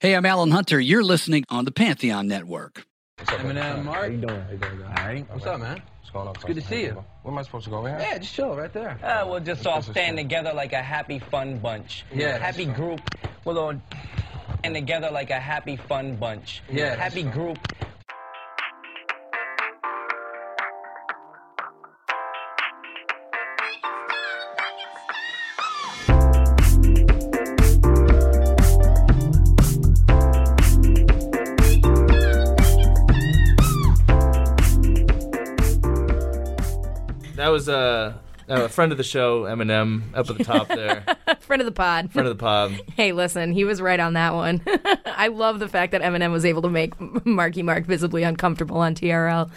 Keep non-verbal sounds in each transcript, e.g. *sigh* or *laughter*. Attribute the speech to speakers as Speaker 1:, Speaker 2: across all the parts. Speaker 1: Hey, I'm Alan Hunter. You're listening on the Pantheon Network.
Speaker 2: What's up,
Speaker 3: Eminem,
Speaker 2: man?
Speaker 3: Mark.
Speaker 2: How you doing? How you doing?
Speaker 3: All right. What's up, man?
Speaker 2: What's going on? It's
Speaker 3: good to see you.
Speaker 2: Where am I supposed to go? Right here?
Speaker 3: Yeah, just chill right there.
Speaker 4: Uh, we'll just
Speaker 2: This
Speaker 4: all
Speaker 2: is
Speaker 4: stand
Speaker 2: fun.
Speaker 4: together like a happy, fun bunch.
Speaker 3: Yeah, that's
Speaker 4: Happy
Speaker 2: fun.
Speaker 4: group. We'll all stand together like a happy, fun bunch.
Speaker 3: Yeah, that's
Speaker 4: Happy
Speaker 2: fun.
Speaker 4: group.
Speaker 5: That was uh, a friend of the show, Eminem, up at the top
Speaker 6: *laughs*
Speaker 5: there,
Speaker 6: Friend of the pod. *laughs*
Speaker 5: friend of the pod.
Speaker 6: hey, listen, he was right on that one. *laughs* I love the fact that Eminem was able to make *laughs* Marky Mark visibly uncomfortable on TRL.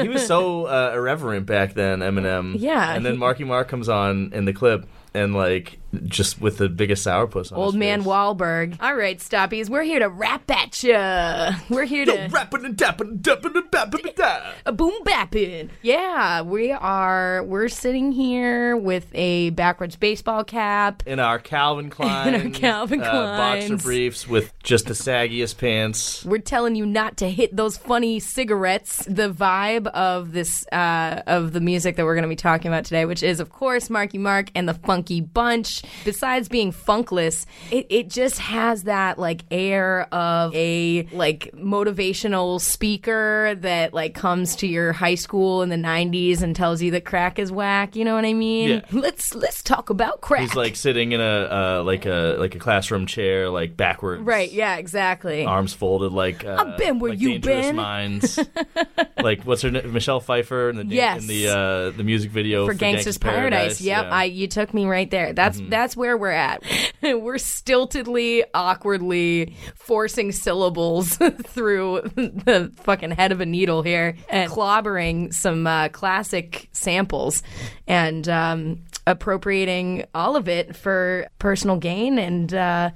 Speaker 5: He was so uh, irreverent back then, Eminem.
Speaker 6: Yeah,
Speaker 5: And then
Speaker 6: he-
Speaker 5: Marky Mark comes on in the clip and like just with the biggest sourpuss on
Speaker 6: Old
Speaker 5: his
Speaker 6: man
Speaker 5: face.
Speaker 6: Wahlberg. All right, stoppies, we're here to rap at ya. We're here
Speaker 5: Yo,
Speaker 6: to
Speaker 5: rapping and dapping and dapping and dapping and da.
Speaker 6: a boom bapping. Yeah, we are. We're sitting here with a backwards baseball cap.
Speaker 5: In our Calvin Klein,
Speaker 6: *laughs* In our Calvin
Speaker 5: uh, boxer
Speaker 6: Kleins.
Speaker 5: briefs with just the saggiest pants.
Speaker 6: We're telling you not to hit those funny cigarettes. The vibe of this uh, of the music that we're going to be talking about today, which is of course Marky Mark and the Funky Bunch. Besides being funkless, it, it just has that like air of a like motivational speaker that like comes to your high school in the '90s and tells you that crack is whack. You know what I mean?
Speaker 5: Yeah.
Speaker 6: Let's let's talk about crack.
Speaker 5: He's like sitting in a uh, like a like a classroom chair, like backwards.
Speaker 6: right? Yeah, exactly.
Speaker 5: arms folded like uh,
Speaker 6: I've been where
Speaker 5: like
Speaker 6: you
Speaker 5: Dangerous
Speaker 6: been.
Speaker 5: Minds. *laughs* like what's her name? Michelle Pfeiffer in the dan-
Speaker 6: Yes.
Speaker 5: in the uh, the music video
Speaker 6: for Gangsta's Paradise. Yep,
Speaker 5: yeah.
Speaker 6: I you took me right there. That's that's where we're at. *laughs* we're stiltedly, awkwardly forcing syllables *laughs* through the fucking head of a needle here and clobbering some uh, classic samples and um, appropriating all of it for personal gain and. Uh,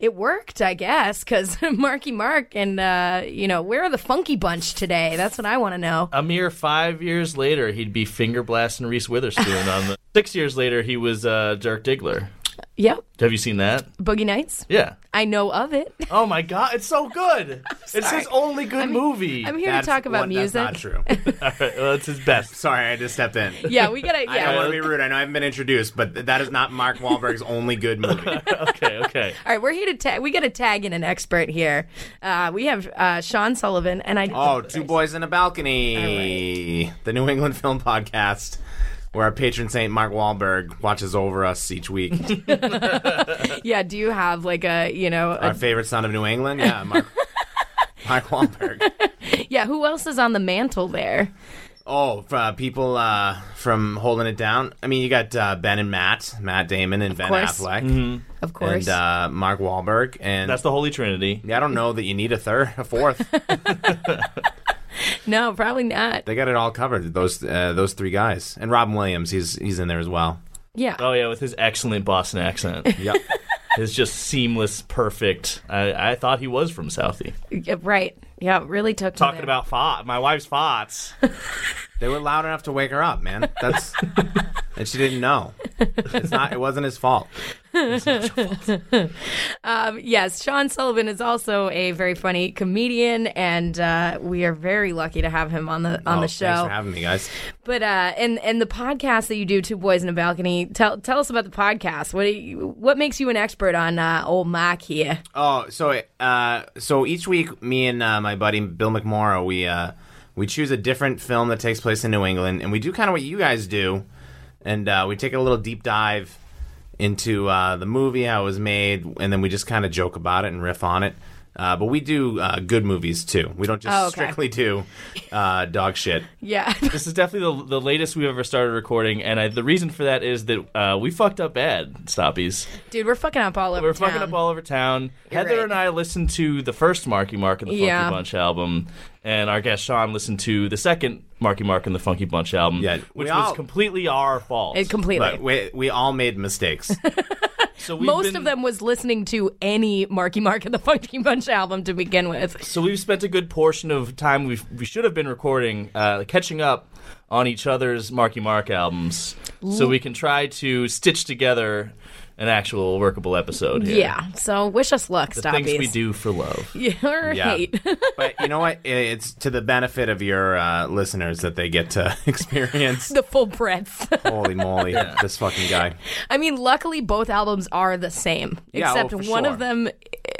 Speaker 6: it worked, I guess, because *laughs* Marky Mark and uh, you know where are the Funky Bunch today? That's what I want to know.
Speaker 5: a mere five years later, he'd be finger blasting Reese Witherspoon on the. *laughs* Six years later, he was uh, Dirk Diggler.
Speaker 6: Yep,
Speaker 5: Have you seen that?
Speaker 6: Boogie Nights.
Speaker 5: Yeah.
Speaker 6: I know of it. *laughs*
Speaker 5: Oh my God, it's so good. it's his only good movie.
Speaker 6: I'm here to talk about music.
Speaker 7: That's not true. *laughs*
Speaker 5: *laughs* All right, well, it's his best.
Speaker 7: Sorry, I just stepped in.
Speaker 6: *laughs* Yeah, we
Speaker 7: *laughs*
Speaker 6: gotta.
Speaker 7: I don't
Speaker 6: Yeah.
Speaker 7: want to be rude. I know I haven't been introduced, but th- that is not Mark
Speaker 6: *laughs*
Speaker 7: Wahlberg's only good movie.
Speaker 5: Okay, okay. *laughs*
Speaker 6: All right, we're here to tag. We got to tag in an expert here. Uh, we have uh, Sean Sullivan, and I.
Speaker 7: Oh, Two Boys in a Balcony, the New England Film Podcast, where our patron saint Mark Wahlberg watches over us each
Speaker 6: *laughs*
Speaker 7: week.
Speaker 6: yeah. Do you have like a you know?
Speaker 7: our
Speaker 6: A,
Speaker 7: favorite son of New England, yeah,
Speaker 6: *laughs*
Speaker 7: Mark. Mark Wahlberg.
Speaker 6: yeah. Who else is on the mantle there?
Speaker 7: Oh, f- uh, people uh, from holding it down. I mean, you got uh, Ben and Matt, Matt Damon and Ben
Speaker 6: course. Mm-hmm.
Speaker 7: Affleck,
Speaker 6: Of
Speaker 7: and
Speaker 6: course.
Speaker 7: uh, Mark Wahlberg, and
Speaker 5: That's the Holy Trinity.
Speaker 7: Yeah, I don't know that you need a third, a
Speaker 6: *laughs*
Speaker 7: fourth.
Speaker 6: no, probably not.
Speaker 7: they got it all covered. Those uh, those three guys and Robin Williams. He's he's in there as well.
Speaker 6: Yeah.
Speaker 5: Oh yeah, with his excellent Boston
Speaker 6: *laughs*
Speaker 5: accent.
Speaker 7: Yep.
Speaker 5: It's just seamless, perfect. I, I thought he was from Southie.
Speaker 6: Yeah, Right. Yeah. it Really took. me
Speaker 5: Talking
Speaker 6: there.
Speaker 5: about fart, my wife's
Speaker 6: *laughs*
Speaker 5: farts.
Speaker 7: *laughs* they were loud enough to wake her up, man. That's and she didn't know. It's not. It wasn't his fault.
Speaker 6: Um, yes, Sean Sullivan is also a very funny comedian, and uh, we are very lucky to have him on the on
Speaker 7: Oh,
Speaker 6: the show.
Speaker 7: Thanks for having me, guys.
Speaker 6: But uh, and and the podcast that you do, Two Boys in a Balcony. Tell tell us about the podcast. What do you, what makes you an expert on uh, old Mac here?
Speaker 7: Oh, so uh, so each week, me and uh, my buddy Bill McMorrow, we uh, we choose a different film that takes place in New England, and we do kind of what you guys do, and uh, we take a little deep dive into uh, the movie, how it was made, and then we just kind of joke about it and riff on it. Uh, but we do uh, good movies too. We don't just
Speaker 6: Oh, okay.
Speaker 7: strictly do uh, dog shit.
Speaker 6: *laughs* Yeah,
Speaker 5: this is definitely the, the latest we've ever started recording, and I, the reason for that is that uh, we fucked up bad, Stoppies.
Speaker 6: dude, we're fucking up all over.
Speaker 5: We're
Speaker 6: town.
Speaker 5: fucking up all over town. Heather
Speaker 6: right.
Speaker 5: and I listened to the first Marky Mark and the Funky
Speaker 6: Yeah.
Speaker 5: Bunch album, and our guest Sean listened to the second Marky Mark and the Funky Bunch album,
Speaker 7: Yeah,
Speaker 5: which
Speaker 7: we
Speaker 5: was
Speaker 7: all-
Speaker 5: completely our fault.
Speaker 6: It completely.
Speaker 7: But we we all made mistakes.
Speaker 5: so we've
Speaker 6: Most
Speaker 5: been-
Speaker 6: of them was listening to any Marky Mark and the *laughs* Funky Bunch album to begin with.
Speaker 5: So we've spent a good portion of time we we should have been recording, uh, catching up on each other's Marky Mark albums, so we can try to stitch together an actual workable episode here.
Speaker 6: Yeah. So wish us luck,
Speaker 5: The
Speaker 6: Stoppies.
Speaker 5: things we do for love.
Speaker 6: *laughs* Yeah, or hate.
Speaker 7: but you know what? It's to the benefit of your uh, listeners that they get to *laughs* experience.
Speaker 6: the full breadth.
Speaker 7: Holy moly, this fucking guy.
Speaker 6: I mean, luckily both albums are the same,
Speaker 7: Yeah, oh,
Speaker 6: except
Speaker 7: for
Speaker 6: one
Speaker 7: sure.
Speaker 6: of them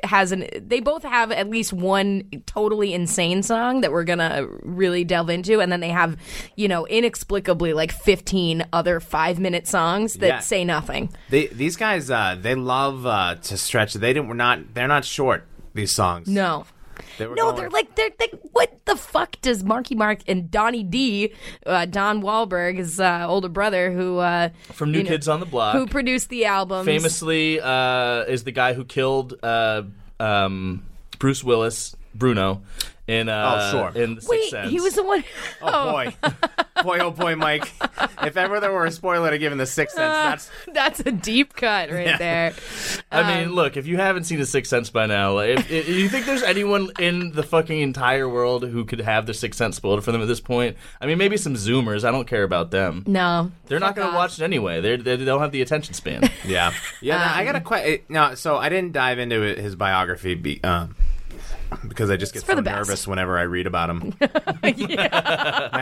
Speaker 6: has an. They both have at least one totally insane song that we're gonna really delve into, and then they have, you know, inexplicably like fifteen other five minute songs that
Speaker 7: Yeah.
Speaker 6: say nothing.
Speaker 7: They, these guys, uh, they love uh, to stretch. They didn't. We're not. They're not short. These songs.
Speaker 6: No.
Speaker 7: They were
Speaker 6: No,
Speaker 7: going-
Speaker 6: they're like they're like what the fuck does Marky Mark and Donnie D, uh, Don Wahlberg, his uh, older brother who uh,
Speaker 5: From New
Speaker 6: you know,
Speaker 5: Kids on the Block.
Speaker 6: who produced the album
Speaker 5: famously uh, is the guy who killed uh, um, Bruce Willis, Bruno, in uh,
Speaker 7: Oh, sure.
Speaker 5: in the Sixth
Speaker 6: Wait,
Speaker 5: Sense.
Speaker 6: he was the one. *laughs*
Speaker 7: Oh boy, boy, oh boy, Mike. If ever there were a spoiler to give in the sixth sense,
Speaker 6: Uh,
Speaker 7: that's
Speaker 6: That's a deep cut
Speaker 7: *laughs*
Speaker 6: right there.
Speaker 5: I
Speaker 6: Um,
Speaker 5: mean, look, if you haven't seen The Sixth Sense by now, like, if, if you think there's anyone in the fucking entire world who could have The Sixth Sense spoiled for them at this point? I mean, maybe some Zoomers. I don't care about them.
Speaker 6: No.
Speaker 5: They're not going to watch it anyway. They're, they don't have the attention
Speaker 6: *laughs*
Speaker 5: span.
Speaker 7: yeah, yeah. no, I got a
Speaker 6: Um,
Speaker 7: question. No, so I didn't dive into it- his biography be, um, because I just get
Speaker 6: for
Speaker 7: so
Speaker 6: the best.
Speaker 7: nervous whenever I read about
Speaker 6: *laughs*
Speaker 7: him. My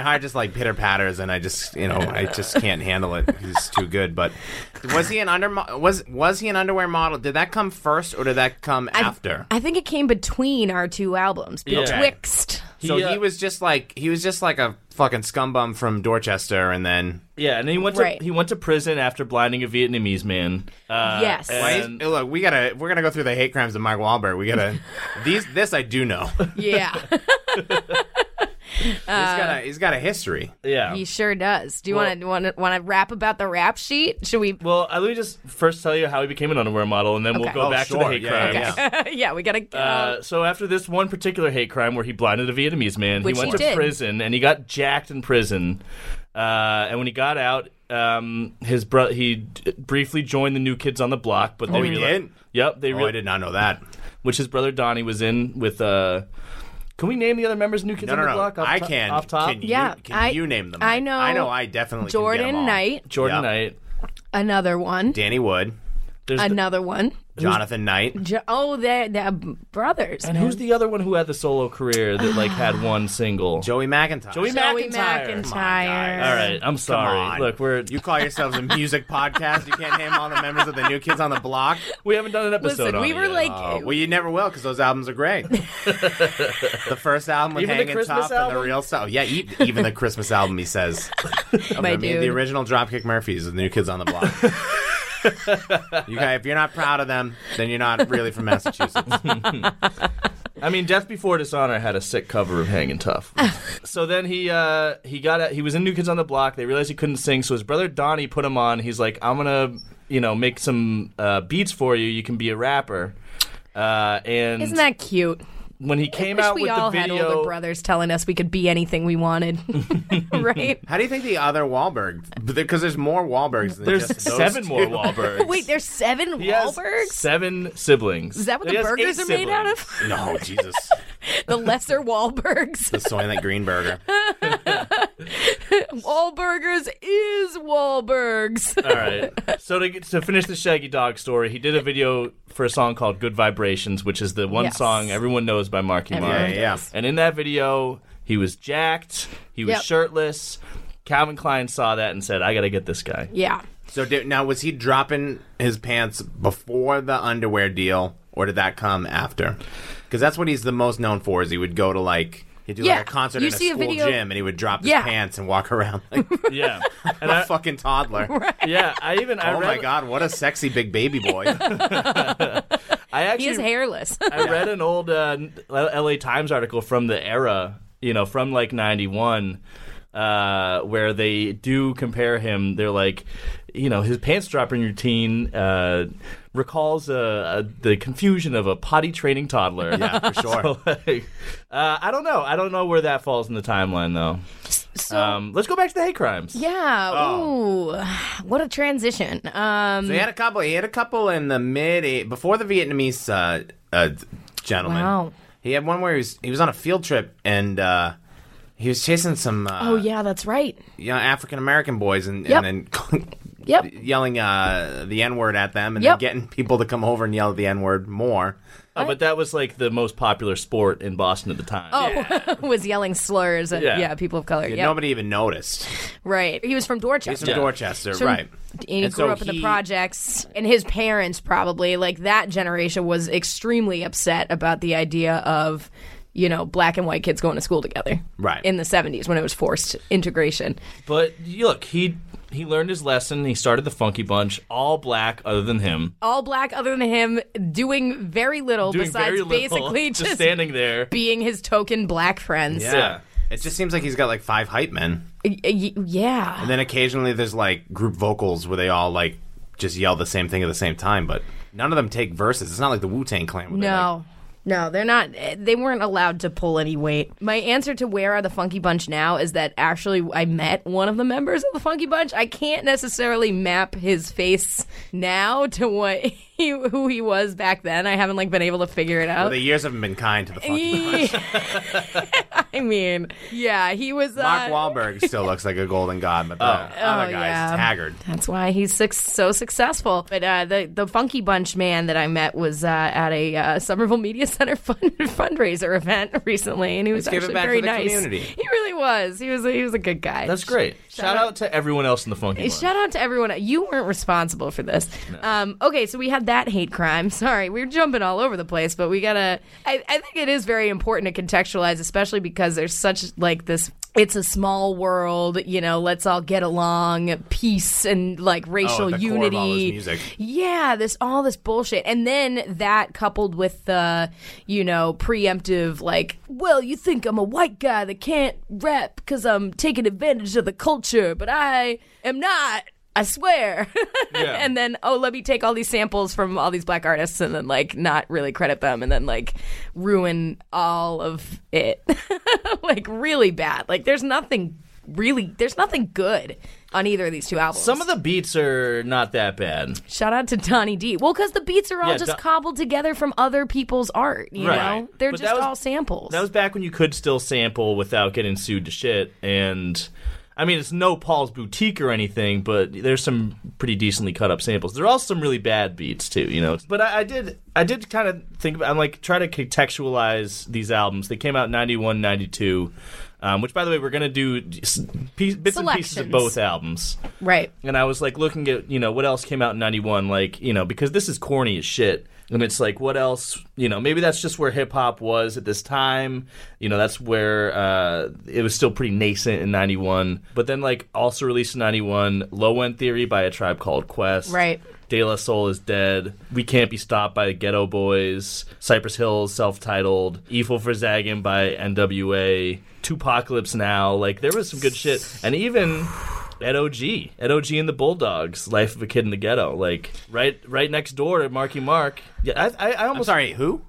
Speaker 7: heart just like pitter patters, and I just you know I just can't handle it. He's too good. But was he an under was was he an underwear model? Did that come first or did that come after?
Speaker 6: I think it came between our two albums.
Speaker 5: Yeah.
Speaker 6: Betwixt.
Speaker 7: so
Speaker 5: He, uh,
Speaker 7: he was just like he was just like a fucking scumbum from Dorchester, and then
Speaker 5: yeah, and he went to
Speaker 6: Right.
Speaker 5: he went to prison after blinding a Vietnamese man. Uh,
Speaker 6: Yes.
Speaker 7: Why
Speaker 5: and-
Speaker 7: is- look, we gotta we're gonna go through the hate crimes of Mark Wahlberg. We gotta these this I do know. He's
Speaker 6: *laughs* Yeah.
Speaker 7: got a
Speaker 6: Uh,
Speaker 7: he's got a history.
Speaker 5: yeah.
Speaker 6: he sure does. Do you
Speaker 5: Oh. Well-
Speaker 6: want to want to want to rap about the rap sheet? Should we
Speaker 5: Well, uh, let me just first tell you how he became an underwear model, and then we'll
Speaker 6: Okay.
Speaker 5: go
Speaker 7: Oh,
Speaker 5: back to
Speaker 7: sure.
Speaker 5: the hate
Speaker 7: Yeah,
Speaker 5: crimes.
Speaker 7: yeah, yeah.
Speaker 6: *laughs* Yeah, we got to
Speaker 5: Uh, so after this one particular hate crime where he blinded a Vietnamese man,
Speaker 6: Which
Speaker 5: he went
Speaker 6: he
Speaker 5: to
Speaker 6: did.
Speaker 5: prison and he got jacked in prison. Uh, and when he got out, um, his bro- he d- briefly joined the New Kids on the Block, but they
Speaker 7: Oh, he
Speaker 5: reali-
Speaker 7: did?
Speaker 5: Yep, they
Speaker 7: Oh, I
Speaker 5: really
Speaker 7: did not know that.
Speaker 5: which his brother Donnie was in with. Uh, can we name the other members? of New Kids
Speaker 7: No,
Speaker 5: on
Speaker 7: no,
Speaker 5: the
Speaker 7: no.
Speaker 5: Block. Off
Speaker 7: I
Speaker 5: to-
Speaker 7: can.
Speaker 5: Off top,
Speaker 7: Can you,
Speaker 6: Yeah,
Speaker 7: Can
Speaker 6: I-
Speaker 7: you name them?
Speaker 6: I know
Speaker 7: I know. I definitely. can get them
Speaker 6: Jordan
Speaker 7: all.
Speaker 6: Knight,
Speaker 5: Jordan
Speaker 7: Yeah.
Speaker 5: Knight.
Speaker 6: another one,
Speaker 7: Danny Wood,
Speaker 5: There's the-
Speaker 6: another one.
Speaker 7: Jonathan Knight.
Speaker 6: Jo- oh, they're, they're brothers.
Speaker 5: and who's the other one who had the solo career that like
Speaker 7: *sighs*
Speaker 5: had one single?
Speaker 7: Joey McIntyre.
Speaker 5: Joey McIntyre.
Speaker 6: Joey McIntyre.
Speaker 7: Come on, guys.
Speaker 5: All right, I'm
Speaker 7: Come
Speaker 5: sorry.
Speaker 7: on.
Speaker 5: Look, we're
Speaker 7: you call yourselves a
Speaker 5: *laughs*
Speaker 7: music podcast. You can't name all the members of the New Kids on the Block.
Speaker 5: we haven't done an episode.
Speaker 6: Listen,
Speaker 5: on
Speaker 6: we
Speaker 5: it
Speaker 6: were
Speaker 5: yet.
Speaker 6: like
Speaker 7: Oh, well, you never will because those albums are
Speaker 6: *laughs*
Speaker 7: great. the first album with
Speaker 5: Even the
Speaker 7: Hanging
Speaker 5: Christmas
Speaker 7: Top and
Speaker 5: album?
Speaker 7: the real stuff. Yeah, e- even the Christmas album, he
Speaker 6: *laughs*
Speaker 7: says. Of
Speaker 6: My
Speaker 7: the, the
Speaker 6: dude.
Speaker 7: original Dropkick Murphys, the new kids on the
Speaker 6: *laughs*
Speaker 7: block. you guys, if you're not proud of them, then you're not really from Massachusetts.
Speaker 5: I mean, Death Before Dishonor had a sick cover of Hanging
Speaker 6: *laughs*
Speaker 5: Tough. so then he uh, he got out, he was in New Kids on the Block. They realized he couldn't sing, so his brother Donnie put him on. He's like, I'm gonna you know make some uh, beats for you. You can be a rapper. Uh, and
Speaker 6: Isn't that cute?
Speaker 5: when he came
Speaker 6: Wish
Speaker 5: out
Speaker 6: we
Speaker 5: with
Speaker 6: all
Speaker 5: the video,
Speaker 6: had older brothers telling us we could be anything
Speaker 5: *laughs*
Speaker 6: we wanted, *laughs* right?
Speaker 7: How do you think the other Wahlberg? Because there's more Wahlbergs than
Speaker 5: there's
Speaker 7: just those
Speaker 5: seven
Speaker 7: two.
Speaker 5: more Wahlbergs.
Speaker 6: Wait, there's seven
Speaker 5: He has
Speaker 6: Wahlbergs.
Speaker 5: seven siblings.
Speaker 6: Is that what
Speaker 5: He
Speaker 6: the
Speaker 5: has
Speaker 6: burgers
Speaker 5: eight
Speaker 6: are made out
Speaker 5: siblings.
Speaker 6: of?
Speaker 7: *laughs* No, Jesus.
Speaker 6: The lesser Wahlbergs.
Speaker 7: The Soylent Green
Speaker 6: *laughs*
Speaker 7: Burger.
Speaker 6: Wahlburgers is
Speaker 7: *laughs*
Speaker 6: Wahlbergs.
Speaker 5: All right. So to, to finish the Shaggy Dog story, he did a video for a song called "Good Vibrations," which is the one
Speaker 6: Yes.
Speaker 5: song everyone knows by Marky
Speaker 7: Yeah,
Speaker 5: Mark.
Speaker 7: yeah.
Speaker 5: And in that video, he was jacked. He was
Speaker 6: Yep.
Speaker 5: shirtless. Calvin Klein saw that and said, "I got to get
Speaker 7: *laughs*
Speaker 5: this guy."
Speaker 6: Yeah.
Speaker 7: So did, now, was he dropping his pants before the underwear deal, or did that come after? Because that's what he's the most known for. Is he would go to like he'd do
Speaker 6: Yeah,
Speaker 7: like a concert
Speaker 6: you
Speaker 7: in a
Speaker 6: see a
Speaker 7: school
Speaker 6: video-
Speaker 7: gym, and he would drop his
Speaker 6: Yeah.
Speaker 7: pants and walk
Speaker 6: *laughs*
Speaker 7: around like
Speaker 5: Yeah. And
Speaker 7: a
Speaker 5: I,
Speaker 7: fucking toddler.
Speaker 5: yeah, I even I
Speaker 7: Oh my
Speaker 5: read,
Speaker 7: god, what a sexy big baby
Speaker 6: *laughs*
Speaker 7: boy!
Speaker 5: I
Speaker 6: He
Speaker 5: actually
Speaker 6: is hairless. *laughs*
Speaker 5: I read an old uh, L.A. Times article from the era, you know, from like '91, uh, where they do compare him. They're like, you know, his pants dropping routine uh, recalls uh, uh, the confusion of a potty training toddler.
Speaker 7: yeah, for sure.
Speaker 5: So, *laughs* like, uh, I don't know. I don't know where that falls in the timeline, though.
Speaker 6: so
Speaker 7: Uh,
Speaker 5: Um, let's go back to the hate crimes.
Speaker 6: yeah.
Speaker 7: oh.
Speaker 6: Ooh. What a transition. Um
Speaker 7: So he had a couple. He had a couple in the mid before the Vietnamese uh, uh, gentleman.
Speaker 6: Wow.
Speaker 7: He had one where he was he was on a field trip and uh, he was chasing some uh,
Speaker 6: Oh yeah, that's right.
Speaker 7: you know, African American boys and,
Speaker 6: Yep.
Speaker 7: and then *laughs*
Speaker 6: Yep.
Speaker 7: yelling uh, the N word at them and then
Speaker 6: Yep.
Speaker 7: getting people to come over and yell the N word more.
Speaker 5: Oh, but that was like the most popular sport in Boston at the time.
Speaker 6: Oh. *laughs* was yelling slurs at yeah,
Speaker 5: Yeah.
Speaker 6: people of color.
Speaker 7: Yeah,
Speaker 6: Yep.
Speaker 7: Nobody even noticed.
Speaker 6: right. He was from Dorchester.
Speaker 7: He's from
Speaker 5: Yeah.
Speaker 7: Dorchester,
Speaker 6: So-
Speaker 7: right?
Speaker 6: and he
Speaker 7: And
Speaker 6: grew
Speaker 7: so
Speaker 6: up in the
Speaker 7: he-
Speaker 6: projects and his parents probably like that generation was extremely upset about the idea of you know black and white kids going to school together
Speaker 7: Right.
Speaker 6: in the 70s when it was forced integration
Speaker 5: But you- look, he he learned his lesson. He started the Funky Bunch, all black other than him.
Speaker 6: all black other than him doing very little
Speaker 5: Doing
Speaker 6: Oh, besides
Speaker 5: very little,
Speaker 6: basically
Speaker 5: *laughs* just,
Speaker 6: just
Speaker 5: standing there.
Speaker 6: being his token black friends
Speaker 5: Yeah.
Speaker 7: It just seems like he's got like five hype men.
Speaker 6: Y- y- yeah
Speaker 7: And then occasionally there's like group vocals where they all like just yell the same thing at the same time, but none of them take verses. It's not like the Wu Tang Clan. where they're like-
Speaker 6: No. No, they're not. They weren't allowed to pull any weight. My answer to where are the Funky Bunch now is that actually I met one of the members of the Funky Bunch. I can't necessarily map his face now to what he, who he was back then. I haven't like been able to figure it out. *laughs*
Speaker 7: the years haven't been kind to the funky.
Speaker 6: *laughs* I mean, yeah, he was.
Speaker 7: Mark
Speaker 6: uh,
Speaker 7: Wahlberg still looks like a golden god, but the other
Speaker 6: Oh,
Speaker 7: guy's
Speaker 6: yeah.
Speaker 7: haggard.
Speaker 6: That's why he's suc so successful. But uh, the the Funky Bunch man that I met was uh, at a uh, Somerville Media Center *laughs* fund- fundraiser event recently, and he was
Speaker 7: Let's give it back
Speaker 6: actually very
Speaker 7: to the
Speaker 6: nice.
Speaker 7: community.
Speaker 6: He really was. He was a, he was a good guy.
Speaker 5: That's great. Shout, out, to everyone else in the Funky Bunch.
Speaker 6: Shout out to everyone. You weren't responsible for this. Um, okay, so we had that hate crime. *laughs* Sorry, we're jumping all over the place, but we gotta. I, I think it is very important to contextualize, especially because there's such like this. It's a small world, you know. Let's all get along, peace, and like racial
Speaker 7: Oh, the core of
Speaker 6: unity.
Speaker 7: all this music.
Speaker 6: Yeah, this all this bullshit, and then that coupled with the, you know, preemptive like, well, you think I'm a white guy that can't rap because I'm taking advantage of the culture, but I am not. I swear. *laughs*
Speaker 5: Yeah.
Speaker 6: and then oh, let me take all these samples from all these black artists, and then like not really credit them, and then like ruin all of it, *laughs* like really bad. Like there's nothing really, there's nothing good on either of these two albums.
Speaker 5: Some of the beats are not that bad.
Speaker 6: Shout out to Donnie D. Well, because the beats are all
Speaker 5: Yeah,
Speaker 6: just
Speaker 5: Don-
Speaker 6: cobbled together from other people's art. You
Speaker 5: Right.
Speaker 6: know, they're
Speaker 5: But that
Speaker 6: just
Speaker 5: was-
Speaker 6: all samples.
Speaker 5: That was back when you could still sample without getting sued to shit. And I mean, it's no Paul's Boutique or anything, but there's some pretty decently cut up samples. There are also some really bad beats too, you know. But I, I did, I did kind of think. about- I'm like try to contextualize these albums. They came out in 91, 92. Um, which, by the way, we're gonna do s- piece, bits and pieces
Speaker 6: Selections.
Speaker 5: of both albums
Speaker 6: right.
Speaker 5: and I was like looking at you know what else came out in '91, like you know because this is corny as shit, and it's like what else you know maybe that's just where hip hop was at this time, you know that's where uh, it was still pretty nascent in '91, but then like also released in '91, Low End Theory by a Tribe Called Quest,
Speaker 6: Right.
Speaker 5: De La Soul is dead. We can't be stopped by the Ghetto Boys. Cypress Hills, self-titled. Evil for Zagging by N.W.A. Tupacalypse Now. Like there was some good shit, and even at OG, at OG and the Bulldogs, Life of a Kid in the Ghetto. Like right, right next door to Marky Mark. Yeah, I, I, I
Speaker 7: I'm
Speaker 5: almost
Speaker 7: sorry, who?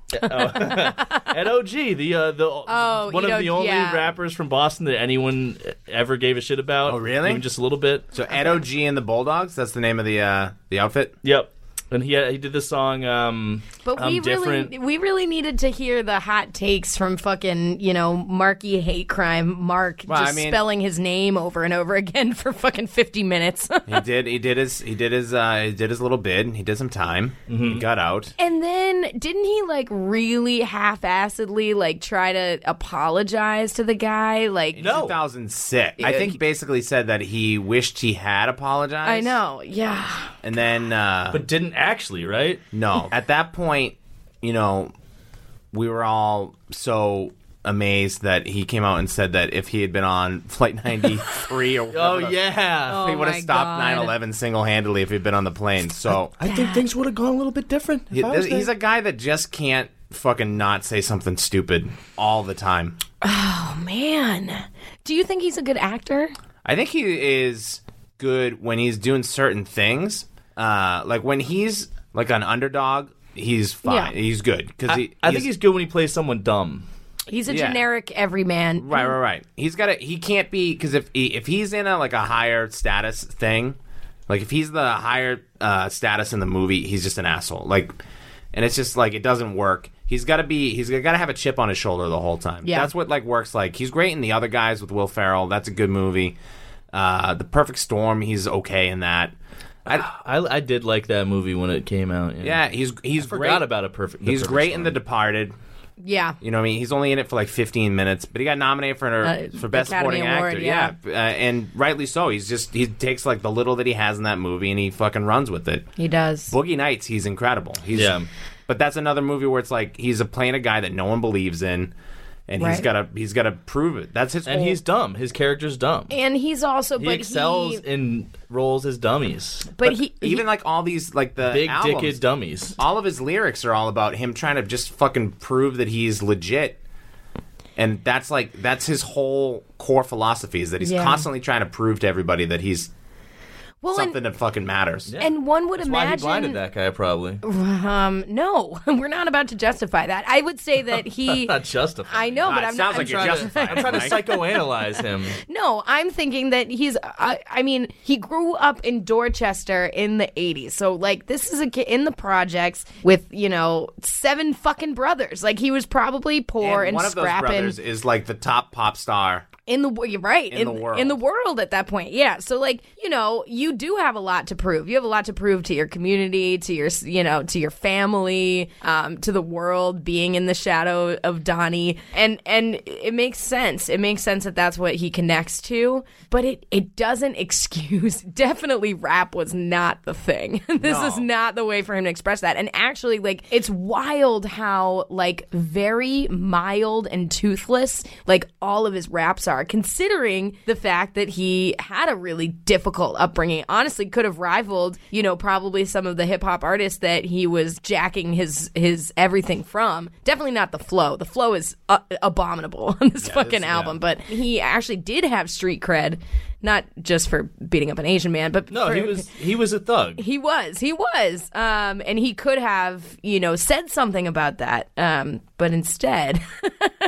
Speaker 5: at OG the uh, the
Speaker 6: Oh,
Speaker 5: one
Speaker 6: you
Speaker 5: of the
Speaker 6: know,
Speaker 5: only
Speaker 6: yeah.
Speaker 5: rappers from Boston that anyone ever gave a shit about.
Speaker 7: Oh, really?
Speaker 5: Even just a little bit.
Speaker 7: So Ed OG and the Bulldogs. That's the name of the uh, the outfit.
Speaker 5: Yep. And he he did this song. Um,
Speaker 6: But
Speaker 5: I'm
Speaker 6: we
Speaker 5: different.
Speaker 6: really, we really needed to hear the hot takes from fucking you know Marky hate crime Mark
Speaker 7: Well,
Speaker 6: just
Speaker 7: I mean-
Speaker 6: spelling his name over and over *laughs* again for fucking fifty minutes. *laughs*
Speaker 5: *laughs*
Speaker 7: He did. He did his. He did his. Uh, he did his little bid. He did some time.
Speaker 5: Mm-hmm.
Speaker 7: He got out.
Speaker 6: And then didn't he like really half-assedly like try to apologize to the guy?
Speaker 5: *laughs*
Speaker 6: Like
Speaker 5: No.
Speaker 7: 2006. I think he basically said that he wished he had apologized.
Speaker 6: I know, yeah.
Speaker 7: And then uh,
Speaker 5: but didn't actually, right?
Speaker 7: no. At that point, you know, we were all so amazed that he came out and said that if he had been on flight 93 or
Speaker 5: *laughs* Oh
Speaker 7: whatever the-
Speaker 5: yeah.
Speaker 7: he would
Speaker 6: my
Speaker 7: have stopped
Speaker 6: God.
Speaker 7: 9/11 single-handedly if he'd been on the plane. So
Speaker 5: I think things would have gone a little bit different.
Speaker 7: He- he's a guy that just can't fucking not say something stupid all the time.
Speaker 6: Man. Do you think he's a good actor?
Speaker 7: I think he is good when he's doing certain things. Uh, like when he's like an underdog, he's fine.
Speaker 6: Yeah.
Speaker 7: He's good because he.
Speaker 5: I think he's good when he plays someone dumb.
Speaker 6: He's a
Speaker 7: Yeah.
Speaker 6: generic everyman.
Speaker 5: Hmm.
Speaker 7: right, right, right. He's got to He can't be because if he, if he's in a like a higher status thing, like if he's the higher uh, status in the movie, he's just an asshole. Like, and it's just like it doesn't work. He's got to be. He's got to have a chip on his shoulder the whole time.
Speaker 6: Yeah.
Speaker 7: that's what like works. Like he's great in the other guys with Will Ferrell. That's a good movie. Uh, the Perfect Storm, he's okay in that. I,
Speaker 5: I, I did like that movie when it came out.
Speaker 7: yeah, he's he's great.
Speaker 5: forgot about a perfect. The
Speaker 7: He's
Speaker 5: Perfect
Speaker 7: great
Speaker 5: Storm.
Speaker 7: in The Departed.
Speaker 6: Yeah.
Speaker 7: You know, what I mean, he's only in it for like 15 minutes, but he got nominated for an,
Speaker 6: Uh,
Speaker 7: for best
Speaker 6: Academy
Speaker 7: supporting
Speaker 6: Award,
Speaker 7: actor.
Speaker 6: yeah.
Speaker 7: uh, and rightly so. He's just he takes like the little that he has in that movie and he fucking runs with it.
Speaker 6: He does.
Speaker 7: Boogie Nights, he's incredible. He's,
Speaker 5: Yeah.
Speaker 7: But that's another movie where it's like he's a playing a guy that no one believes in, and he's
Speaker 6: Right.
Speaker 7: gotta he's gotta prove it. That's his
Speaker 5: and
Speaker 7: whole-
Speaker 5: he's dumb. His character's dumb.
Speaker 6: and he's also,
Speaker 5: he
Speaker 6: but
Speaker 5: excels
Speaker 6: he,
Speaker 5: in roles as dummies,
Speaker 6: but he, he-
Speaker 7: even like all these like the
Speaker 5: big
Speaker 7: albums,
Speaker 5: dicked dummies.
Speaker 7: all of his lyrics are all about him trying to just fucking prove that he's legit. And that's like that's his whole core philosophy is that he's
Speaker 6: Yeah.
Speaker 7: constantly trying to prove to everybody that he's
Speaker 6: well, and,
Speaker 7: something that fucking matters.
Speaker 6: and one would
Speaker 5: That's why he
Speaker 6: imagine
Speaker 5: blinded that guy, probably.
Speaker 6: Um, no, *laughs* we're not about to justify that. I would
Speaker 7: *laughs*
Speaker 6: say that he.
Speaker 5: Not justified.
Speaker 6: I know,
Speaker 7: Ah,
Speaker 6: but
Speaker 7: it
Speaker 6: I'm
Speaker 7: sounds
Speaker 6: not.
Speaker 7: like
Speaker 6: I'm
Speaker 7: you're
Speaker 6: trying to-
Speaker 7: justified.
Speaker 5: I'm trying to psychoanalyze
Speaker 6: *laughs*
Speaker 5: him.
Speaker 6: no, I'm thinking that he's. I, I mean, he grew up in Dorchester in the '80s, so like this is a kid in the projects with you know seven fucking brothers. Like he was probably poor and,
Speaker 7: one of those
Speaker 6: scrapping
Speaker 7: brothers is like the top pop star.
Speaker 6: in the wo- you're right in,
Speaker 7: the world.
Speaker 6: in the world at that point. Yeah, so like you know you do have a lot to prove. You have a lot to prove to your community, to your s- you know to your family, um, to the world. Being in the shadow of Donnie, and and it makes sense. It makes sense that that's what he connects to, but it it doesn't *laughs* excuse. Definitely, rap was not the thing. *laughs* this is not the way for him to express that. And actually, like it's wild how like very mild and toothless like all of his raps are, considering the fact that he had a really difficult upbringing. Honestly, could have rivaled you know probably some of the hip hop artists that he was jacking his his everything from. Definitely not the flow. The flow is uh, abominable *laughs* on this fucking
Speaker 7: this- yeah.
Speaker 6: album, but he actually did have street cred. Not just for beating up an Asian man, but
Speaker 5: No,
Speaker 6: for,
Speaker 5: he was he was a thug.
Speaker 6: he was. He was. Um, and he could have, you know, said something about that. Um, but instead, *laughs*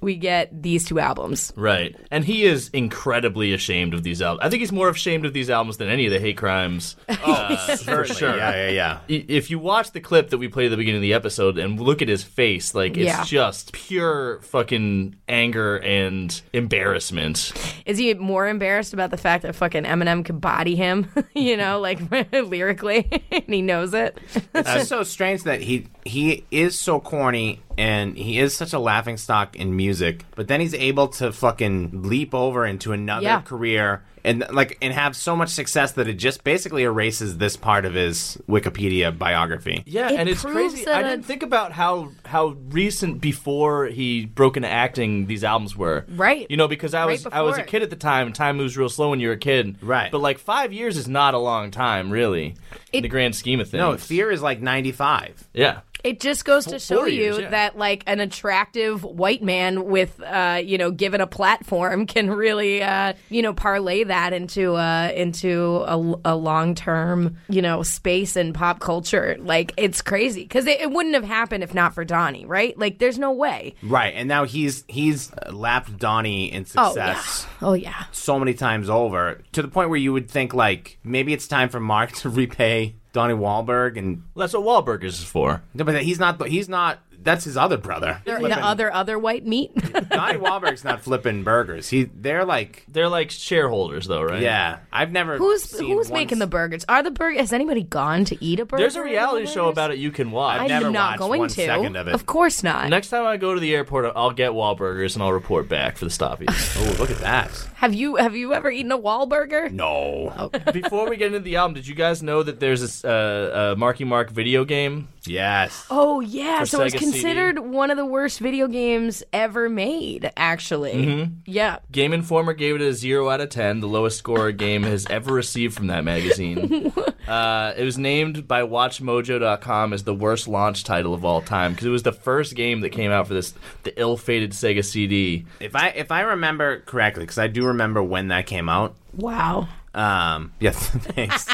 Speaker 6: we get these two albums.
Speaker 5: Right. And he is incredibly ashamed of these albums. I think he's more ashamed of these albums than any of the hate crimes.
Speaker 7: For sure. Yeah, yeah, yeah.
Speaker 5: I- if you watch the clip that we played at the beginning of the episode and look at his face, like it's
Speaker 6: Yeah.
Speaker 5: just pure fucking anger and embarrassment.
Speaker 6: Is he more embarrassed about the fact that fucking Eminem could body him, *laughs* you know, like lyrically, *laughs* and he knows it?
Speaker 7: It's just so strange that he he is so corny and he is such a laughing stock in music, but then he's able to fucking leap over into another
Speaker 6: Yeah.
Speaker 7: career and like and have so much success that it just basically erases this part of his Wikipedia biography.
Speaker 5: Yeah,
Speaker 6: It
Speaker 5: and it's
Speaker 6: proves
Speaker 5: crazy.
Speaker 6: that
Speaker 5: I
Speaker 6: a-
Speaker 5: didn't think about how how recent before he broke into acting these albums were.
Speaker 6: Right.
Speaker 5: You know, because I
Speaker 6: Right
Speaker 5: was I was a
Speaker 6: before.
Speaker 5: kid at the time. and Time moves real slow when you're a kid.
Speaker 7: Right.
Speaker 5: But like five years is not a long time, really, in the grand scheme of things.
Speaker 7: No, Fear is like 95.
Speaker 5: Yeah.
Speaker 6: It just goes to show
Speaker 5: four years,
Speaker 6: you
Speaker 5: yeah.
Speaker 6: that, like, an attractive white man with, uh, you know, given a platform *laughs* can really, uh, you know, parlay that into uh, into a, a long term, you know, space in pop culture. Like, it's crazy because it, it wouldn't have happened if not for Donnie, right? Like, there's no way.
Speaker 7: Right, and now he's he's lapped Donnie in
Speaker 6: Oh
Speaker 7: success.
Speaker 6: yeah. Oh yeah.
Speaker 7: so many times over to the point where you would think like maybe it's time for Mark *laughs* to repay Donnie Wahlberg and
Speaker 5: Well, that's what Wahlburgers is for.
Speaker 7: no, but he's not he's not that's his other brother.
Speaker 6: The other other white meat.
Speaker 7: Donnie Wahlberg's not flipping burgers. He they're like
Speaker 5: They're like shareholders, though, right?
Speaker 7: yeah. I've never
Speaker 6: *laughs* who's
Speaker 7: seen once-
Speaker 6: who's making the burgers? Are the burger? Has anybody gone to eat a burger?
Speaker 5: There's a reality show about it you can watch.
Speaker 6: I'm
Speaker 7: I've never
Speaker 6: not
Speaker 7: watched
Speaker 6: going
Speaker 7: one
Speaker 6: to.
Speaker 7: second of it.
Speaker 6: course not.
Speaker 5: Next time I go to the airport, I'll get Wahlburgers and I'll report back for
Speaker 7: *laughs*
Speaker 5: the stoppies.
Speaker 7: Oh, look at that.
Speaker 6: Have you have you ever eaten a Wahlburger?
Speaker 7: No.
Speaker 6: Oh.
Speaker 5: Before we get into the album, did you guys know that there's this uh, uh, Marky Mark video game?
Speaker 7: Yes.
Speaker 6: Oh yeah,
Speaker 5: For
Speaker 6: so it's
Speaker 5: Sega CD.
Speaker 6: considered one of the worst video games ever made. Actually,
Speaker 7: Mm-hmm.
Speaker 6: yeah,
Speaker 5: Game Informer gave it a zero out of ten, the lowest score a game has ever received from that magazine. uh, it was named by WatchMojo.com as the worst launch title of all time because it was the first game that came out for this the ill-fated Sega CD.
Speaker 7: If I if I remember correctly, because I do remember when that came out.
Speaker 6: wow.
Speaker 7: Um. *laughs* Yes.
Speaker 6: *laughs*
Speaker 7: Thanks.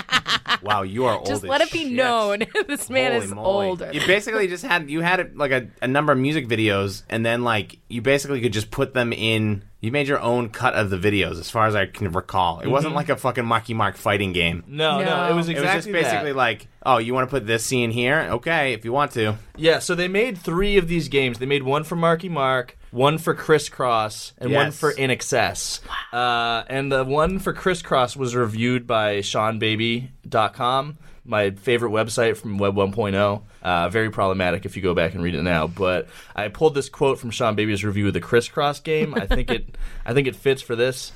Speaker 7: wow, you are old.
Speaker 6: Just
Speaker 7: as
Speaker 6: let it be
Speaker 7: shit.
Speaker 6: known, *laughs* this man
Speaker 7: Holy
Speaker 6: is
Speaker 7: moly.
Speaker 6: older.
Speaker 7: You basically just had you had like a, a number of music videos, and then like you basically could just put them in you made your own cut of the videos, as far as I can recall. It wasn't like a fucking Marky Mark fighting game.
Speaker 5: No, no,
Speaker 6: No.
Speaker 5: it was
Speaker 6: It
Speaker 5: Mm-hmm. exactly
Speaker 7: it was just basically
Speaker 5: that.
Speaker 7: like, oh, you want to put this scene here? Okay, if you want to.
Speaker 5: Yeah, so they made three of these games. They made one for Marky Mark, one for Crisscross, and one
Speaker 7: Yes.
Speaker 5: for In Excess. Uh, and the one for Crisscross was reviewed by SeanBaby.com, my favorite website from Web 1.0. Uh, very problematic if you go back and read it now. But I pulled this quote from Sean Baby's review of the Crisscross game. I think it, I think it fits for this.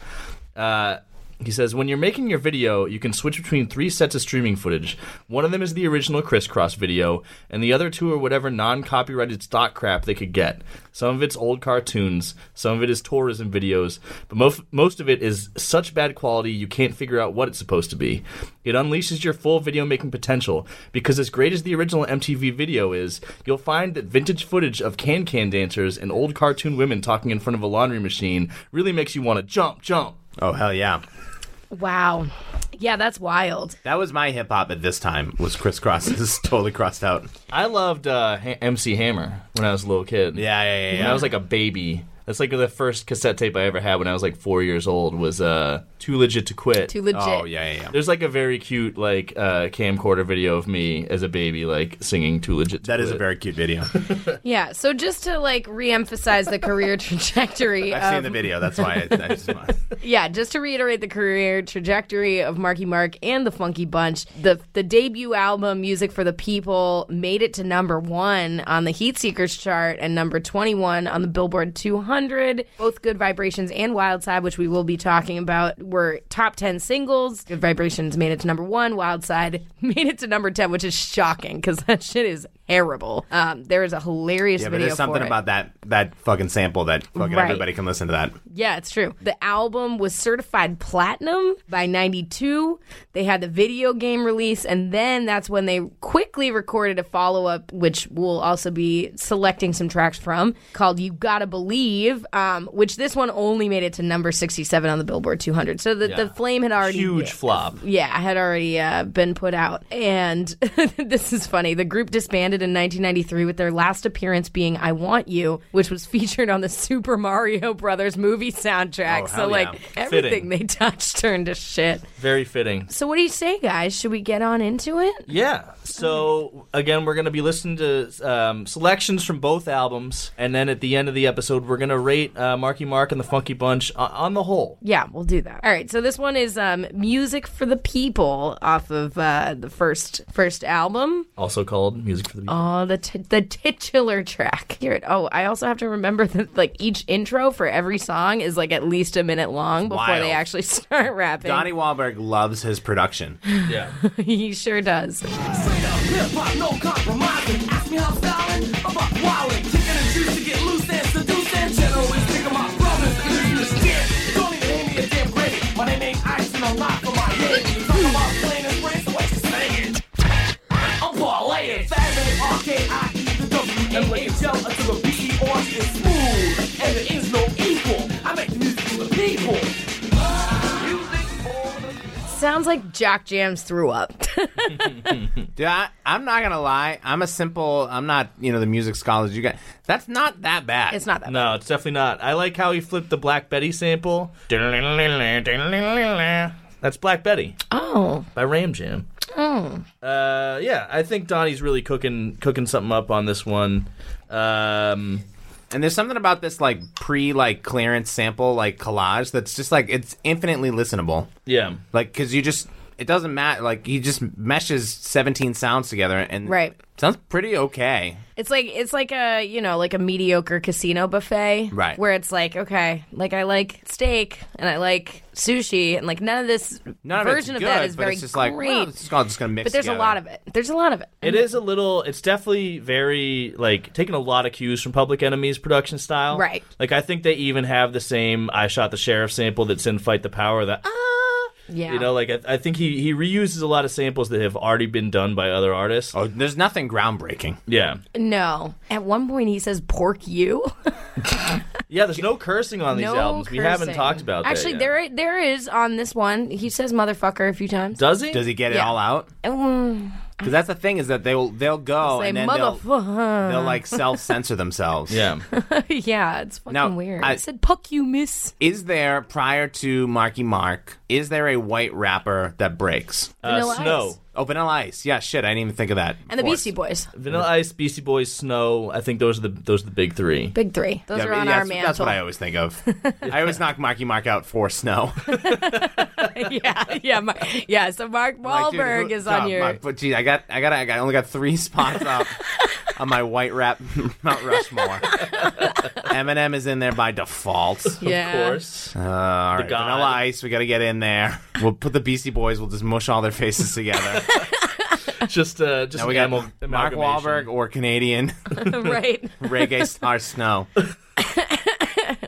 Speaker 5: Uh, he says, when you're making your video, you can switch between three sets of streaming footage. One of them is the original crisscross video, and the other two are whatever non copyrighted stock crap they could get. Some of it's old cartoons, some of it is tourism videos, but most, most of it is such bad quality you can't figure out what it's supposed to be. It unleashes your full video making potential, because as great as the original MTV video is, you'll find that vintage footage of can can dancers and old cartoon women talking in front of a laundry machine really makes you want to jump, jump.
Speaker 7: Oh hell yeah,
Speaker 6: Wow. Yeah, that's wild.
Speaker 7: that was my hip hop at this time. Was crisscross is *laughs* totally crossed out.
Speaker 5: I loved uh, ha- MC Hammer when I was a little kid.
Speaker 7: Yeah, yeah, yeah.
Speaker 5: When I was like a baby. That's like the first cassette tape I ever had when I was like four years old was uh, Too Legit to Quit.
Speaker 6: Too legit.
Speaker 7: oh yeah, yeah, yeah.
Speaker 5: There's like a very cute like uh, camcorder video of me as a baby like singing Too Legit to
Speaker 7: That is a
Speaker 5: Quit.
Speaker 7: very cute video.
Speaker 6: Yeah. So just to like reemphasize the career *laughs* trajectory
Speaker 7: I've
Speaker 6: of
Speaker 5: Um,
Speaker 7: seen the video. That's why. I, I
Speaker 5: *laughs*
Speaker 7: just,
Speaker 6: Yeah, just to reiterate the career trajectory of Marky Mark and the Funky Bunch, the the debut album Music for the People made it to number 1 on the Heat Seekers chart and number 21 on the Billboard 200. Both Good Vibrations and Wild Side, which we will be talking about, were top 10 singles. Good Vibrations made it to number 1, Wild Side *laughs* made it to number 10, which is shocking cuz that shit is terrible. Um, there is a hilarious
Speaker 7: yeah, but
Speaker 6: video
Speaker 7: there's something
Speaker 6: for it.
Speaker 7: about that that fucking sample that fucking
Speaker 6: Right.
Speaker 7: everybody can listen to that.
Speaker 6: Yeah, it's true. The album was certified platinum by 92. They had the video game release, and then that's when they quickly recorded a follow up, which we'll also be selecting some tracks from, called You Gotta Believe, um, which this one only made it to number 67 on the Billboard 200. So the, the flame had already.
Speaker 5: huge flop.
Speaker 6: Yeah, had already uh, been put out. And *laughs* this is funny. The group disbanded in 1993 with their last appearance being I Want You, which was *laughs* featured on the Super Mario Brothers movie soundtrack.
Speaker 7: Oh, hell
Speaker 6: so, like,
Speaker 7: yeah.
Speaker 6: everything
Speaker 5: Fitting.
Speaker 6: they touched *laughs* turned to shit.
Speaker 5: Very fitting.
Speaker 6: So, what do you say, guys? Should we get on into it?
Speaker 5: Yeah. So again, we're going to be listening to um, selections from both albums, and then at the end of the episode, we're going to rate uh, Marky Mark and the Funky Bunch on, on the whole.
Speaker 6: Yeah, we'll do that. All right, so this one is um, "Music for the People" off of uh, the first first album.
Speaker 5: Also called Music for the People.
Speaker 6: Oh, the t- the titular track. Hear it. Oh, I also have to remember that like each intro for every song is like at least a minute long before
Speaker 7: wild.
Speaker 6: they actually *laughs* start rapping.
Speaker 7: Donnie Wahlberg loves his production.
Speaker 5: Yeah.
Speaker 6: *laughs* he sure does.
Speaker 2: Straight up hip hop, no compromising. Ask me how I'm styling, I'm about wilding. Kicking and juice to get loose and seducing. Generally speaking, my brothers losing the shit. Don't even hate me a damn grade. My name ain't Ice and I'm not for my head. Talk about playing and brain, so what you saying? I'm parlaying. Faggot, R-K-I-E, E, the W-A-H-L until the B-E-R-G is smooth. And there is no equal. I make the music for the people. Music for the people.
Speaker 6: Sounds like Jock Jams threw up.
Speaker 7: Dude, I, I'm not gonna lie. I'm a simple. I'm not you know the music scholars. You got that's not that bad. *laughs*
Speaker 6: it's not that.
Speaker 5: No, it's definitely not. I like how he flipped the Black Betty sample. That's Black Betty
Speaker 6: Oh,
Speaker 5: by Ram Jam. Uh, yeah, I think Donnie's really cooking cooking something up on this one. Um,
Speaker 7: And there's something about this like pre like clearance sample like collage that's just like it's infinitely listenable.
Speaker 5: yeah.
Speaker 7: Like because you just it doesn't matter. Like he just meshes 17 sounds together and
Speaker 6: Right.
Speaker 7: sounds pretty okay.
Speaker 6: it's like it's like a you know like a mediocre casino buffet,
Speaker 7: Right.
Speaker 6: Where it's like okay, like I like steak and I like sushi and like none of this
Speaker 7: None of
Speaker 6: version
Speaker 7: it's
Speaker 6: of
Speaker 7: good,
Speaker 6: that is
Speaker 7: but
Speaker 6: very
Speaker 7: it's just
Speaker 6: great.
Speaker 7: like well, it's just, I'm just gonna mix.
Speaker 6: but there's a
Speaker 7: together.
Speaker 6: lot of it. There's a lot of it.
Speaker 5: It is a little. It's definitely very like taking a lot of cues from Public Enemy's production style.
Speaker 6: Right.
Speaker 5: Like I think they even have the same "I shot the sheriff" sample that's in "Fight the Power." That ah,
Speaker 6: Oh, Uh, Yeah.
Speaker 5: you know, like I, I think he he reuses a lot of samples that have already been done by other artists.
Speaker 7: Oh, there's nothing groundbreaking.
Speaker 5: Yeah,
Speaker 6: No. At one point, he says
Speaker 5: *laughs*
Speaker 6: "pork you."
Speaker 5: yeah. There's no cursing on these
Speaker 6: no
Speaker 5: albums. We haven't
Speaker 6: cursing.
Speaker 5: talked about that
Speaker 6: Actually,
Speaker 5: yet.
Speaker 6: there i- there is on this one. He says "motherfucker" a few times.
Speaker 5: does he?
Speaker 7: Does he get
Speaker 6: Yeah.
Speaker 7: it all out?
Speaker 6: Um,
Speaker 7: Because that's the thing is that they'll they'll go
Speaker 6: Say
Speaker 7: and then they'll,
Speaker 6: motherfucker.
Speaker 7: they'll like self censor themselves. *laughs*
Speaker 5: Yeah.
Speaker 6: *laughs* yeah, it's fucking
Speaker 7: Now,
Speaker 6: weird.
Speaker 7: I-
Speaker 6: I said, "Puck you, miss."
Speaker 7: Is there prior to Marky Mark? Is there a white rapper that breaks?
Speaker 5: Uh,
Speaker 6: Vanilla Ice.
Speaker 5: snow.
Speaker 7: Oh, Vanilla Ice. Yeah, shit. I didn't even think of that.
Speaker 6: And the
Speaker 7: Of course.
Speaker 6: Beastie Boys,
Speaker 5: Vanilla Ice, Beastie Boys, Snow. I think those are the those are the big three.
Speaker 6: big three. Those
Speaker 7: Yeah,
Speaker 6: are on
Speaker 7: yeah,
Speaker 6: our
Speaker 7: that's,
Speaker 6: mantle.
Speaker 7: that's what I always think
Speaker 6: *laughs*
Speaker 7: of. I always knock Marky Mark out for Snow. *laughs*
Speaker 6: *laughs* yeah, yeah, Mar- yeah. So Mark
Speaker 7: Like, dude,
Speaker 6: Wahlberg
Speaker 7: who-
Speaker 6: is on
Speaker 7: oh,
Speaker 6: your.
Speaker 7: my- but geez, I got, I got, I got, I only got three *laughs* spots up on my white rap *laughs* Mount
Speaker 6: *laughs*
Speaker 7: Rushmore. Eminem is in there by default.
Speaker 6: yeah.
Speaker 5: Of course.
Speaker 7: *laughs* Uh, all right,
Speaker 5: God.
Speaker 7: Vanilla Ice, we got to get in there. *laughs* We'll put the Beastie Boys. We'll just mush all their faces together.
Speaker 5: just uh,
Speaker 7: *laughs*
Speaker 5: just
Speaker 7: now we got
Speaker 5: amal-
Speaker 7: Mark
Speaker 5: amalgamation.
Speaker 7: Wahlberg or Canadian
Speaker 6: *laughs*
Speaker 7: *laughs*
Speaker 6: right.
Speaker 7: reggae star Snow.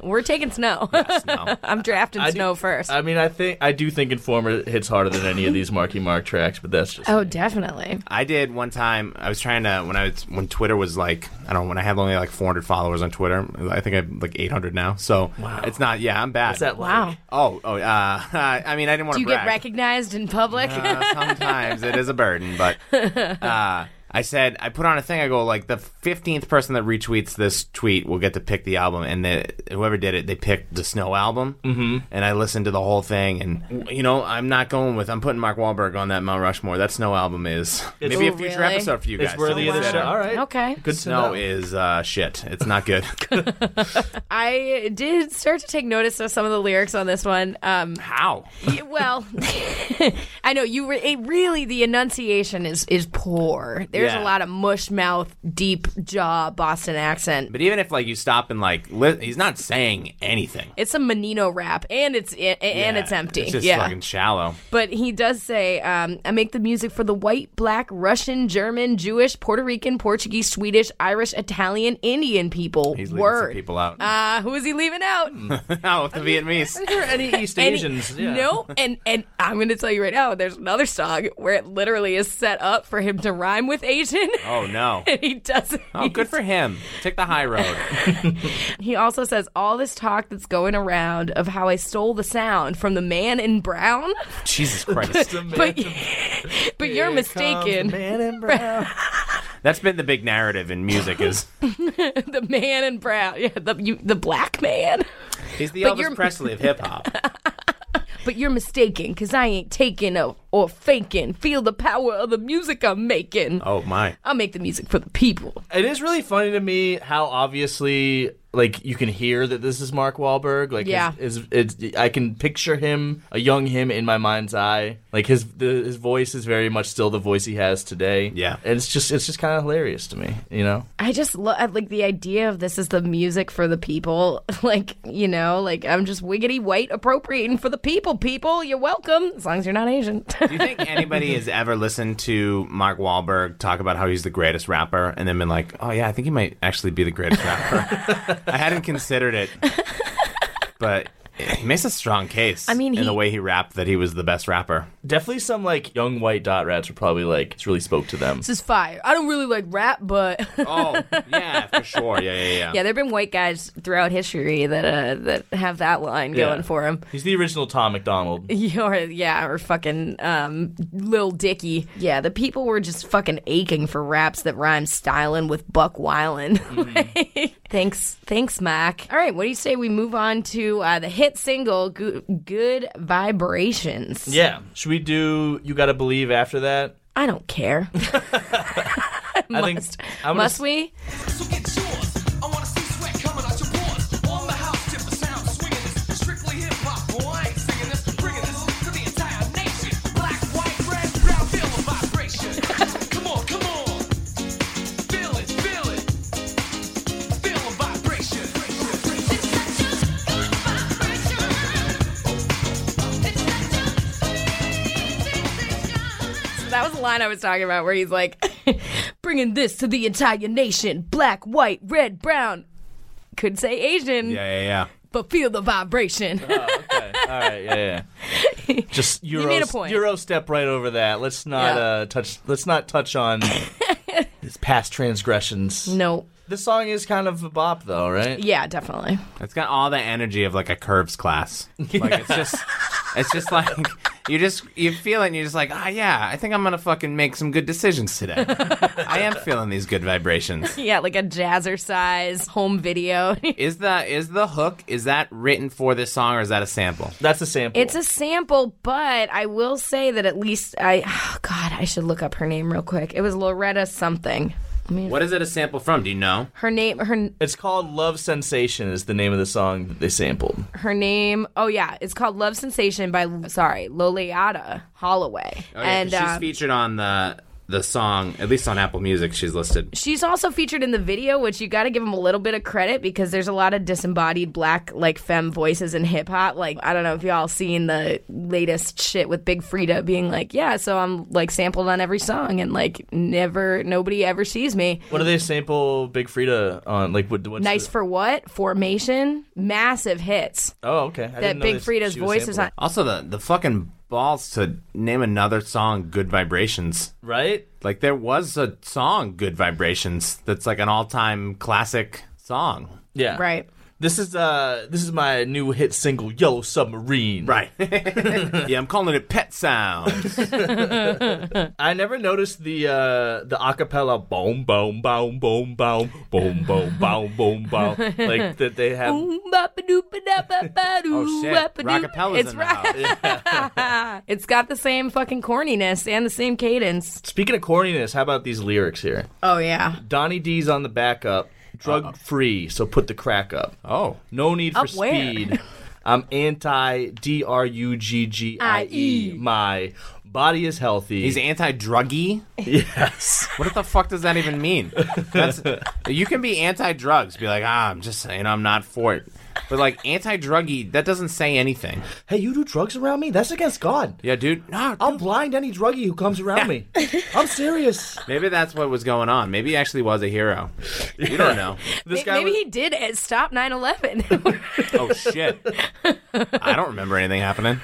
Speaker 6: We're
Speaker 5: *laughs*
Speaker 6: taking snow.
Speaker 7: Snow.
Speaker 6: *laughs* I'm drafting
Speaker 5: I do-
Speaker 6: snow first.
Speaker 5: I mean, I think I do think Informer hits harder than any of these Marky Mark tracks, but that's just
Speaker 6: oh, definitely.
Speaker 7: I did one time. I was trying to when I was when Twitter was like I don't know, when I had only like 400 followers on Twitter. I think I have like 800 now. So it's not. Yeah, I'm bad.
Speaker 5: What's that like?
Speaker 6: Wow.
Speaker 7: Oh, oh. Uh, *laughs* I mean, I didn't want
Speaker 6: Do
Speaker 7: to.
Speaker 6: you get recognized in public?
Speaker 7: Uh, sometimes it is a burden, but uh, I said I put on a thing. I go like the fifteenth person that retweets this tweet will get to pick the album, and the, whoever did it, they picked the Snow album. Mm-hmm. And I listened to the whole thing, and you know, I'm not going with. I'm putting Mark Wahlberg on that Mount Rushmore. That Snow album is maybe a
Speaker 5: Ooh,
Speaker 7: future
Speaker 6: Oh, really?
Speaker 7: episode for you guys.
Speaker 5: It's worthy of the show.
Speaker 7: Consider.
Speaker 5: All right.
Speaker 6: *laughs* okay.
Speaker 5: Good to
Speaker 7: Snow
Speaker 5: know.
Speaker 7: is uh, shit. It's not
Speaker 5: *laughs*
Speaker 7: good.
Speaker 6: I did start to take notice of some of the lyrics on this one. Um,
Speaker 7: How?
Speaker 6: y- well, *laughs* I know you. Re- it really, the enunciation is is poor. There's
Speaker 7: Yeah.
Speaker 6: a lot of mush mouth, deep jaw Boston accent.
Speaker 7: But even if like you stop and like li- he's not saying anything.
Speaker 6: It's a Menino rap, and it's a- a- and
Speaker 7: Yeah,
Speaker 6: it's empty.
Speaker 7: It's just
Speaker 6: yeah,
Speaker 7: fucking shallow.
Speaker 6: but he does say, um, "I make the music for the white, black, Russian, German, Jewish, Puerto Rican, Portuguese, Swedish, Irish, Italian, Indian people."
Speaker 7: He's leaving some
Speaker 6: Word.
Speaker 7: people out.
Speaker 6: Uh, who is he leaving out?
Speaker 7: Oh, with the Vietnamese.
Speaker 5: Are there any East
Speaker 6: Any-
Speaker 5: Asians? Yeah.
Speaker 6: No, and and I'm going to tell you right now. There's another song where it literally is set up for him to rhyme with Asian.
Speaker 7: *laughs* Oh no.
Speaker 6: *laughs* And he doesn't.
Speaker 7: Oh, good for him. Take the high road.
Speaker 6: He also says all this talk that's going around of how I stole the sound from the man
Speaker 7: *laughs*
Speaker 6: in brown,
Speaker 7: *laughs* Jesus *laughs* Christ.
Speaker 5: The man-
Speaker 6: but *laughs* but you're
Speaker 5: Here comes the
Speaker 6: mistaken.
Speaker 5: man in brown.
Speaker 7: That's been the big narrative in music is
Speaker 6: *laughs* The man in brown, yeah, the you, the black man. *laughs*
Speaker 7: he's the
Speaker 6: But
Speaker 7: Elvis
Speaker 6: you're-
Speaker 7: Presley of hip hop.
Speaker 6: But you're mistaken, cause I ain't taking or, or faking. Feel the power of the music I'm making.
Speaker 7: Oh my.
Speaker 6: I'll make the music for the people.
Speaker 5: It is really funny to me how obviously, like, you can hear that this is Mark Wahlberg. Like,
Speaker 6: Yeah.
Speaker 5: his, his, it's, I can picture him, a young him, in my mind's eye. Like his the, his voice is very much still the voice he has today.
Speaker 7: Yeah.
Speaker 5: and it's just it's just kind of hilarious to me. You know,
Speaker 6: I just love like the idea of this is the music for the people. *laughs* Like you know, like I'm just wiggity white appropriating for the people. People, you're welcome as long as you're not Asian. *laughs*
Speaker 7: Do you think anybody has ever listened to Mark Wahlberg talk about how he's the greatest rapper and then been like, Oh yeah, I think he might actually be the greatest *laughs* rapper? I hadn't considered it. But he makes a strong case I
Speaker 6: mean,
Speaker 7: in the
Speaker 6: he-
Speaker 7: way he rapped that he was the best rapper.
Speaker 5: definitely some like young white dot rats were probably like it's really spoke to them.
Speaker 6: this is fire. I don't really like rap, but
Speaker 7: Oh, yeah, for sure. Yeah, yeah, yeah.
Speaker 6: *laughs* yeah, there've been white guys throughout history that uh, that have that line
Speaker 5: Yeah.
Speaker 6: going for them.
Speaker 5: He's the original Tom McDonald.
Speaker 6: *laughs* Or yeah, or fucking um, Lil Dicky. Yeah, the people were just fucking aching for raps that rhyme stylin' with Buck Wylin. *laughs* thanks, thanks, Mac. Mm-hmm. All right, what do you say we move on to uh, the hit single Go- "Good Vibrations"?
Speaker 5: Yeah, should we do You Gotta Believe after that?
Speaker 6: I don't care.
Speaker 5: *laughs* I think
Speaker 6: must
Speaker 5: I'm gonna
Speaker 6: must
Speaker 5: s-
Speaker 6: we?
Speaker 2: So get yours. I wanna see sweat coming out your pores. On the house, tip the sound, swinging this. Strictly hip hop, boy. I ain't singing this. Bringing this to the entire nation. Black, white, red, brown, feel the vibration. come on, come on. Feel it, feel it. Feel the vibration.
Speaker 6: That was the line I was talking about, where he's like, *laughs* "Bringing this to the entire nation, black, white, red, brown." Could say Asian,
Speaker 7: Yeah, yeah, yeah.
Speaker 6: but feel
Speaker 5: *laughs*
Speaker 6: the vibration.
Speaker 5: Okay. All right. Uh, Yeah. yeah,
Speaker 6: *laughs*
Speaker 5: yeah. Just Euro,
Speaker 6: made a point.
Speaker 5: Euro step right over that. Let's not
Speaker 6: Yeah.
Speaker 5: uh, touch. Let's not touch
Speaker 6: *laughs*
Speaker 5: on his past transgressions.
Speaker 6: no,
Speaker 5: This song is kind of a bop, though, right?
Speaker 6: yeah, definitely.
Speaker 7: It's got all the energy of like a curves class. Like it's just it's just like You just you feel it, and you're just like, ah, yeah. I think I'm gonna fucking make some good decisions today. I am feeling these good vibrations.
Speaker 6: *laughs* Yeah, like a jazzercise home video. *laughs*
Speaker 7: Is the is the hook? Is that written for this song, or is that a sample?
Speaker 5: That's a sample.
Speaker 6: It's a sample, but I will say that at least I. *sighs* Oh God, I should look up her name real quick. It was Loretta something. Let me-
Speaker 7: What is it a sample from? Do you know?
Speaker 6: Her name, her
Speaker 5: It's called Love Sensation is the name of the song that they sampled.
Speaker 6: her name. Oh yeah, it's called Love Sensation by sorry Loliata Holloway,
Speaker 7: Oh, yeah, 'cause
Speaker 6: and
Speaker 7: she's
Speaker 6: um,
Speaker 7: featured on the the song, at least on Apple Music. She's listed.
Speaker 6: she's also featured in the video, which you got to give him a little bit of credit because there's a lot of disembodied black like femme voices in hip hop. Like I don't know if y'all seen the latest shit with Big Frida being like, yeah, so I'm like sampled on every song and like never nobody ever sees me.
Speaker 5: What do they sample Big Frida on? Like what? What's
Speaker 6: Nice
Speaker 5: the-
Speaker 6: for what? Formation, massive hits
Speaker 5: oh, okay. I didn't
Speaker 6: that
Speaker 5: know
Speaker 6: Big
Speaker 5: this-
Speaker 6: Frida's
Speaker 5: she was
Speaker 6: voice is on.
Speaker 5: sampled.
Speaker 7: Also, the the fucking balls to name another song "Good Vibrations."
Speaker 5: Right?
Speaker 7: Like there was a song "Good Vibrations" that's like an all time classic song.
Speaker 5: Yeah.
Speaker 6: Right.
Speaker 5: This is uh this is my new hit single Yellow Submarine.
Speaker 7: Right. *laughs* yeah, I'm calling it Pet Sound.
Speaker 6: *laughs*
Speaker 5: I never noticed the uh the acapella boom boom boom boom boom boom boom boom boom boom like that they have
Speaker 6: oh
Speaker 5: Oh,
Speaker 7: Oh, shit. Rocapella's
Speaker 6: It's
Speaker 7: in the house.
Speaker 6: *laughs* right. it's got the same fucking corniness and the same cadence.
Speaker 5: Speaking of corniness, how about these lyrics here?
Speaker 6: Oh yeah.
Speaker 5: Donnie D's on the back up, drug free, so put the crack up.
Speaker 7: oh,
Speaker 5: No need for
Speaker 6: Up where?
Speaker 5: speed. I'm anti D R U G G I E. My body is healthy.
Speaker 7: he's anti-druggy.
Speaker 5: yes.
Speaker 7: What the fuck does that even mean? That's you can be anti-drugs, be like, ah, I'm just saying I'm not for it. But like anti-druggy, that doesn't say anything.
Speaker 5: Hey, you do drugs around me? That's against God.
Speaker 7: Yeah, dude. No,
Speaker 5: I'll blind any druggie who comes
Speaker 7: *laughs*
Speaker 5: around me. I'm serious.
Speaker 7: maybe that's what was going on. Maybe he actually was a hero. You don't
Speaker 6: *laughs*
Speaker 7: know.
Speaker 5: This guy
Speaker 6: Maybe
Speaker 5: was-
Speaker 6: he did it- stop *laughs* 9/11.
Speaker 7: Oh
Speaker 6: *laughs*
Speaker 7: shit. I don't remember anything happening.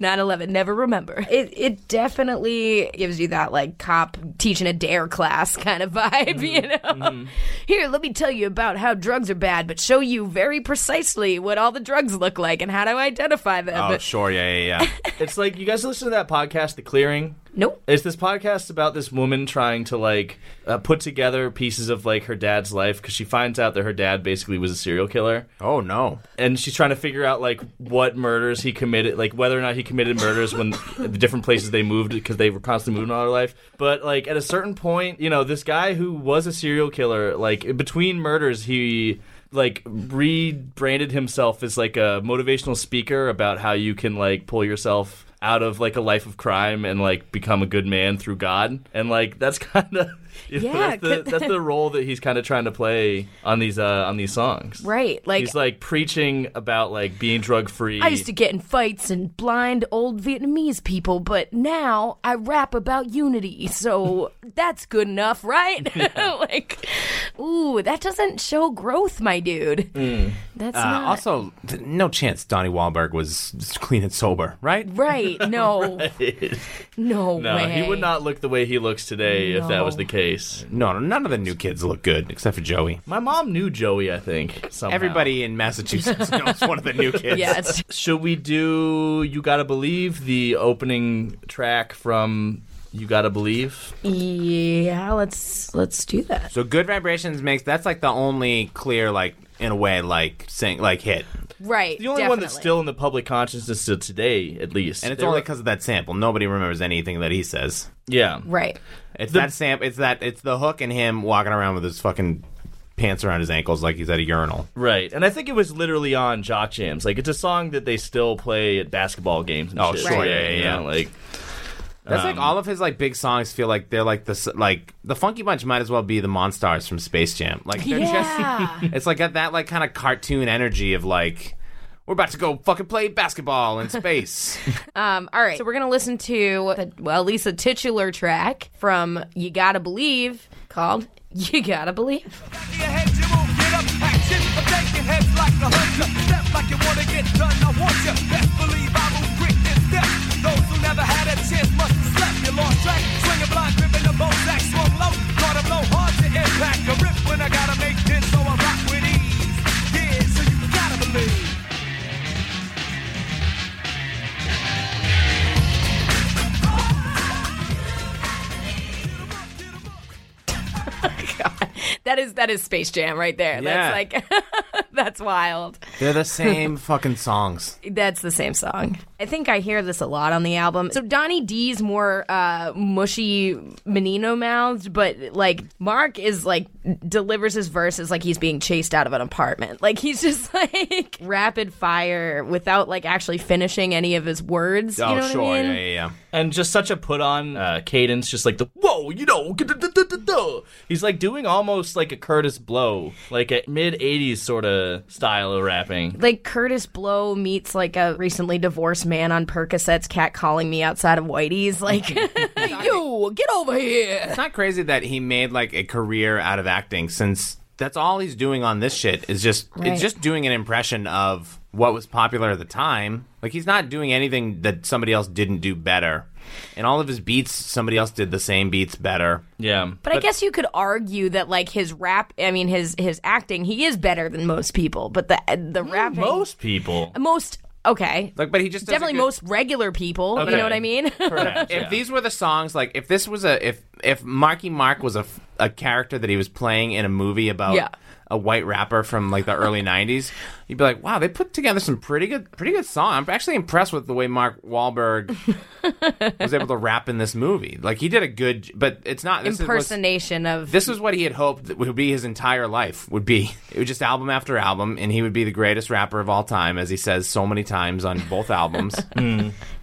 Speaker 6: 9/11. Never remember. It it definitely gives you that like cop teaching a dare class kind of vibe. You know. Here, let me tell you about how drugs are bad, but show you very precisely what all the drugs look like and how to identify them.
Speaker 7: Oh sure, yeah, yeah,
Speaker 6: *laughs*
Speaker 7: yeah.
Speaker 5: It's like you guys listen to that podcast, The Clearing.
Speaker 6: nope.
Speaker 5: It's this podcast about this woman trying to like uh, put together pieces of like her dad's life because she finds out that her dad basically was a serial killer.
Speaker 7: Oh no.
Speaker 5: and she's trying to figure out like what murders he committed, like whether or not he committed murders when the different places they moved because they were constantly moving all their life. But like at a certain point, you know, this guy who was a serial killer, like between murders, he like rebranded himself as like a motivational speaker about how you can like pull yourself out of like a life of crime and like become a good man through God. And like that's *laughs* kind of
Speaker 6: Yeah,
Speaker 5: that's, the,
Speaker 6: 'cause-
Speaker 5: that's the role that he's kind of trying to play on these uh on these songs.
Speaker 6: Right. Like
Speaker 5: He's like preaching about like being drug free.
Speaker 6: I used to get in fights and blind old Vietnamese people, but now I rap about unity, so *laughs* that's good enough, right? *laughs* like, ooh, that doesn't show growth, my dude.
Speaker 5: Hmm.
Speaker 6: That's
Speaker 5: Ah,
Speaker 7: Uh,
Speaker 6: not
Speaker 7: also, th- no chance Donnie Wahlberg was s- clean and sober, right?
Speaker 6: right. No,
Speaker 5: *laughs*
Speaker 6: no,
Speaker 5: No,
Speaker 6: way.
Speaker 5: he would not look the way he looks today if that was
Speaker 6: No.
Speaker 5: the case.
Speaker 7: No, no, none of the new kids look good except for Joey.
Speaker 5: My mom knew Joey, I think. Somehow.
Speaker 7: Everybody in
Speaker 6: *laughs*
Speaker 7: Massachusetts knows one of the new kids.
Speaker 5: *laughs*
Speaker 6: Yeah, it's,
Speaker 5: Should we do You Gotta Believe, the opening track from You Gotta Believe?
Speaker 6: yeah. Let's let's do that.
Speaker 7: So good vibrations makes that's like the only clear like in a way like sing like hit,
Speaker 6: Right.
Speaker 5: The only one that's still in the public consciousness to today, at least.
Speaker 7: and it's
Speaker 5: They
Speaker 7: only
Speaker 5: were-
Speaker 7: because of that sample. Nobody remembers anything that he says.
Speaker 5: Yeah.
Speaker 6: right.
Speaker 7: It's that sample. It's that. It's the hook and him walking around with his fucking pants around his ankles like he's at a urinal.
Speaker 5: Right. And I think it was literally on Jock Jams. Like, it's a song that they still play at basketball games and
Speaker 7: Oh,
Speaker 5: shit.
Speaker 7: sure,
Speaker 5: today,
Speaker 7: yeah, yeah,
Speaker 5: you
Speaker 7: yeah.
Speaker 5: know, Like,
Speaker 7: That's like all of his like big songs feel like they're like this like the Funky Bunch might as well be the Monstars from Space Jam. Like they're
Speaker 6: Yeah.
Speaker 7: just it's like got that like kind of cartoon energy of like we're about to go fucking play basketball in space. *laughs*
Speaker 6: Um, all right, so we're gonna listen to the, well, at least a titular track from "You Gotta Believe" called *laughs* "You Gotta Believe."
Speaker 3: your head, you won't get up. Action, but take your heads like a hunter. Step like you wanna get done. I want you. Best believe I will quick this step. Those who never had a chance must have slept. You lost track. Swing a blind, gripping the bow sack. Swung low, caught a blow hard to impact. A rip when I gotta make this, so I rock with ease. Yeah, so you gotta believe.
Speaker 6: is that is Space Jam right
Speaker 7: Yeah.
Speaker 6: there. That's like *laughs* that's wild.
Speaker 7: They're the same fucking songs.
Speaker 6: That's the same song. I think I hear this a lot on the album. So Donnie D's more uh, mushy, menino mouthed, but like Mark is like delivers his verses like he's being chased out of an apartment. Like he's *laughs* just like rapid fire without like actually finishing any of his words.
Speaker 7: Oh,
Speaker 6: you know what
Speaker 7: sure.
Speaker 6: I mean?
Speaker 7: Yeah, yeah, yeah.
Speaker 5: and just such a put on uh, cadence, just like the whoa, you know, g-d-d-d-d-d-d." he's like doing almost like a Curtis Blow, like a mid '80s sort of style of rapping.
Speaker 6: like Curtis Blow meets like a recently divorced man on Percocets, cat calling me outside of Whitey's. Like, *laughs* you get over here.
Speaker 7: It's not crazy that he made like a career out of acting since that's all he's doing on this shit is just
Speaker 6: Right.
Speaker 7: it's just doing an impression of what was popular at the time. Like he's not doing anything that somebody else didn't do better. And all of his beats, somebody else did the same beats better.
Speaker 5: Yeah,
Speaker 6: But, I guess you could argue that like his rap, I mean his his acting, he is better than most people. But the the rapping,
Speaker 5: most people.
Speaker 6: most okay,
Speaker 7: Like, but he just does a
Speaker 6: definitely
Speaker 7: good-
Speaker 6: most regular people. You
Speaker 5: Okay.
Speaker 6: know what I *laughs* mean?
Speaker 5: Perhaps,
Speaker 7: if
Speaker 5: yeah.
Speaker 7: these were the songs like if this was a if if marky mark was a, f- a character that he was playing in a movie about
Speaker 6: Yeah.
Speaker 7: a white rapper from like the early 90s you'd be like wow they put together some pretty good pretty good song i'm actually impressed with the way mark Wahlberg was able to rap in this movie like he did a good but it's not this is what's-
Speaker 6: Impersonation of
Speaker 7: this was what he had hoped that would be his entire life would be it was just album after album and he would be the greatest rapper of all time as he says so many times on both albums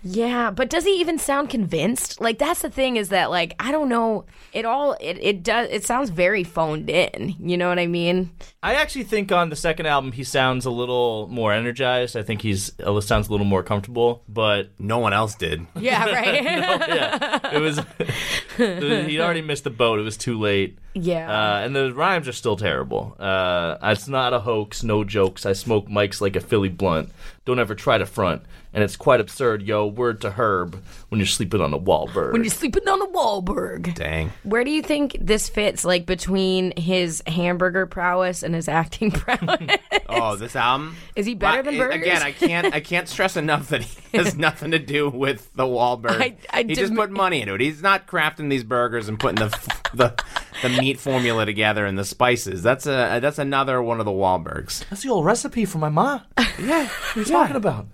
Speaker 6: Yeah, but does he even sound convinced? Like that's the thing is that like I don't know. It all it, it does it sounds very phoned in. You know what I mean?
Speaker 5: I actually think on the second album he sounds a little more energized. I think he's uh, sounds a little more comfortable, but
Speaker 7: no one else did
Speaker 6: Yeah, *laughs* right.
Speaker 5: it was *laughs* he already missed the boat. It was too late.
Speaker 6: yeah.
Speaker 5: Uh, and the rhymes are still terrible. Uh, it's not a hoax, no jokes. I smoke mics like a Philly blunt. Don't ever try to front. And it's quite absurd, yo. Word to Herb when you're sleeping on a Wahlberg.
Speaker 6: when you're sleeping on a Wahlberg.
Speaker 7: dang
Speaker 6: Where do you think this fits, like between his hamburger prowess and his acting *laughs* prowess?
Speaker 7: Oh, this album
Speaker 6: Is he better than
Speaker 7: I-
Speaker 6: Burgers?
Speaker 7: Again, I can't.
Speaker 6: *laughs*
Speaker 7: I can't stress enough that he has nothing to do with the Wahlberg.
Speaker 6: I- I
Speaker 7: he just
Speaker 6: dem-
Speaker 7: put money into it. He's not crafting these burgers and putting the *laughs* the, the meat formula together and the spices. That's a that's another one of the Wahlbergs.
Speaker 5: That's the old recipe for my ma.
Speaker 7: Yeah,
Speaker 5: What are you talking about?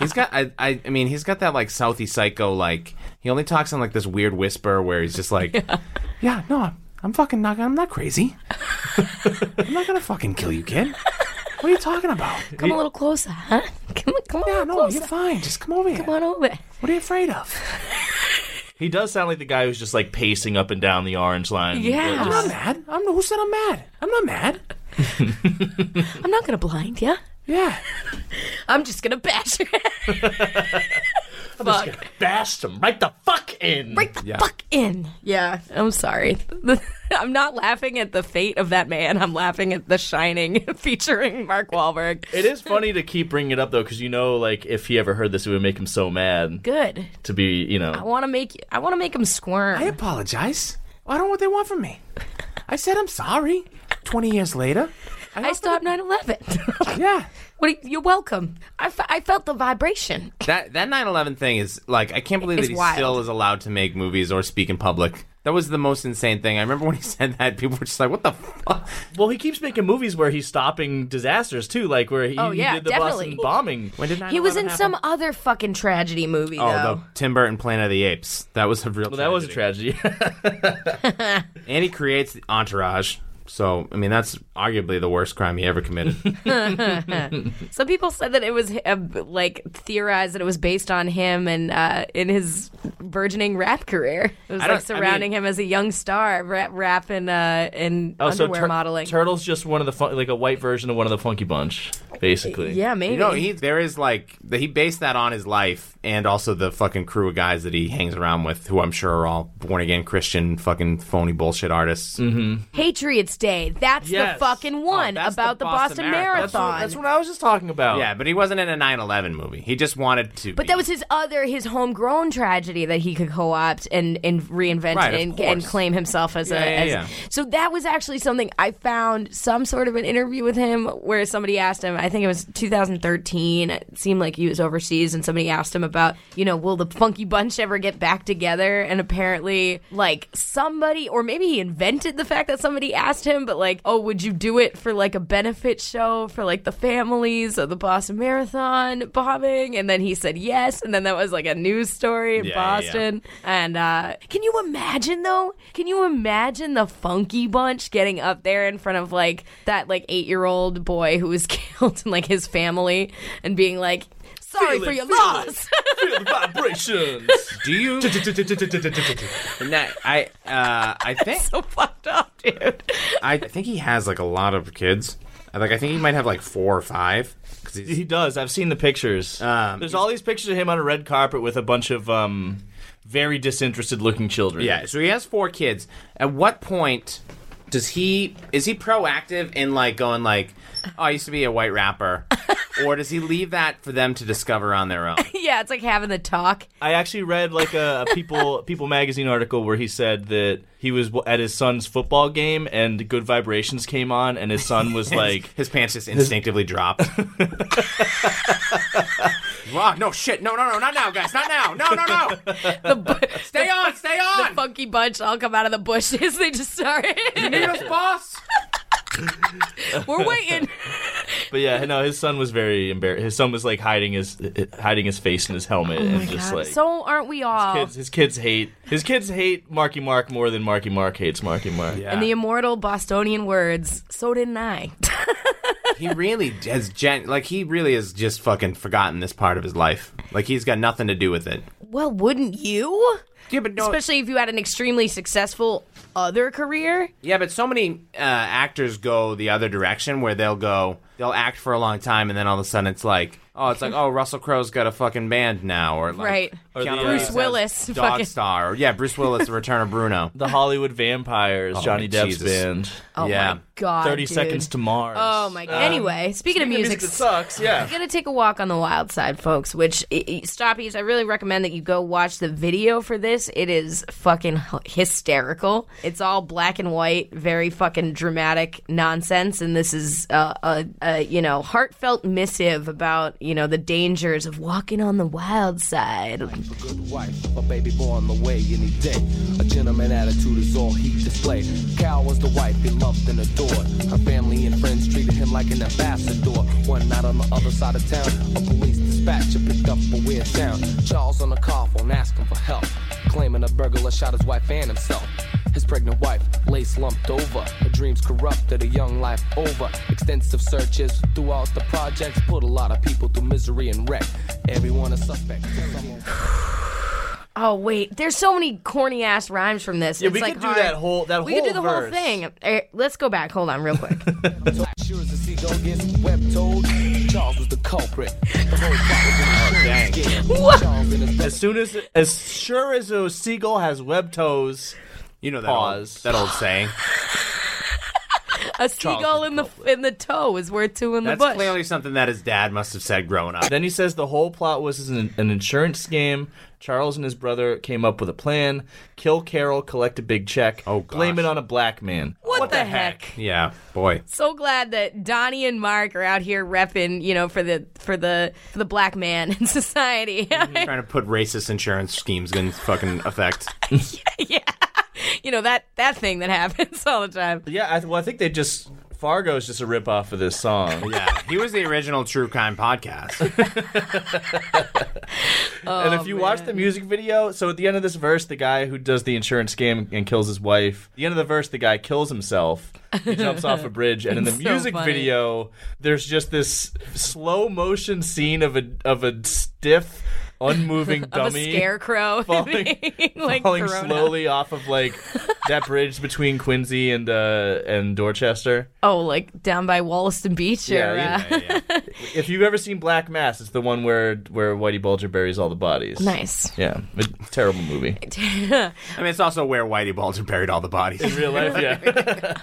Speaker 7: he's got. I, I I mean, he's got that like Southie psycho. Like he only talks in like this weird whisper where he's just like, yeah, no, I'm, I'm fucking not. I'm not crazy. *laughs* I'm not gonna fucking kill you, kid. What are you talking
Speaker 5: *laughs*
Speaker 7: about?
Speaker 6: come a little closer, huh? Come, on- come on,
Speaker 7: Yeah,
Speaker 6: a
Speaker 7: no,
Speaker 6: little closer.
Speaker 7: you're fine. Just come over here.
Speaker 6: Come on over.
Speaker 7: What are you afraid of?
Speaker 5: He does sound like the guy who's just like pacing up and down the orange line.
Speaker 6: Yeah.
Speaker 7: I'm not mad. I'm who said I'm mad? I'm not mad.
Speaker 6: I'm not gonna blind you.
Speaker 7: Yeah.
Speaker 6: I'm just gonna bash you. Fuck.
Speaker 5: Bashed him right the fuck in.
Speaker 6: Break the fuck in. Yeah, I'm sorry. *laughs* I'm not laughing at the fate of that man. I'm laughing at The Shining *laughs* featuring Mark Wahlberg.
Speaker 5: It is funny to keep bringing it up though, because you know, like if he ever heard this, it would make him so mad.
Speaker 6: Good.
Speaker 5: To be, you
Speaker 6: I
Speaker 5: know,
Speaker 6: want to make I want to make him squirm.
Speaker 7: I apologize. I don't know what they want from me. I said I'm sorry. 20 years later.
Speaker 6: I stopped 9/11.
Speaker 7: Yeah.
Speaker 6: *laughs* what? do you- You're welcome. I, fe- I felt the vibration.
Speaker 7: That that 9/11 thing is like I can't believe
Speaker 6: It's
Speaker 7: that he
Speaker 6: wild.
Speaker 7: still is allowed to make movies or speak in public. That was the most insane thing. I remember when he *laughs* said that, people were just like, "What the fuck?"
Speaker 5: well, he keeps making movies where he's stopping disasters too, like where he,
Speaker 6: Oh,
Speaker 5: he
Speaker 6: yeah,
Speaker 5: did the
Speaker 6: definitely.
Speaker 5: Boston bombing.
Speaker 7: When did 9/11
Speaker 6: He was in
Speaker 7: happen?
Speaker 6: some other fucking tragedy movie
Speaker 7: Oh,
Speaker 6: though.
Speaker 7: the Tim Burton Planet of the Apes. That was a real.
Speaker 5: Well, that was a tragedy. *laughs*
Speaker 7: And he creates the Entourage. So I mean, that's arguably the worst crime he ever committed.
Speaker 6: Some people said that it was uh, like theorized that it was based on him and uh, in his burgeoning rap career. It was
Speaker 7: I
Speaker 6: like
Speaker 7: don't- I
Speaker 6: surrounding
Speaker 7: mean-
Speaker 6: him as a young star, rap, rap and uh, and
Speaker 5: Oh, so
Speaker 6: underwear
Speaker 5: Tur-
Speaker 6: modeling.
Speaker 5: Turtle's just one of the fun- like a white version of one of the Funky Bunch, basically.
Speaker 6: yeah, maybe.
Speaker 7: You know, he there is like the- he based that on his life and also the fucking crew of guys that he hangs around with, who I'm sure are all born again Christian fucking phony bullshit artists.
Speaker 6: Mm-hmm. Patriots Day. That's
Speaker 5: Yes.
Speaker 6: the fucking one
Speaker 7: Oh, that's the
Speaker 6: about the
Speaker 7: Boston
Speaker 6: Boston,
Speaker 7: Marathon.
Speaker 5: That's what,
Speaker 6: Marathon.
Speaker 5: that's what I was just talking about.
Speaker 7: Yeah, but he wasn't in a 9/11 movie. He just wanted to.
Speaker 6: But that was his other, his homegrown tragedy that he could co-opt and and reinvent
Speaker 7: Right, of
Speaker 6: and,
Speaker 7: course.
Speaker 6: and claim himself as
Speaker 7: Yeah,
Speaker 6: a.
Speaker 7: yeah,
Speaker 6: as,
Speaker 7: yeah.
Speaker 6: So that was actually something I found some sort of an interview with him where somebody asked him. I think it was 2013. It seemed like he was overseas, and somebody asked him about you know will the Funky Bunch ever get back together? And apparently, like somebody or maybe he invented the fact that somebody asked him him, but like, oh, would you do it for like a benefit show for like the families of the Boston Marathon bombing? And then he said yes, and then that was like a news story in
Speaker 7: Yeah, yeah, yeah.
Speaker 6: Boston. And uh, can you imagine though? Can you imagine the Funky Bunch getting up there in front of like that like eight year old boy who was *laughs* killed and like his family and being like, sorry
Speaker 5: Feel
Speaker 6: for
Speaker 5: it,
Speaker 6: your
Speaker 5: feel it.
Speaker 6: loss.
Speaker 5: Feel the *laughs* vibrations.
Speaker 7: Do
Speaker 6: *laughs*
Speaker 7: you? Nah, I uh,
Speaker 6: *laughs*
Speaker 7: I think
Speaker 6: so fucked up, dude.
Speaker 7: I think he has like a lot of kids. I- Like I think he might have like four or five. 'cause he's-
Speaker 5: *laughs* He does. I've seen the pictures.
Speaker 7: Um,
Speaker 5: There's all these pictures of him on a red carpet with a bunch of um, very disinterested looking children.
Speaker 7: Yeah, so he has four kids. At what point does he is he proactive in like going like, "Oh, I used to be a white *laughs* rapper," or does he leave that for them to discover on *laughs* their own?
Speaker 6: *laughs* yeah, it's like having the talk.
Speaker 5: I actually read like a, a People *laughs* People magazine article where he said that he was w- at his son's football game and Good Vibrations came on and his son *laughs* was like,
Speaker 7: His pants just instinctively *laughs* dropped. wow, no shit, no, no, no, not now, guys, not now, no, no, no,
Speaker 5: *laughs*
Speaker 6: The bu-
Speaker 7: stay on, stay on.
Speaker 6: funky bunch all come out of the bushes. *laughs* They just started.
Speaker 7: Need us, boss.
Speaker 6: *laughs*
Speaker 5: *laughs*
Speaker 6: We're waiting.
Speaker 5: but yeah, no, his son was very embarrassed. His son was like hiding his hiding his face in his helmet and just like.
Speaker 6: Oh Um, so aren't we all?
Speaker 5: Kids, his kids hate his kids hate Marky Mark more than Marky Mark hates Marky Mark.
Speaker 7: Yeah.
Speaker 6: In the immortal Bostonian words, so didn't I. *laughs*
Speaker 7: He really has gen like he really has just fucking forgotten this part of his life. Like he's got nothing to do with it.
Speaker 6: well, wouldn't you?
Speaker 7: Yeah, but no.
Speaker 6: Especially if you had an extremely successful other career.
Speaker 7: yeah, but so many uh, actors go the other direction where they'll go, they'll act for a long time, and then all of a sudden it's like, oh, it's like, oh, Russell Crowe's got a fucking band now, or like,
Speaker 6: Right.
Speaker 5: Or the,
Speaker 7: Keanu
Speaker 5: uh,
Speaker 7: Reeves
Speaker 5: Bruce
Speaker 7: has
Speaker 6: Willis,
Speaker 7: Dog
Speaker 6: fucking-
Speaker 7: Star, or, yeah, Bruce Willis, The Return of
Speaker 6: *laughs*
Speaker 7: Bruno.
Speaker 5: The Hollywood Vampires, Johnny
Speaker 7: my
Speaker 5: Depp's
Speaker 7: Jesus.
Speaker 5: band.
Speaker 6: Oh
Speaker 7: Yeah.
Speaker 6: my god.
Speaker 5: Thirty
Speaker 6: dude.
Speaker 5: Seconds to Mars.
Speaker 6: Oh my. god. anyway, speaking, of music,
Speaker 5: sucks.
Speaker 6: *laughs*
Speaker 5: Yeah.
Speaker 6: We're gonna take a walk on the wild side, folks. Which i- i- stoppies, I really recommend that you go watch the video for this. It is fucking hy- hysterical. It's all black and white, very fucking dramatic nonsense. And this is uh, a, a you know heartfelt missive about you know the dangers of walking on the wild side.
Speaker 2: a good wife, a baby boy on the way any day. A gentleman attitude is all he displayed. Cal was the wife he loved and adored. Her family and friends treated him like an ambassador. One night on the other side of town, a police dispatcher picked up a weird sound. Charles on the car phone asking for help, claiming a burglar shot his wife and himself. His pregnant wife lay slumped over. Her dreams corrupted, a young life over. Extensive searches throughout the projects put a lot of people through misery and wreck. Everyone a suspect.
Speaker 6: Oh wait, there's so many corny ass rhymes from this.
Speaker 5: Yeah,
Speaker 6: it's
Speaker 5: we
Speaker 6: like
Speaker 5: could do
Speaker 6: hard.
Speaker 5: that whole- that
Speaker 6: we could do
Speaker 5: whole
Speaker 6: the whole
Speaker 5: verse.
Speaker 6: thing. Eh, let's go back. Hold on, real
Speaker 5: *laughs*
Speaker 6: quick.
Speaker 2: Sure as a seagull gets web-toed, Charles was the culprit. The whole plot was in
Speaker 7: Dang.
Speaker 2: the Charles and his
Speaker 5: As soon as, as sure as a seagull has web toes,
Speaker 7: You know that
Speaker 5: Pause.
Speaker 7: old that old saying.
Speaker 6: A seagull in the in the toe is worth two in the
Speaker 7: That's
Speaker 6: bush.
Speaker 7: clearly something that his dad must have said growing up.
Speaker 5: then he says the whole plot was an, an insurance scam. Charles and his brother came up with a plan: kill Carol, collect a big check,
Speaker 7: Oh, gosh.
Speaker 5: blame it on a black man.
Speaker 6: What, the, heck?
Speaker 7: Yeah,
Speaker 6: *laughs*
Speaker 7: boy.
Speaker 6: So glad that Donnie and Mark are out here repping, you know, for the for the for the black man *laughs* in society.
Speaker 7: Trying to put racist insurance schemes in fucking
Speaker 6: *laughs*
Speaker 7: effect.
Speaker 6: yeah, you know that that thing that happens *laughs* all the time.
Speaker 5: Yeah, I, th- well, I think they just Fargo's just a rip off of this song,
Speaker 6: *laughs*
Speaker 7: Yeah, he was the original True Crime podcast.
Speaker 5: and
Speaker 6: Oh,
Speaker 5: if you watch the music video, so at the end of this verse, the guy who does the insurance scam and kills his wife, at the end of the verse, the guy kills himself.
Speaker 6: *laughs*
Speaker 5: He jumps off a bridge, and in the
Speaker 6: It's so
Speaker 5: music
Speaker 6: funny.
Speaker 5: video, there's just this slow motion scene of a of a stiff, unmoving
Speaker 6: *laughs* Of
Speaker 5: dummy.
Speaker 6: a scarecrow *laughs*
Speaker 5: falling-
Speaker 6: being, like
Speaker 5: Falling
Speaker 6: thrown up.
Speaker 5: slowly off of like that bridge between Quincy and uh, and Dorchester.
Speaker 6: Oh, like down by Wollaston Beach. or,
Speaker 5: Yeah,
Speaker 6: uh, *laughs*
Speaker 7: Yeah, yeah.
Speaker 5: If you've ever seen Black Mass, it's the one where where Whitey Bulger buries all the bodies.
Speaker 6: nice.
Speaker 5: Yeah, a terrible
Speaker 6: *laughs*
Speaker 5: movie.
Speaker 7: I mean, it's also where Whitey Bulger buried all the bodies.
Speaker 5: Real life, yeah.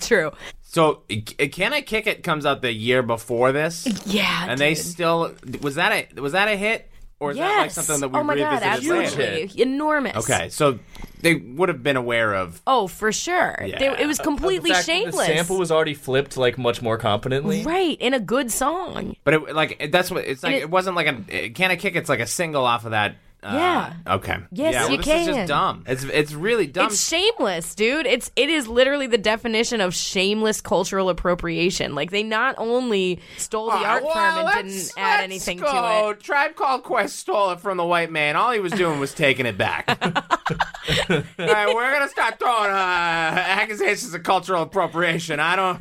Speaker 6: True.
Speaker 7: So, C- "Can I Kick It" comes out the year before this,
Speaker 6: *laughs* Yeah.
Speaker 7: and they
Speaker 6: dude.
Speaker 7: still was that a was that a hit or is that like
Speaker 6: yes.
Speaker 7: something that we
Speaker 6: oh my god,
Speaker 7: revisited later?
Speaker 6: absolutely enormous.
Speaker 7: Okay, so they would have been aware of.
Speaker 6: Oh, for sure.
Speaker 7: Yeah.
Speaker 6: They- it was *laughs* completely
Speaker 5: In fact,
Speaker 6: shameless.
Speaker 5: The sample was already flipped like much more competently.
Speaker 6: right in a good song.
Speaker 7: But it, like that's what it's like.
Speaker 6: And
Speaker 7: It,
Speaker 6: it-
Speaker 7: wasn't like a "Can I Kick It's like a single off of that uh,
Speaker 6: Yeah.
Speaker 7: Okay.
Speaker 6: Yes,
Speaker 7: yeah, well,
Speaker 6: you
Speaker 7: this Is
Speaker 6: can.
Speaker 7: just dumb. It's it's really dumb.
Speaker 6: It's shameless, dude. It's it is literally the definition of shameless cultural appropriation. Like they not only stole the
Speaker 7: Ah,
Speaker 6: art
Speaker 7: well,
Speaker 6: from and didn't
Speaker 7: let's-
Speaker 6: add
Speaker 7: let's
Speaker 6: anything
Speaker 7: go.
Speaker 6: to it.
Speaker 7: Tribe Called Quest stole it from the white man. All he was doing was taking it
Speaker 6: *laughs*
Speaker 7: back. All right, we're gonna start throwing uh, accusations of cultural appropriation. I don't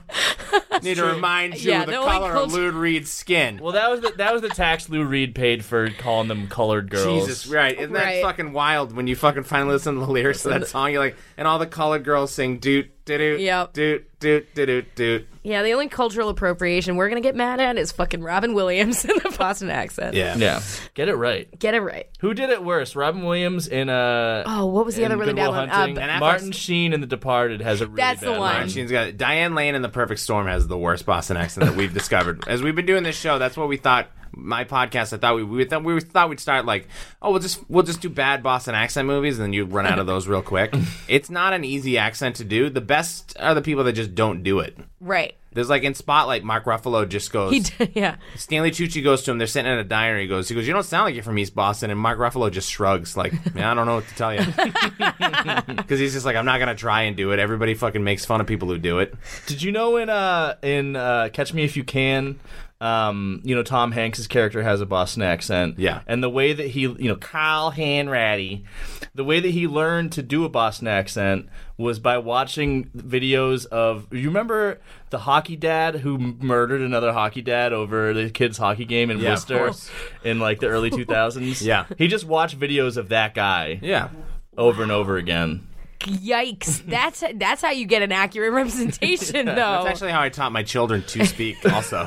Speaker 7: need to remind you
Speaker 6: Yeah,
Speaker 7: of the
Speaker 6: the only
Speaker 7: color of
Speaker 6: cultu-
Speaker 7: Lou Reed's skin.
Speaker 5: Well, that was the, that was the tax Lou Reed paid for calling them colored girls.
Speaker 7: Jesus, right? Isn't
Speaker 6: Right.
Speaker 7: that fucking wild when you fucking finally listen to the lyrics to that song? You're like, and all the colored girls sing doot doot doot
Speaker 6: Yep.
Speaker 7: doot doot doot doot doot.
Speaker 6: Yeah, the only cultural appropriation we're gonna get mad at is fucking Robin Williams *laughs* in the Boston accent.
Speaker 7: Yeah.
Speaker 5: *laughs* Yeah, get it right.
Speaker 6: Get it right.
Speaker 5: Who did it worse, Robin Williams in uh
Speaker 6: Oh, what was the
Speaker 5: in
Speaker 6: other really
Speaker 5: Good Will
Speaker 6: bad one?
Speaker 5: Hunting?
Speaker 6: Uh,
Speaker 7: Ben Affleck's-
Speaker 5: Martin Sheen in The Departed has a really
Speaker 6: That's the
Speaker 5: bad
Speaker 6: one.
Speaker 7: Alright, Sheen's got it. Diane Lane in the Perfect Storm has the worst Boston accent that we've *laughs* discovered. As we've been doing this show, that's what we thought. My podcast, I thought we, we thought we thought we'd start like, oh, we'll just we'll just do bad Boston accent movies, and then you run out of those real quick. it's not an easy accent to do. The best are the people that just don't do it.
Speaker 6: Right. *laughs*
Speaker 7: There's like in Spotlight, Mark Ruffalo just goes.
Speaker 6: He did, yeah.
Speaker 7: Stanley Tucci goes to him. They're sitting at a diner. He goes, he goes, you don't sound like you're from East Boston. And Mark Ruffalo just shrugs, like, "Yeah, I don't know what to tell you, *laughs* because he's just like, I'm not gonna try and do it. Everybody fucking makes fun of people who do it.
Speaker 5: Did you know in uh in uh Catch Me If You Can, um, you know, Tom Hanks' character has a Boston accent.
Speaker 7: Yeah.
Speaker 5: And the way that he you know, Kyle Hanratty, the way that he learned to do a Boston accent was by watching videos of you remember the hockey dad who m- murdered another hockey dad over the kids hockey game in
Speaker 7: Yeah, of
Speaker 5: Worcester
Speaker 7: course.
Speaker 5: in like the early 2000s
Speaker 7: *laughs* Yeah.
Speaker 5: he just watched videos of that guy
Speaker 7: Yeah.
Speaker 5: over and over again
Speaker 7: *laughs*
Speaker 6: Yikes. That's that's how you get an accurate representation, though.
Speaker 7: That's actually how I taught my children
Speaker 6: *laughs*
Speaker 7: to speak, also.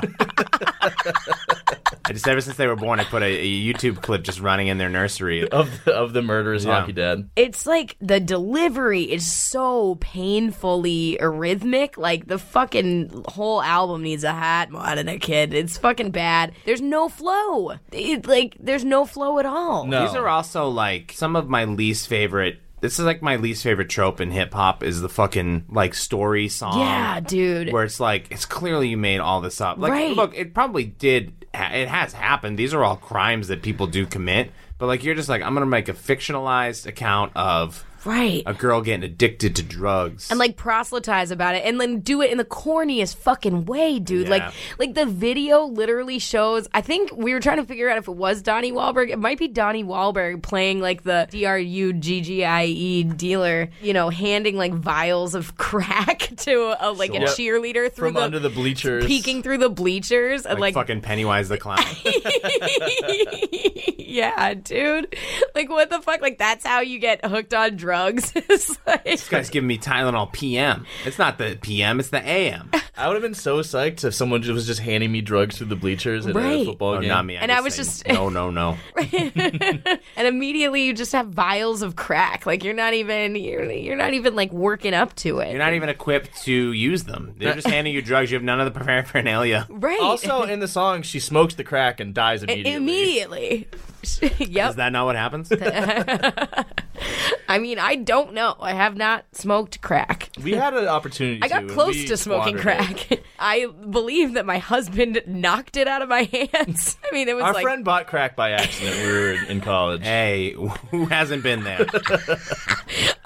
Speaker 7: I just, ever since they were born, I put a, a YouTube clip just running in their nursery.
Speaker 6: Oh,
Speaker 5: of the, of the murderous
Speaker 7: Yeah.
Speaker 5: hockey dad
Speaker 6: it's like the delivery is so painfully arrhythmic. Like the fucking whole album needs a hat mod and a kid. It's fucking bad. There's no flow. It, like there's no flow at all.
Speaker 5: no
Speaker 7: These are also like some of my least favorite. This is like my least favorite trope in hip hop is the fucking like story song.
Speaker 6: Yeah, dude.
Speaker 7: Where it's like it's clearly you made all this up. Like,
Speaker 6: Right.
Speaker 7: look, it probably did. ha- It has happened. These are all crimes that people do commit. But like, you're just like, I'm gonna make a fictionalized account of
Speaker 6: Right.
Speaker 7: a girl getting addicted to drugs.
Speaker 6: and like proselytize about it and then do it in the corniest fucking way dude
Speaker 7: Yeah.
Speaker 6: like like the video literally shows I think we were trying to figure out if it was Donnie Wahlberg it might be Donnie Wahlberg playing like the D-R-U-G-G-I-E E dealer you know handing like vials of *laughs* crack to a, like a
Speaker 5: Sure.
Speaker 6: cheerleader through
Speaker 5: from under the bleachers
Speaker 6: peeking through the bleachers and
Speaker 7: like,
Speaker 6: like,
Speaker 7: fucking Pennywise the clown.
Speaker 6: *laughs* yeah dude like what the fuck like that's how you get hooked on drugs *laughs* it's like
Speaker 7: this guy's giving me Tylenol PM. It's not the PM, it's the
Speaker 6: *laughs*
Speaker 7: AM.
Speaker 5: I would have been so psyched if someone ju- was just handing me drugs through the bleachers at a
Speaker 6: Right.
Speaker 5: football
Speaker 7: Oh,
Speaker 5: game.
Speaker 7: not me.
Speaker 6: And I was
Speaker 7: say,
Speaker 6: just-
Speaker 7: no, no,
Speaker 6: *laughs*
Speaker 7: no.
Speaker 6: and immediately you just have vials of crack. Like you're not even you're, you're not even like working up to it.
Speaker 7: You're not even equipped to use them. They're just handing you drugs. You have none of the paraphernalia.
Speaker 6: right.
Speaker 5: *laughs* Also, in the song, she smokes the crack and dies immediately.
Speaker 6: immediately. *laughs* *laughs* yep.
Speaker 7: Is that not what
Speaker 6: *laughs*
Speaker 7: happens?
Speaker 6: I mean, I don't know. I have not smoked crack.
Speaker 5: We had an opportunity.
Speaker 6: I got close to smoking crack. *laughs* I believe that my husband knocked it out of my *laughs* hands. I mean, it was
Speaker 5: Our
Speaker 6: like
Speaker 5: friend bought crack by accident. when we were in, in college.
Speaker 7: hey, who *laughs* hasn't been there?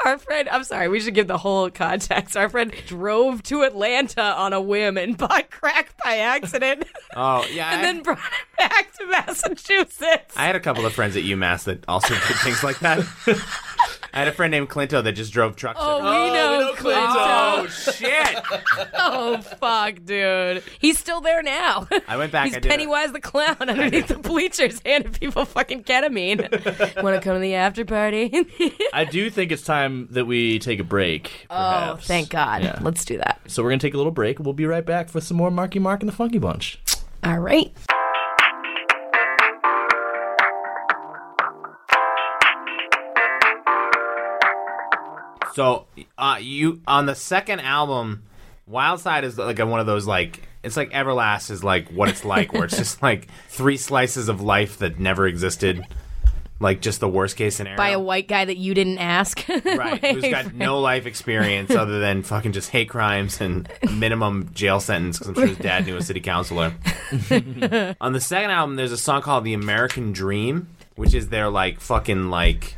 Speaker 6: our friend. I'm sorry, we should give the whole context. Our friend drove to Atlanta on a whim and *laughs* bought crack by accident,
Speaker 7: Oh, yeah. I,
Speaker 6: and then brought it back to Massachusetts.
Speaker 7: I had a couple of friends at UMass that also did things like
Speaker 6: *laughs*
Speaker 7: that. I had a friend named Clinto that just drove trucks.
Speaker 6: Oh,
Speaker 7: everywhere.
Speaker 6: we know,
Speaker 5: know
Speaker 6: Clinto.
Speaker 7: oh shit!
Speaker 6: Oh, fuck, dude. He's still there now.
Speaker 7: I went back.
Speaker 6: He's
Speaker 7: I did it.
Speaker 6: Pennywise the clown underneath the bleachers, handing people fucking ketamine. Want to come to the after party? *laughs*
Speaker 5: I do think it's time that we take a break.
Speaker 6: oh,
Speaker 5: perhaps.
Speaker 6: thank God. Let's do that.
Speaker 5: So we're gonna take a little break. We'll be right back for some more Marky Mark and the Funky Bunch.
Speaker 6: All right.
Speaker 7: So uh, you on the second album, Wildside is like a, one of those like it's like Everlast is like what it's like where it's just *laughs* like three slices of life that never existed, like just the worst case scenario.
Speaker 6: By a white guy that you didn't ask. *laughs*
Speaker 7: right, who's got no life experience other than fucking just hate crimes and minimum jail sentence because I'm sure his
Speaker 6: *laughs*
Speaker 7: dad knew a city councilor. on the second album, there's a song called "The American Dream." which is their like fucking like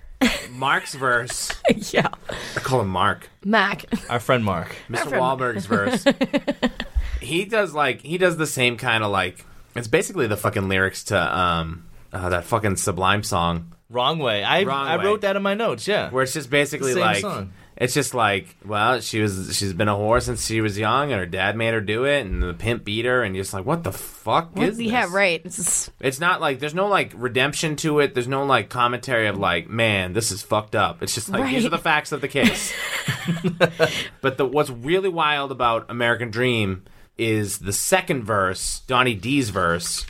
Speaker 7: Mark's verse.
Speaker 6: yeah.
Speaker 7: I call him Mark.
Speaker 6: Mac.
Speaker 5: Our friend Mark.
Speaker 7: Mr. Wahlberg's verse. he does like he does the same kind of like it's basically the fucking lyrics to um uh, that fucking Sublime song
Speaker 5: Wrong way. I
Speaker 7: Wrong
Speaker 5: I
Speaker 7: way.
Speaker 5: wrote that in my notes. Yeah.
Speaker 7: where it's just basically
Speaker 5: Same
Speaker 7: like
Speaker 5: song.
Speaker 7: it's just like well she was she's been a whore since she was young and her dad made her do it and the pimp beat her and you're just like what the fuck is
Speaker 6: yeah,
Speaker 7: this?
Speaker 6: right. It's-
Speaker 7: It's not like there's no like redemption to it. There's no like commentary of like, man, this is fucked up. It's just like these
Speaker 6: Right.
Speaker 7: are the facts of the
Speaker 6: *laughs*
Speaker 7: case. but the what's really wild about American Dream is the second verse, Donnie D's
Speaker 6: *laughs*
Speaker 7: verse,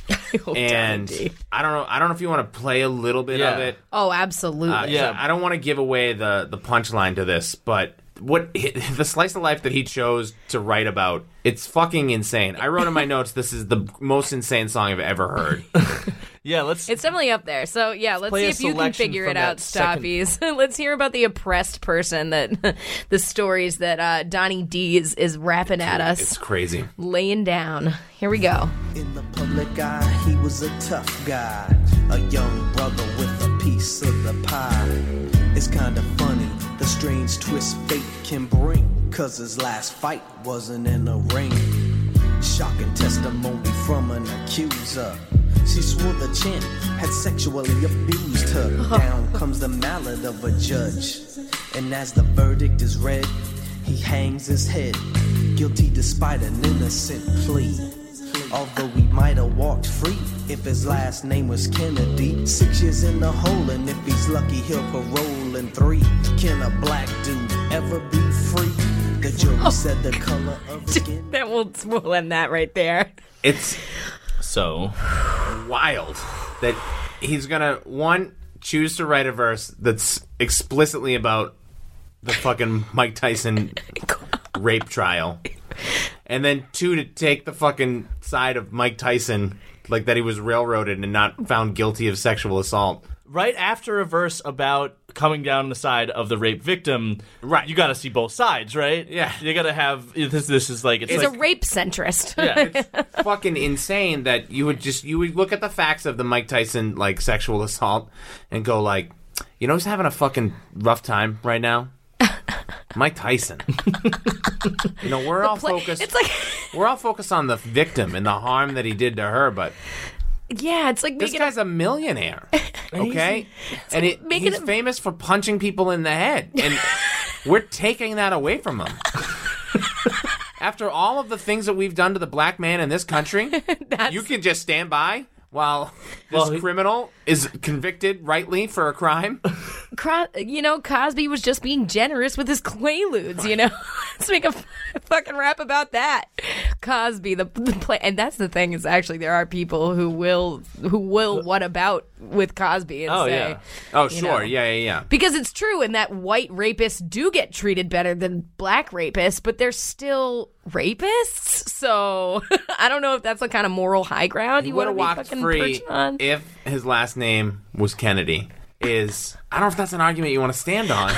Speaker 7: and
Speaker 6: Donny D.
Speaker 7: I don't know. I don't know if you want to play a little bit of
Speaker 5: Yeah.
Speaker 7: it.
Speaker 6: oh, absolutely.
Speaker 7: Uh,
Speaker 5: Yeah.
Speaker 7: I don't want to give away the the punchline to this, but what *laughs* the slice of life that he chose to write about it's fucking insane i wrote in my *laughs* notes this is the most insane song i've ever heard
Speaker 5: yeah. Let's.
Speaker 6: It's definitely up there. So yeah, let's,
Speaker 5: play a
Speaker 6: see if you can
Speaker 5: selection
Speaker 6: figure
Speaker 5: from
Speaker 6: it
Speaker 5: that
Speaker 6: out, Stoppies. *laughs* let's hear about the oppressed person that *laughs* the stories that uh, Donnie D is, is rapping at
Speaker 7: it's
Speaker 6: us,
Speaker 7: crazy
Speaker 6: laying down. Here we go.
Speaker 8: In the public eye, he was a tough guy, a young brother with a piece of the pie. It's kinda funny the strange twist fate can bring, cause his last fight wasn't in a ring. Shocking testimony from an accuser. She swore the chant had sexually abused her. Down comes the mallet of a judge. And as the verdict is read, he hangs his head, guilty despite an innocent plea. Although we might have walked free if his last name was Kennedy. Six years in the hole, and if he's lucky, he'll parole in three. Can a black dude ever be free? The jury said the color of his skin.
Speaker 6: *laughs* That will we'll end that right there.
Speaker 7: it's
Speaker 5: so.
Speaker 7: wild that he's gonna one choose to write a verse that's explicitly about the fucking Mike Tyson
Speaker 6: *laughs*
Speaker 7: rape trial, and then two to take the fucking side of Mike Tyson, like that he was railroaded and not found guilty of sexual assault.
Speaker 5: right after a verse about coming down the side of the rape victim,
Speaker 7: Right.
Speaker 5: You got to see both sides, right?
Speaker 7: Yeah.
Speaker 5: you got to have this. This is like it's,
Speaker 6: He's
Speaker 5: like
Speaker 6: a rape centrist.
Speaker 5: yeah,
Speaker 7: fucking insane that you would just you would look at the facts of the Mike Tyson like sexual assault and go like, you know, he's having a fucking rough time right
Speaker 6: *laughs*
Speaker 7: now. Mike Tyson. you know, we're all
Speaker 6: Play-
Speaker 7: focused.
Speaker 6: It's *laughs* like *laughs*
Speaker 7: we're all focused on the victim and the harm that he did to her, but
Speaker 6: yeah, it's like
Speaker 7: this
Speaker 6: making a
Speaker 7: guy's a
Speaker 6: *laughs*
Speaker 7: millionaire, okay? and it,
Speaker 6: making
Speaker 7: he's
Speaker 6: a-
Speaker 7: famous for punching people in the
Speaker 6: *laughs*
Speaker 7: head, and we're taking that away from him. After all of the things that we've done to the black man in this country,
Speaker 6: *laughs*
Speaker 7: you can just stand by while this
Speaker 5: Well, he-
Speaker 7: criminal is convicted rightly for a
Speaker 6: *laughs*
Speaker 7: crime.
Speaker 6: Cro- you know, Cosby was just being generous with his quaaludes. You know, *laughs* let's make a f- fucking rap about that. Cosby, the, the play, and that's the thing is actually there are people who will who will what about with Cosby and
Speaker 5: Uh, Oh,
Speaker 6: say,
Speaker 5: yeah.
Speaker 7: Oh,
Speaker 6: You
Speaker 7: sure,
Speaker 6: know.
Speaker 7: yeah, yeah, yeah.
Speaker 6: because it's true, and that white rapists do get treated better than black rapists, but they're still rapists. So *laughs* I don't know if that's the kind of moral high ground
Speaker 7: He
Speaker 6: you
Speaker 7: would have
Speaker 6: want to be
Speaker 7: walked
Speaker 6: fucking
Speaker 7: free
Speaker 6: perched on.
Speaker 7: if his last name was Kennedy. Is I don't know if that's an argument you want to stand
Speaker 6: *laughs*
Speaker 7: on.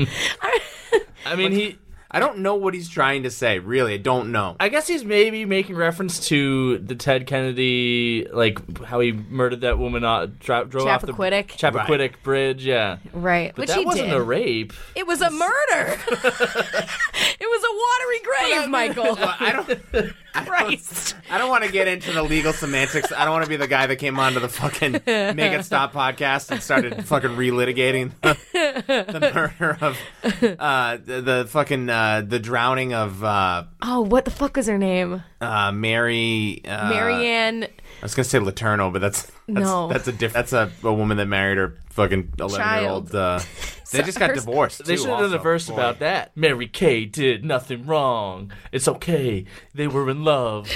Speaker 5: I mean, he.
Speaker 7: I don't know what he's trying to say. Really, I don't know.
Speaker 5: I guess he's maybe making reference to the Ted Kennedy, like how he murdered that woman, uh, dro- drove off the
Speaker 6: Chappaquiddick.
Speaker 5: Chappaquiddick Bridge. Yeah,
Speaker 6: right,
Speaker 5: but
Speaker 6: which
Speaker 5: that
Speaker 6: he
Speaker 5: wasn't
Speaker 6: did.
Speaker 5: a rape.
Speaker 6: It was
Speaker 5: *laughs*
Speaker 6: a murder. it was a watery grave, Michael.
Speaker 7: I don't.
Speaker 6: Christ.
Speaker 7: I don't want to get into the legal semantics. I don't want to be the guy that came onto the fucking Make It Stop podcast and started fucking relitigating the, the murder of uh, the, the fucking uh, the drowning of uh,
Speaker 6: Oh, what the fuck was her name?
Speaker 7: uh, Mary. Uh,
Speaker 6: Marianne
Speaker 7: I was gonna say Laterno, but that's, that's
Speaker 6: No.
Speaker 7: That's a diff- That's a, a woman that married her fucking eleven year old.
Speaker 6: Child.
Speaker 7: Uh, they just got
Speaker 6: Sorry.
Speaker 7: divorced.
Speaker 5: They
Speaker 7: too,
Speaker 5: should have done a
Speaker 7: also.
Speaker 5: verse
Speaker 7: Boy.
Speaker 5: about that. Mary Kay did nothing wrong. It's okay. They were in
Speaker 6: *laughs*
Speaker 5: love.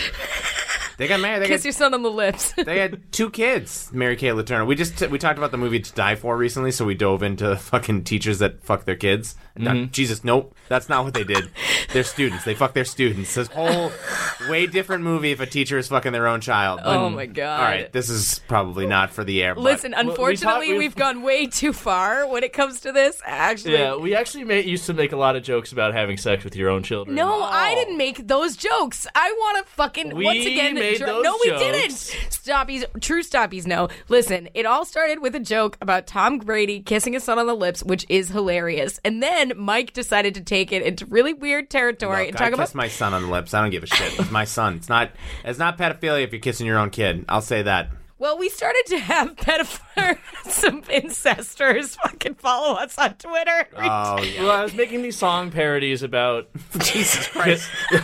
Speaker 7: They got married. They got
Speaker 6: Kiss Your Son on the
Speaker 5: *laughs*
Speaker 6: Lips.
Speaker 7: They had two kids, Mary Kay Letourneau. We just we talked about the movie To Die For recently, so we dove into fucking teachers that fuck their kids.
Speaker 6: Mm-hmm.
Speaker 7: Not- Jesus, nope, that's not what they did. They're students. They fuck their students. This whole way different movie if a teacher is fucking their own child. But-
Speaker 6: oh my god.
Speaker 7: All right, this is probably not for the air. but-
Speaker 6: Listen,
Speaker 5: we talked-
Speaker 6: unfortunately,
Speaker 5: we-
Speaker 6: we have gone way too far when it comes to this. Actually,
Speaker 5: Yeah, we actually made, used to make a lot of jokes about having sex with your own children.
Speaker 6: no, I didn't make those jokes. I want to fucking
Speaker 5: we
Speaker 6: once again
Speaker 5: made
Speaker 6: dr-
Speaker 5: those
Speaker 6: no,
Speaker 5: jokes.
Speaker 6: we didn't. Stoppies, true stoppies. No, listen. It all started with a joke about Tom Brady kissing his son on the lips, which is hilarious. And then Mike decided to take it into really weird territory
Speaker 7: Look,
Speaker 6: and
Speaker 7: I
Speaker 6: talk about
Speaker 7: kiss my son on the lips. I don't give a shit. It's my son. It's not. It's not pedophilia if you're kissing your own kid. I'll say that.
Speaker 6: Well, we started to have *laughs* pedophiles, some incestors fucking follow us on Twitter.
Speaker 7: Oh yeah.
Speaker 5: Well, I was making these song parodies
Speaker 6: *laughs*
Speaker 5: about
Speaker 7: Jesus Christ.
Speaker 5: *laughs*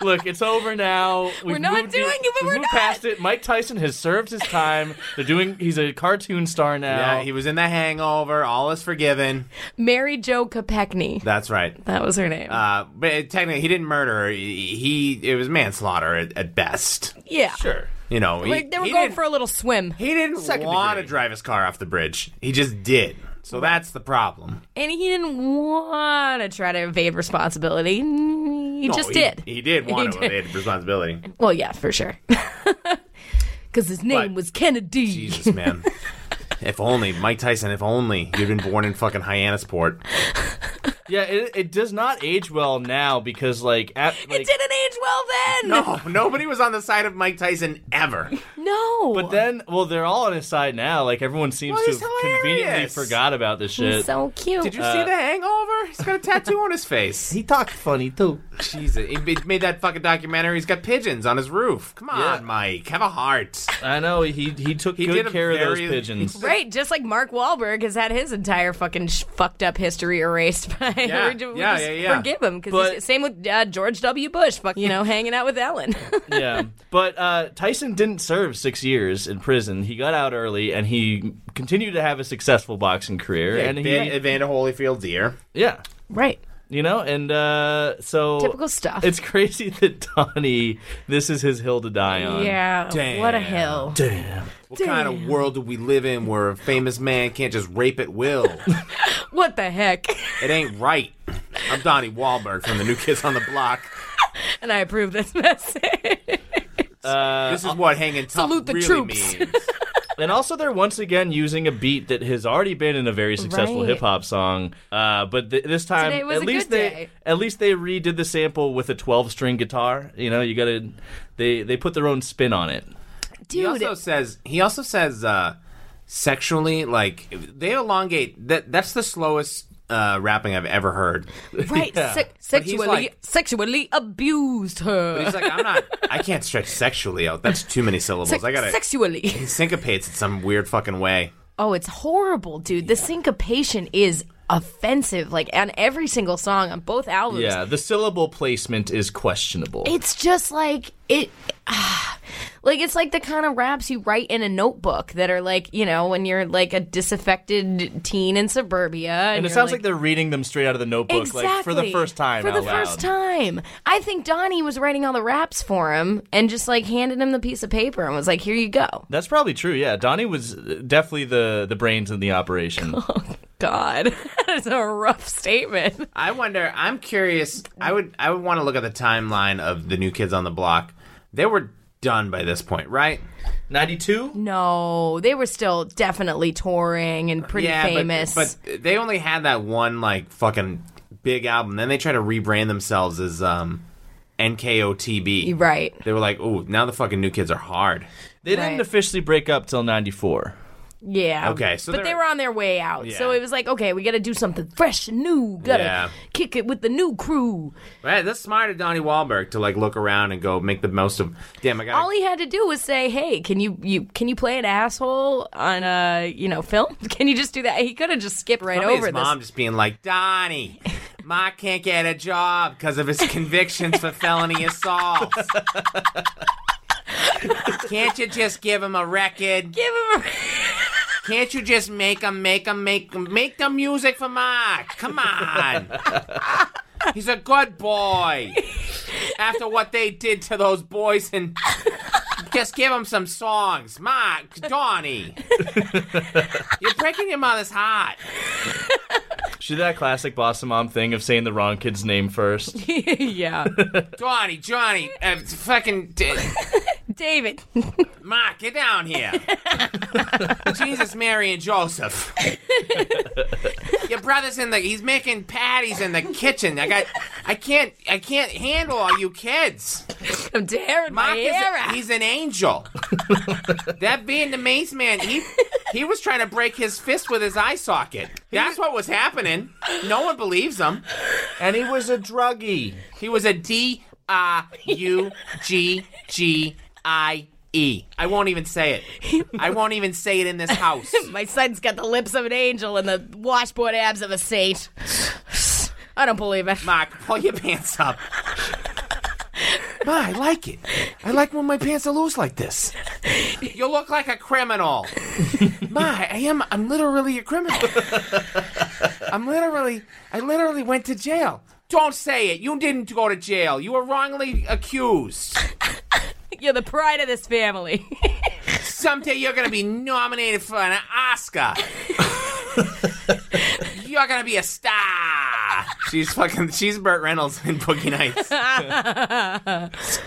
Speaker 5: Look, it's over now. We've
Speaker 6: We're not
Speaker 5: moved
Speaker 6: doing it, but
Speaker 5: we've
Speaker 6: we're
Speaker 5: moved
Speaker 6: not.
Speaker 5: past it. Mike Tyson has served his time. They're doing. He's a cartoon star now.
Speaker 7: Yeah, he was in the Hangover. All is forgiven.
Speaker 6: Mary Jo Kopechne.
Speaker 7: That's right.
Speaker 6: That was her name.
Speaker 7: Uh, but it- technically, he didn't murder. her. He, he- it was manslaughter at, at best.
Speaker 6: yeah.
Speaker 5: sure.
Speaker 7: You know, he-
Speaker 6: Like, they were
Speaker 7: he
Speaker 6: going
Speaker 7: didn't-
Speaker 6: for a little swim.
Speaker 7: He didn't
Speaker 5: Second
Speaker 7: want
Speaker 5: degree.
Speaker 7: to drive his car off the bridge. He just did. So that's the problem.
Speaker 6: And he didn't want to try to evade responsibility. He
Speaker 7: No,
Speaker 6: just
Speaker 7: Oh, he-
Speaker 6: did.
Speaker 7: He did want
Speaker 6: He
Speaker 7: to
Speaker 6: did.
Speaker 7: evade responsibility.
Speaker 6: well, yeah, for sure. *laughs* Because his
Speaker 7: But-
Speaker 6: name was Kennedy.
Speaker 7: Jesus,
Speaker 6: *laughs*
Speaker 7: man. if only Mike Tyson. If only you'd been born in fucking Hyannisport.
Speaker 5: Yeah, it, it does not age well now because like at like.
Speaker 6: it didn't age well then.
Speaker 7: No, nobody was on the side of Mike Tyson ever.
Speaker 6: No.
Speaker 5: But then, well, they're all on his side now. Like everyone seems
Speaker 7: Well,
Speaker 5: to
Speaker 7: he's
Speaker 5: have conveniently
Speaker 7: hilarious.
Speaker 5: forgot about this shit.
Speaker 6: He's so cute.
Speaker 7: Did you see the Hangover? He's got a tattoo on his face.
Speaker 5: he talked funny too.
Speaker 7: Jesus, he made- made that fucking documentary. He's got pigeons on his roof. Come on,
Speaker 5: Yeah.
Speaker 7: Mike, have a heart.
Speaker 5: I know he he took
Speaker 7: He did
Speaker 5: good
Speaker 7: a
Speaker 5: care of those
Speaker 7: very-
Speaker 5: pigeons.
Speaker 6: Right, just like Mark Wahlberg has had his entire fucking sh- fucked up history erased *laughs* by.
Speaker 7: Yeah,
Speaker 6: we just
Speaker 7: yeah, yeah, yeah.
Speaker 6: Forgive him because
Speaker 5: But-
Speaker 6: he's same with uh, George W. Bush, fuck, you know, hanging out with Ellen. *laughs*
Speaker 5: yeah, but uh, Tyson didn't serve six years in prison. He got out early, and he continued to have a successful boxing career. and
Speaker 7: *laughs*
Speaker 5: he,
Speaker 7: Van- Evander Holyfield, dear.
Speaker 5: yeah,
Speaker 6: right,
Speaker 5: you know, and uh, so
Speaker 6: typical stuff.
Speaker 5: It's *laughs* crazy that Donnie, this is his hill to die on.
Speaker 6: yeah,
Speaker 7: Damn.
Speaker 6: what a hill.
Speaker 7: What kind of world do we live in where a famous man can't just rape at will?
Speaker 6: What the heck? *laughs*
Speaker 7: it ain't right. I'm Donnie Wahlberg from the New Kids on the Block.
Speaker 6: and I approve this *laughs* message.
Speaker 7: This is what hanging tough
Speaker 6: Salute the
Speaker 7: really
Speaker 6: troops. *laughs*
Speaker 7: means.
Speaker 5: And also, they're once again using a beat that has already been in a very successful
Speaker 6: Right.
Speaker 5: hip hop song. Uh, but th- this time,
Speaker 6: Today was
Speaker 5: at
Speaker 6: a
Speaker 5: least
Speaker 6: good
Speaker 5: they
Speaker 6: day.
Speaker 5: at least they redid the sample with a twelve string guitar. You know, you gotta they they put their own spin on it.
Speaker 7: He
Speaker 6: Dude,
Speaker 7: also says he also says uh, sexually like they elongate that that's the slowest uh, rapping I've ever heard. *laughs*
Speaker 6: right, se- sexually,
Speaker 7: like-
Speaker 6: sexually abused her.
Speaker 7: He's like I'm not I can't stretch sexually out. That's too many syllables.
Speaker 6: Se-
Speaker 7: I gotta
Speaker 6: sexually.
Speaker 7: he syncopates in some weird fucking way.
Speaker 6: *laughs* Oh, it's horrible, dude. The syncopation is offensive. Like on every single song on both albums.
Speaker 5: Yeah, the syllable placement is questionable.
Speaker 6: It's just like it. *sighs* ah, Like it's like the kind of raps you write in a notebook that are like you know when you're like a disaffected teen in suburbia, and,
Speaker 5: and it
Speaker 6: you're
Speaker 5: sounds like, they're reading them straight out of the notebook,
Speaker 6: exactly
Speaker 5: like for the first time.
Speaker 6: For the
Speaker 5: out loud.
Speaker 6: first time, I think Donnie was writing all the raps for him and just like handed him the piece of paper and was like, "Here you go."
Speaker 5: That's probably true. Yeah, Donnie was uh, definitely the the brains in the *laughs* operation.
Speaker 6: God, *laughs* that's a rough statement.
Speaker 7: I wonder. I'm curious. I would. I would want to look at the timeline of the new kids on the block. They were done by this point, right?
Speaker 5: Ninety two.
Speaker 6: No, they were still definitely touring and pretty
Speaker 7: yeah, but-
Speaker 6: famous.
Speaker 7: But, they only had that one like fucking big album. Then they tried to rebrand themselves as um, NKOTB.
Speaker 6: right.
Speaker 7: They were like, "Ooh, now the fucking new kids are hard."
Speaker 5: They
Speaker 6: Right.
Speaker 5: didn't officially break up till ninety four.
Speaker 6: Yeah.
Speaker 7: Okay, so
Speaker 6: but
Speaker 7: they're-
Speaker 6: they were on their way out, so
Speaker 7: Yeah.
Speaker 6: it was like, okay, we got to do something fresh and new. Got to
Speaker 7: Yeah.
Speaker 6: kick it with the new crew.
Speaker 7: Right? That's smart of Donnie Wahlberg to like look around and go make the most of. Damn, I got.
Speaker 6: All he had to do was say, "Hey, can you you can you play an asshole on a you know film? *laughs* Can you just do that?" He could have just skipped right over
Speaker 7: his
Speaker 6: this.
Speaker 7: mom just being like,
Speaker 6: *laughs*
Speaker 7: Donnie, Ma can't get a job because of his convictions for felony assault. can't you just give him a record?
Speaker 6: Give him a-
Speaker 7: Can't you just make him, make him, make him, make the music for Mark? Come on. He's a good boy. After what they did to those boys and. Just give him some songs. Mark, Donnie. You're breaking your mother's heart.
Speaker 5: She did that classic Bossa Mom thing of saying the wrong kid's name first.
Speaker 7: *laughs*
Speaker 6: *laughs* yeah.
Speaker 7: Donnie, Johnny, uh, fucking d-
Speaker 6: David.
Speaker 7: Ma, get down here. Jesus, Mary, and Joseph. Your brother's in the. He's making patties in the kitchen. I got. I can't. I can't handle all you kids.
Speaker 6: I'm tearing my
Speaker 7: Mark is
Speaker 6: hair
Speaker 7: a,
Speaker 6: out.
Speaker 7: he's an
Speaker 5: *laughs*
Speaker 7: angel. that Vietnamese man, he he was trying to break his fist with his eye socket. That's what was happening. No one believes him.
Speaker 5: And he was a druggie.
Speaker 7: He was a D R U G G I E. I won't even say it. I won't even say it in this house.
Speaker 6: My son's got the lips of an angel and the washboard abs of a saint. *sighs* I don't believe it.
Speaker 7: Mark, pull your pants up. Ma, I like it. I like when my pants are loose like this. You look like a criminal. Ma, I am. I'm literally a criminal. I'm literally. I literally went to jail. Don't say it. You didn't go to jail. You were wrongly accused.
Speaker 6: You're the pride of this family.
Speaker 7: Someday you're gonna be nominated for an
Speaker 6: *laughs*
Speaker 7: Oscar. you're gonna be a star. She's fucking. She's Burt Reynolds in Boogie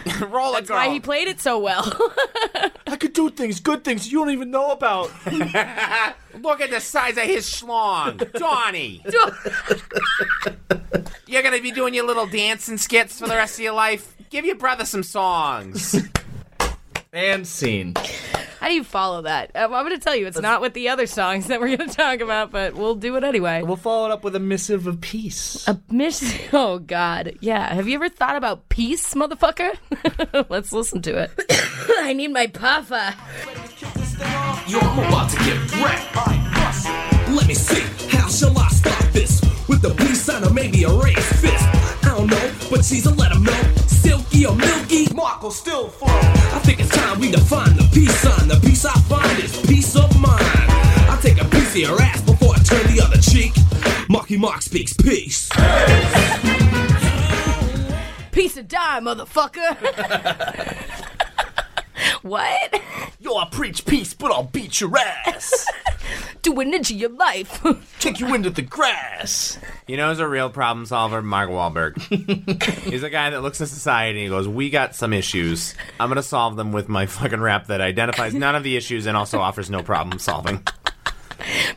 Speaker 6: *laughs*
Speaker 7: Nights. Roller girl.
Speaker 6: Why he played it so well.
Speaker 5: *laughs*
Speaker 6: *laughs*
Speaker 5: I could do things, good things you don't even know about.
Speaker 7: Look at the size of his schlong, Donnie. you're gonna be doing your little dancing skits for the rest of your life. Give your brother some songs.
Speaker 5: *laughs* and scene.
Speaker 6: How do you follow that? Um, I'm going to tell you, it's not with the other songs *laughs* that we're going to talk about, but we'll do it anyway.
Speaker 5: We'll follow it up with a missive of peace.
Speaker 6: Miss, *laughs* oh God, yeah. Have you ever thought about peace, motherfucker? *laughs* Let's listen to it. *coughs* I need my uh, puffer.
Speaker 2: Yo, I'm about to get wrecked. Let me see, how shall I stop this? With the peace sign or maybe a raised fist. I don't know, but she's a let 'em know. Silky or milky, Mark will still flow. I think it's time we define the peace sign. The peace I find is peace of mind. I take a piece of your ass before I turn the other cheek. Marky Mark speaks peace.
Speaker 6: Piece of die, motherfucker. *laughs* what?
Speaker 5: Yo, I preach peace, but I'll beat your ass.
Speaker 6: Do an inch of your life. *laughs*
Speaker 5: Kick you into the grass.
Speaker 7: You know, who's a real problem solver, Mark
Speaker 5: *laughs*
Speaker 7: Wahlberg. He's a guy that looks at society and he goes, "We got some issues. I'm gonna solve them with my fucking rap that identifies none of the issues and also offers no problem solving."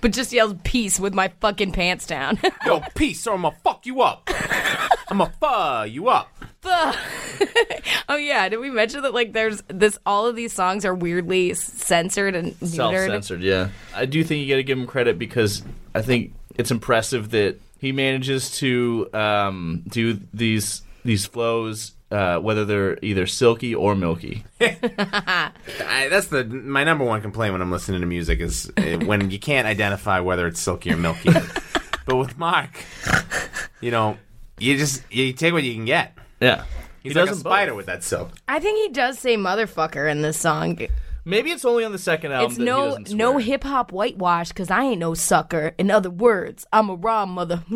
Speaker 6: but just yells peace with my fucking pants down. *laughs*
Speaker 7: Yo, peace, or I'm gonna fuck you up. I'm gonna fuck you up.
Speaker 6: oh yeah, did we mention that like there's this all of these songs are weirdly censored and neutered?
Speaker 5: Self-censored, yeah. I do think you got to give him credit because I think it's impressive that he manages to um, do these these flows, uh, whether they're either silky or milky.
Speaker 7: I, that's the my number one complaint when I'm listening to music is uh, when you can't identify whether it's silky or milky. but with Mark, you know, you just you take what you can get.
Speaker 5: *laughs* Yeah,
Speaker 7: He's
Speaker 5: he
Speaker 7: like a
Speaker 5: doesn't
Speaker 7: spider
Speaker 5: both.
Speaker 7: with that silk.
Speaker 6: I think he does say motherfucker in this song.
Speaker 5: Maybe it's only on the second album.
Speaker 6: it's
Speaker 5: um, that he
Speaker 6: no
Speaker 5: doesn't
Speaker 6: no
Speaker 5: swear.
Speaker 6: hip hop whitewash because I ain't no sucker. In other words, I'm a raw mother. *laughs*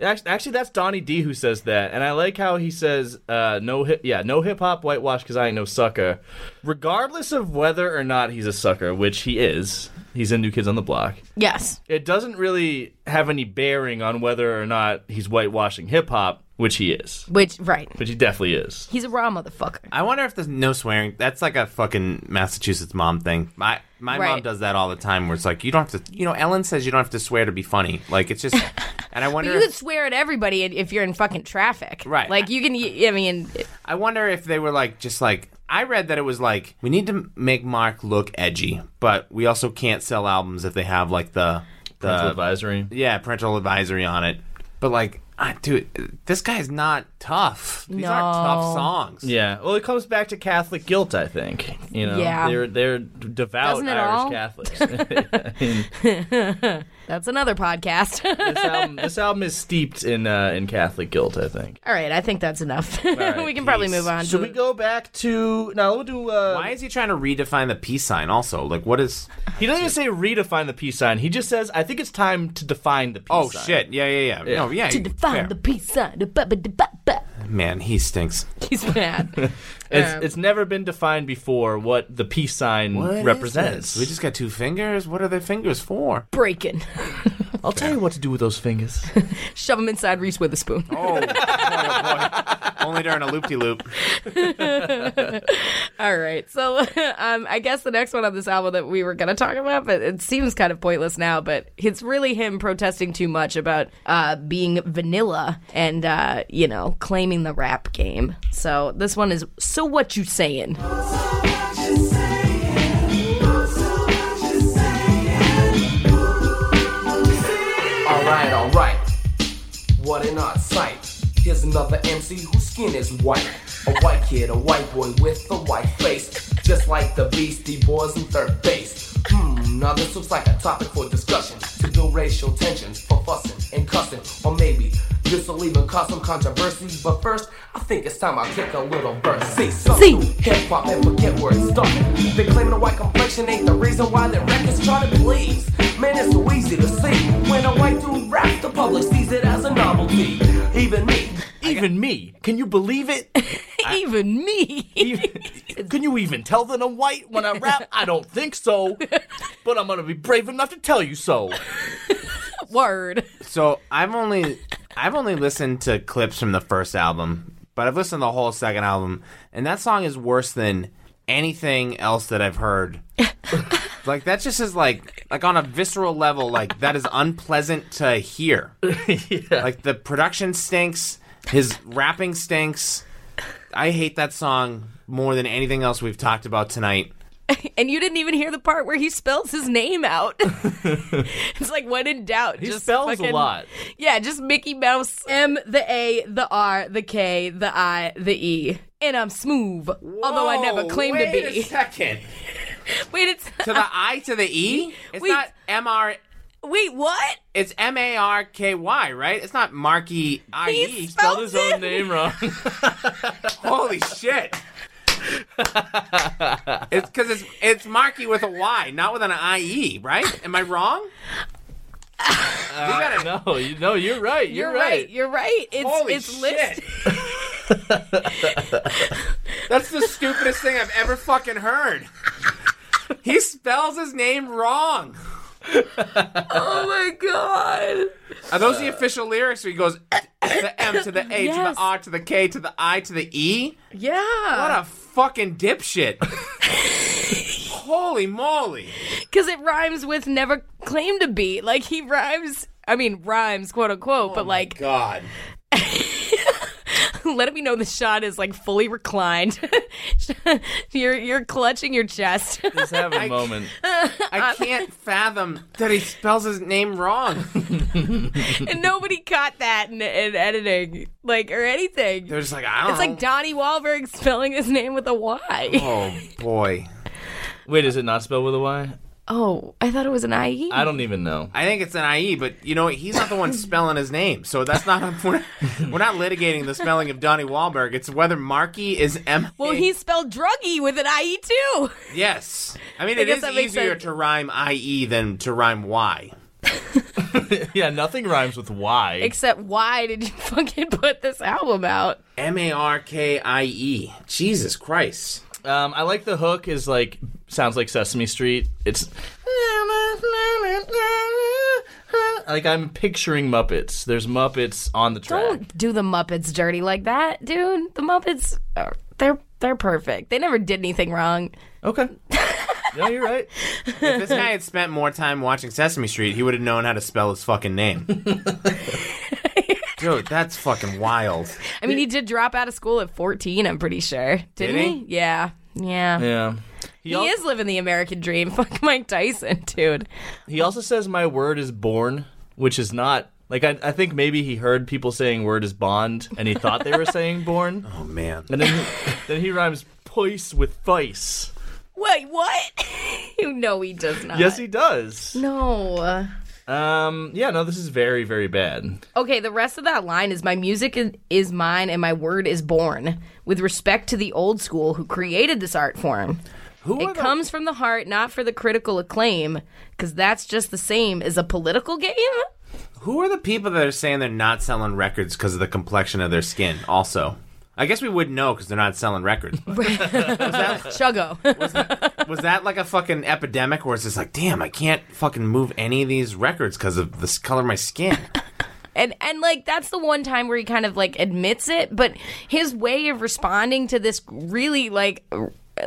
Speaker 5: Act- Actually, that's Donnie D who says that, and I like how he says, uh, "No hip, yeah, no hip hop whitewash because I ain't no sucker." Regardless of whether or not he's a sucker, which he is, he's in New Kids on the Block.
Speaker 6: yes,
Speaker 5: It doesn't really have any bearing on whether or not he's whitewashing hip hop, which he is,
Speaker 6: which right,
Speaker 5: but he definitely is.
Speaker 6: he's a raw motherfucker.
Speaker 7: I wonder if there's no swearing. That's like a fucking Massachusetts mom thing. My my mom
Speaker 6: Right.
Speaker 7: does that all the time. Where it's like you don't have to. You know, Ellen says you don't have to swear to be funny. Like
Speaker 6: *laughs*
Speaker 7: it's just. And I
Speaker 6: But
Speaker 7: wonder.
Speaker 6: you
Speaker 7: if-
Speaker 6: can swear at everybody i- if you're in fucking traffic,
Speaker 7: Right.
Speaker 6: Like you can. I mean,
Speaker 7: I wonder if they were like just like I read that it was like we need to make Mark look edgy, but we also can't sell albums if they have like the the
Speaker 5: Parental advisory.
Speaker 7: yeah parental advisory on it. But like, ah, dude, this guy's not tough. These aren't tough
Speaker 6: No.
Speaker 7: songs.
Speaker 5: Yeah, well, it comes back to Catholic guilt, I think. You know,
Speaker 6: Yeah.
Speaker 5: they're they're devout
Speaker 6: Doesn't it
Speaker 5: Irish
Speaker 6: all?
Speaker 5: Catholics. *laughs*
Speaker 6: that's another podcast. *laughs*
Speaker 5: this, album, this album is steeped in uh, in Catholic guilt, I think.
Speaker 6: All right, I think that's enough.
Speaker 5: right,
Speaker 6: *laughs* we can probably
Speaker 7: peace.
Speaker 6: move on.
Speaker 5: Should
Speaker 6: to-
Speaker 5: we go back to now? We'll do. Uh,
Speaker 7: Why is he trying to redefine the peace sign? Also, like, what is?
Speaker 5: He doesn't even say redefine the peace sign. He just says, "I think it's time to define the peace."
Speaker 7: Oh
Speaker 5: sign."
Speaker 7: shit! Yeah, yeah, yeah.
Speaker 5: Yeah.
Speaker 7: No, yeah.
Speaker 6: to *laughs* define
Speaker 7: fair.
Speaker 6: the peace sign? da ba ba da ba ba.
Speaker 7: Man, he stinks.
Speaker 6: He's
Speaker 5: *laughs*
Speaker 6: mad.
Speaker 5: It's,
Speaker 6: Um,
Speaker 5: it's never been defined before what the peace sign
Speaker 7: What is
Speaker 5: represents.
Speaker 7: this? We just got two fingers. What are their fingers for?
Speaker 6: Breaking. *laughs*
Speaker 5: I'll tell you what to do with those *laughs* fingers.
Speaker 6: Shove him inside Reese Witherspoon.
Speaker 7: *laughs* Oh, boy, oh boy. only during a loop de loop.
Speaker 6: All right. So *laughs* um, I guess the next one on this album that we were going to talk about, but it seems kind of pointless now, but it's really him protesting too much about uh, being vanilla and, uh, you know, claiming the rap game. So this one is So What You Saying?
Speaker 5: *laughs*
Speaker 2: Alright, alright. What an odd sight. Here's another MC whose skin is white. A white kid, a white boy with a white face. Just like the Beastie Boys in third base. Hmm, now this looks like a topic for discussion. To build racial tensions for fussing and cussing. Or maybe this will even cause some controversy. But first, I think it's time I kick a little verse. See, some
Speaker 6: See.
Speaker 2: do hip hop and forget where it started. They claim the white complexion ain't the reason why their records charted. Please, man, it's so easy to see. When a white dude raps, the public sees it as a novelty. Even me.
Speaker 5: Even me. Can you believe it? *laughs*
Speaker 6: Even me.
Speaker 5: Even- can you even tell that I'm white when I rap? I don't think so. But I'm going to be brave enough to tell you *laughs* so.
Speaker 6: *laughs* Word.
Speaker 7: So I've only I've only listened to clips from the first album, but I've listened to the whole second album, and that song is worse than anything else that I've *laughs* heard. like that just is like like on a visceral level, like that is unpleasant to *laughs* hear. Like the production stinks, his rapping stinks. I hate that song more than anything else we've talked about tonight.
Speaker 6: And you didn't even hear the part where he spells his
Speaker 5: *laughs*
Speaker 6: name out. *laughs* it's like, when in doubt,
Speaker 5: He
Speaker 6: just
Speaker 5: spells
Speaker 6: fucking-
Speaker 5: a *laughs* lot.
Speaker 6: Yeah, just Mickey Mouse. M, the A, the R, the K, the I, the E. And I'm smooth, although I never claimed to
Speaker 7: Wait
Speaker 6: be.
Speaker 7: a second.
Speaker 6: Wait, it's
Speaker 7: To the I to the E? It's
Speaker 6: Wait.
Speaker 7: not M R
Speaker 6: wait, what?
Speaker 7: It's M A R K Y, right? It's not Marky I
Speaker 6: He
Speaker 7: E.
Speaker 6: spelled-
Speaker 5: Spelled his own name wrong. *laughs*
Speaker 7: Holy shit! it's because it's it's Marky with a Y, not with an I E, right? Am I
Speaker 6: *laughs*
Speaker 7: wrong? you gotta,
Speaker 5: No, you, no, you're right. You're,
Speaker 6: You're right. You're right. It's
Speaker 7: Holy
Speaker 6: it's
Speaker 7: shit!
Speaker 6: listed.
Speaker 7: That's the stupidest thing I've ever fucking heard. He spells his name wrong.
Speaker 6: Oh my god.
Speaker 7: Are those the official lyrics? Where he goes the M to the A to
Speaker 6: Yes.
Speaker 7: the R to the K to the I to the E.
Speaker 6: Yeah.
Speaker 7: What a fucking
Speaker 6: *laughs*
Speaker 7: dipshit! Holy moly!
Speaker 6: Because it rhymes with never claimed to be. Like he rhymes. I mean, rhymes, quote unquote, but like, *laughs*
Speaker 7: God.
Speaker 6: let me know the shot is like fully reclined. *laughs* you're you're clutching your chest. *laughs*
Speaker 5: Just *laughs* have a moment.
Speaker 6: Um,
Speaker 7: I can't fathom that he spells his name wrong.
Speaker 6: and nobody caught that in, in editing, like or anything.
Speaker 7: They're just like, I don't
Speaker 6: it's
Speaker 7: know.
Speaker 6: like Donnie Wahlberg spelling his name with a Y.
Speaker 7: Uh-huh. oh boy.
Speaker 5: Wait, is it not spelled with a Y?
Speaker 6: Oh, I thought it was an IE.
Speaker 5: I don't even know.
Speaker 7: I think it's an IE, but you know what? he's not the one spelling his name, so that's not *laughs* we're, we're not litigating the spelling of Donnie Wahlberg. It's whether Markey is M. E.
Speaker 6: Well, he spelled druggy with an IE too. *laughs*
Speaker 7: yes. I mean,
Speaker 6: I
Speaker 7: it
Speaker 6: guess
Speaker 7: is
Speaker 6: that makes
Speaker 7: easier
Speaker 6: sense.
Speaker 7: to rhyme IE than to rhyme Y.
Speaker 5: *laughs* Yeah, nothing rhymes with Y.
Speaker 6: Except, why did you *laughs* fucking put this album out?
Speaker 7: M A R K I E. Jesus Christ.
Speaker 5: Um, I like the hook is like sounds like Sesame Street. It's like I'm picturing Muppets. There's Muppets on the track.
Speaker 6: Don't do the Muppets dirty like that, dude. The Muppets, are, they're they're perfect. They never did anything wrong. *laughs*
Speaker 5: Okay. no, you're right.
Speaker 7: If this guy had spent more time watching Sesame Street, he would have known how to spell his fucking name. Dude, that's fucking wild.
Speaker 6: I mean, he did drop out of school at fourteen. I'm pretty sure, didn't
Speaker 7: he?
Speaker 6: he? Yeah, yeah.
Speaker 5: Yeah.
Speaker 6: He
Speaker 5: al-
Speaker 6: is living the American dream. *laughs* Fuck Mike Tyson, dude.
Speaker 5: He also says my word is born, which is not like I, I think maybe he heard people saying word is bond and he thought
Speaker 6: *laughs*
Speaker 5: they were saying born.
Speaker 7: Oh man.
Speaker 5: And then he, then he rhymes poise with vice.
Speaker 6: Wait, what? *laughs* you know he does not.
Speaker 5: Yes, he does.
Speaker 6: No.
Speaker 5: Um, yeah, no, this is very, very bad.
Speaker 6: Okay, the rest of that line is my music is- is mine and my word is born. With respect to the old school who created this art form,
Speaker 7: Who are
Speaker 6: it comes from the heart, not for the critical acclaim, because that's just the same as a political game.
Speaker 7: the, who are the people that are saying they're not selling records because of the complexion of their skin? Also, I guess we would know because they're not selling
Speaker 6: *laughs*
Speaker 7: records. But
Speaker 6: Chuggo. *laughs*
Speaker 7: was that like a fucking epidemic where it's just like, damn, I can't fucking move any of these records because of this color of my skin?
Speaker 6: and and like that's the one time where he kind of like admits it, but his way of responding to this really like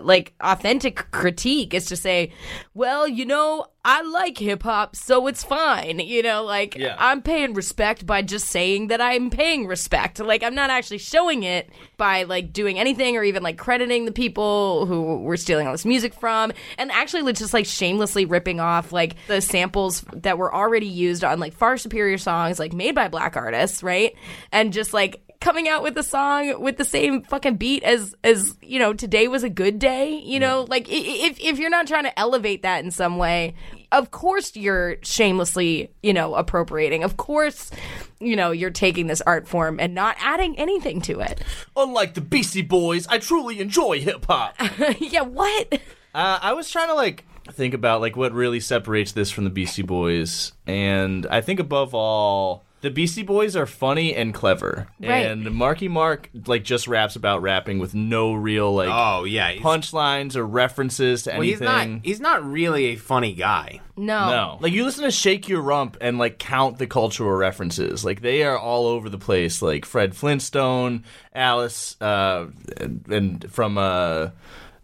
Speaker 6: like authentic critique is to say, well, you know, I like hip hop, so it's fine. You know, like
Speaker 5: Yeah.
Speaker 6: I'm paying respect by just saying that I'm paying respect. Like I'm not actually showing it by like doing anything or even like crediting the people who we're stealing all this music from and actually like, just like shamelessly ripping off like the samples that were already used on like far superior songs like made by black artists, right? And just like coming out with a song with the same fucking beat as as you know today was a good day you know like i- i- if if you're not trying to elevate that in some way of course you're shamelessly you know appropriating of course you know you're taking this art form and not adding anything to it
Speaker 5: Unlike the Beastie Boys, I truly enjoy hip
Speaker 7: *laughs*
Speaker 5: hop.
Speaker 6: *laughs* yeah what
Speaker 5: Uh, I was trying to like think about like what really separates this from the Beastie Boys, and I think above all, the Beastie Boys are funny and clever,
Speaker 6: Right.
Speaker 5: and Marky Mark like just raps about rapping with no real like
Speaker 7: Oh yeah, he's,
Speaker 5: punchlines or references to
Speaker 7: well, he's
Speaker 5: anything.
Speaker 7: not. He's not really a funny guy.
Speaker 6: no
Speaker 5: no, Oh. like you listen to "Shake Your Rump" and like count the cultural references. Like they are all over the place. Like Fred Flintstone, Alice, uh, and, and from uh,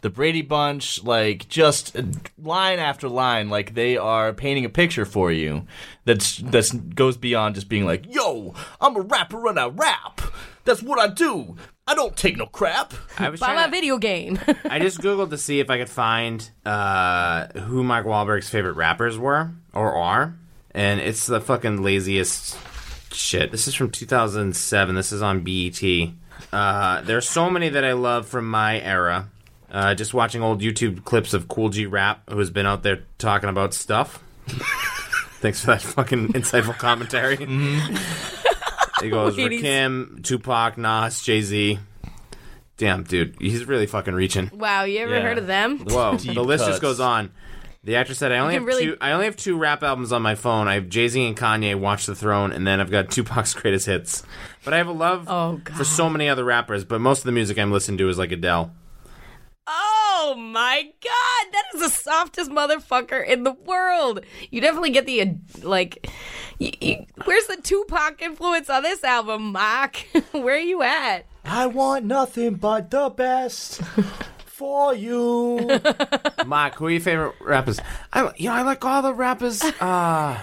Speaker 5: the Brady Bunch. Like just line after line. Like they are painting a picture for you that's that's goes beyond just being like, "Yo, I'm a rapper and I rap. That's what I do. I don't take no crap."
Speaker 7: I was
Speaker 6: buy
Speaker 7: trying
Speaker 6: my
Speaker 7: to-
Speaker 6: video game *laughs*
Speaker 7: I just googled to see if I could find uh, who Mark Wahlberg's favorite rappers were or are, and it's the fucking laziest shit. This is from 2007. This is on BET. Uh, there's so many that I love from my era. Uh, just watching old YouTube clips of Cool G Rap, who's been out there talking about stuff. *laughs* Thanks for that fucking insightful commentary. It goes
Speaker 6: Wait, he's-
Speaker 7: Rakim, Tupac, Nas, Jay Z. Damn, dude, he's really fucking reaching.
Speaker 6: wow you ever
Speaker 5: Yeah.
Speaker 6: heard of them
Speaker 7: Whoa,
Speaker 5: Deep
Speaker 7: the list
Speaker 5: cuts.
Speaker 7: just goes on. The actor said, "I only
Speaker 6: can
Speaker 7: have
Speaker 6: really-
Speaker 7: two. I only have two rap albums on my phone. I have Jay Z and Kanye, Watch the Throne, and then I've got *laughs* Tupac's greatest hits. But I have a love
Speaker 6: Oh,
Speaker 7: for so many other rappers. But most of the music I'm listening to is like Adele.
Speaker 6: Oh my god, that is the softest motherfucker in the world. You definitely get the uh, like. y y where's the Tupac influence on this album, Mark? *laughs* Where are you at?
Speaker 5: I want nothing but the best for you.
Speaker 7: *laughs* Mark, who are your favorite rappers? I, you know, I like all the
Speaker 6: *laughs*
Speaker 7: rappers. Uh,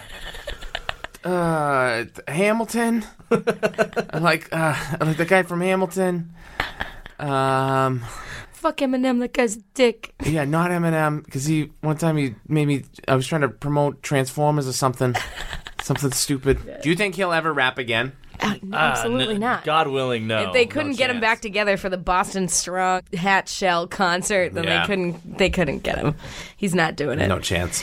Speaker 7: uh,
Speaker 6: *laughs*
Speaker 7: Hamilton. I like, uh, I like the guy from Hamilton. Um.
Speaker 6: Fuck Eminem, that guy's a dick.
Speaker 7: Yeah, not Eminem, because he one time he made me. I was trying to promote Transformers or
Speaker 6: *laughs*
Speaker 7: something, something stupid. Do you think he'll ever rap again?
Speaker 6: Absolutely
Speaker 5: N-
Speaker 6: not.
Speaker 5: God willing, no.
Speaker 6: If they couldn't
Speaker 7: Oh, no
Speaker 6: get him
Speaker 7: chance.
Speaker 6: back together for the Boston Strong Hat Shell concert, then
Speaker 7: Yeah.
Speaker 6: they couldn't. They couldn't get him. He's not doing it.
Speaker 7: No chance.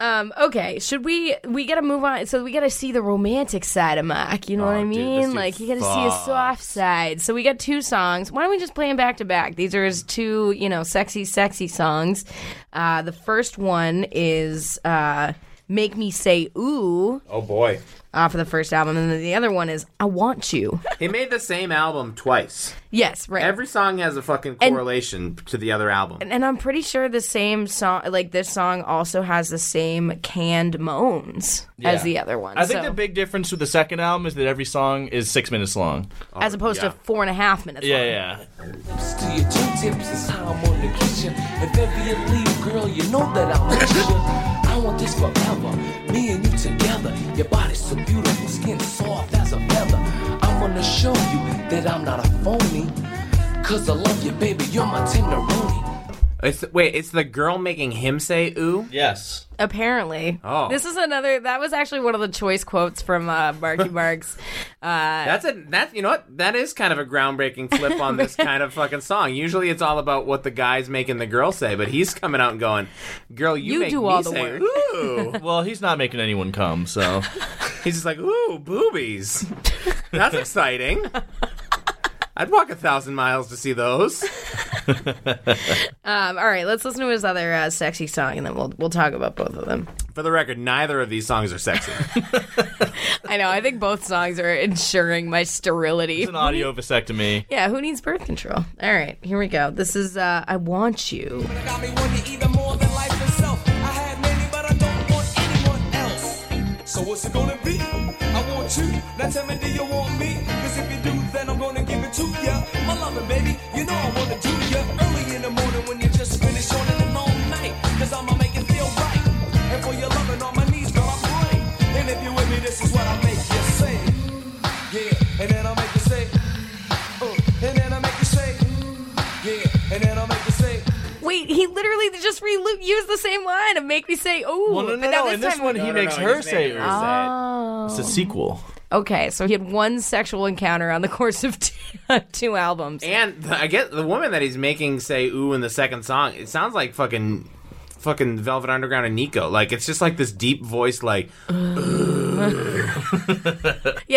Speaker 6: Um, okay, should we? We gotta move on. So we gotta see the romantic side of Mac. You know what I
Speaker 7: Oh, dude, this
Speaker 6: mean?
Speaker 7: dude
Speaker 6: like you gotta see his
Speaker 7: fucks.
Speaker 6: soft side. So we got two songs. Why don't we just play them back to back? These are his two, you know, sexy, sexy songs. Uh, the first one is uh, "Make Me Say Ooh"
Speaker 7: Oh boy,
Speaker 6: off of the first album, and then the other one is "I Want You." *laughs*
Speaker 7: he made the same album twice.
Speaker 6: yes, right.
Speaker 7: Every song has a fucking
Speaker 6: And-
Speaker 7: correlation to the other album.
Speaker 6: and I'm pretty sure the same song, like this song, also has the same canned moans as
Speaker 5: Yeah.
Speaker 6: the other one.
Speaker 5: I think
Speaker 6: so,
Speaker 5: the big difference with the second album is that every song is six minutes long.
Speaker 6: as opposed
Speaker 7: yeah.
Speaker 6: to four and a half minutes. long.
Speaker 5: Yeah,
Speaker 2: to your two tips is how I'm on the kitchen. If ever you leave, girl, you know that I'll miss you. I want this forever, me and you together. Your body's so beautiful, skin soft as a feather. I wanna show you that I'm not a phony. Cause I love you, baby, you're my tenderoni.
Speaker 7: It's wait, it's the girl making him say ooh.
Speaker 5: Yes.
Speaker 6: Apparently.
Speaker 7: Oh.
Speaker 6: This is another, that was actually one of the choice quotes from uh,
Speaker 5: *laughs*
Speaker 6: Marky Mark's. Uh,
Speaker 7: That's a that you know what that is kind of a groundbreaking flip on
Speaker 6: *laughs*
Speaker 7: this kind of fucking song. Usually it's all about what the guy's making the girl say, but he's coming out and going, "Girl, you,
Speaker 6: You
Speaker 7: make
Speaker 6: do
Speaker 7: me
Speaker 6: all the
Speaker 7: say
Speaker 6: work." *laughs*
Speaker 7: ooh."
Speaker 5: Well, he's not making anyone come, so
Speaker 7: He's just like, ooh, boobies. *laughs* That's exciting. I'd walk a thousand miles to see those.
Speaker 6: Um, all right, let's listen to his other uh, sexy song and then we'll, we'll talk about both of them.
Speaker 7: For the record, neither of these songs are *laughs* sexy.
Speaker 6: I know, I think both songs are ensuring my sterility.
Speaker 5: it's an audio vasectomy.
Speaker 6: Yeah, who needs birth control? All right, here we go. This is uh, I Want You.
Speaker 2: Got me wanting even more than life itself. I had many, but I don't want anyone else. So what's it gonna be? I want you. Now tell me, do you want me? Cause if you do, then I'm gonna give it to ya. My loving, baby, you know I wanna do ya. Early in the morning when you're just uh, and then I'll make you say,
Speaker 6: Wait, he literally just re used the same line and make me say, "Ooh."
Speaker 5: Well, no,
Speaker 6: but
Speaker 5: no,
Speaker 6: now
Speaker 5: no. In this
Speaker 6: time-
Speaker 5: one, he
Speaker 7: No, no,
Speaker 5: makes
Speaker 7: no,
Speaker 5: her
Speaker 7: he's
Speaker 5: say
Speaker 7: making
Speaker 5: it.
Speaker 7: her say it.
Speaker 5: It's
Speaker 6: Oh.
Speaker 5: a sequel.
Speaker 6: Okay, so he had one sexual encounter on the course of *laughs* two, two albums.
Speaker 7: And the, I get the woman that he's making say "ooh" in the second song. It sounds like fucking, fucking Velvet Underground and Nico. Like it's just like this deep voice, like
Speaker 6: Yeah,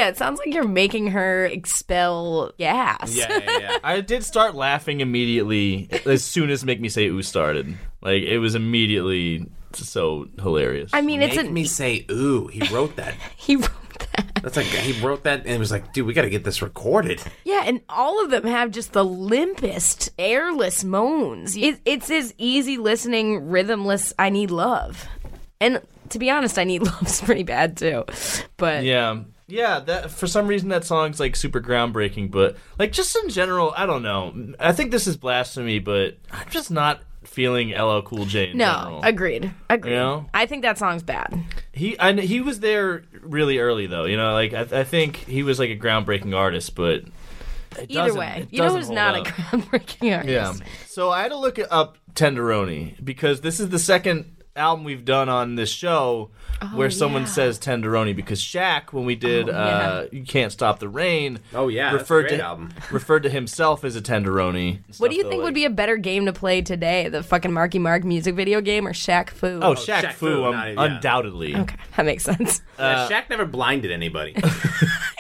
Speaker 6: it sounds like you're making her expel gas.
Speaker 7: yeah, yeah, *laughs* yeah.
Speaker 5: I did start laughing immediately as soon as "Make Me Say Ooh" started. Like it was immediately so hilarious.
Speaker 6: I mean, it's
Speaker 7: Make
Speaker 6: a
Speaker 7: me say "ooh." He wrote that.
Speaker 6: *laughs* he wrote that.
Speaker 7: That's like he wrote that and it was like, dude, we got to get this recorded.
Speaker 6: Yeah, and all of them have just the limpest, airless moans. It, it's his easy listening, rhythmless. I need love, and to be honest, I need *laughs* love's pretty bad too. But
Speaker 5: Yeah. Yeah, that for some reason that song's like super groundbreaking, but like just in general, I don't know. I think this is blasphemy, but I'm just not feeling LL Cool J. In
Speaker 6: no,
Speaker 5: general.
Speaker 6: agreed. Agreed.
Speaker 5: You know?
Speaker 6: I think that song's bad.
Speaker 5: he I, kn- he was there really early though. You know, like I, I think he was like a groundbreaking artist, but it
Speaker 6: Either
Speaker 5: doesn't-
Speaker 6: way,
Speaker 5: it
Speaker 6: you know
Speaker 5: doesn't
Speaker 6: who's
Speaker 5: hold
Speaker 6: not
Speaker 5: up.
Speaker 6: a groundbreaking artist.
Speaker 5: Yeah. So I had to look up Tenderoni because this is the second album we've done on this show where someone
Speaker 6: Oh, yeah. Oh,
Speaker 5: says Tenderoni because Shaq, when we did uh, You Can't Stop the Rain,
Speaker 7: Oh, yeah, that's a
Speaker 5: referred
Speaker 7: great
Speaker 5: to
Speaker 7: album.
Speaker 5: *laughs* referred to himself as a Tenderoni.
Speaker 6: What do you think would be a better game to play today? The fucking Marky Mark music video game or Shaq Fu?
Speaker 5: Oh, Shaq,
Speaker 7: Shaq
Speaker 5: Fu,
Speaker 7: Fu,
Speaker 5: um,
Speaker 7: not- yeah.
Speaker 5: undoubtedly.
Speaker 6: okay. That makes sense. *laughs*
Speaker 7: Yeah, Shaq never blinded *laughs* anybody. Uh,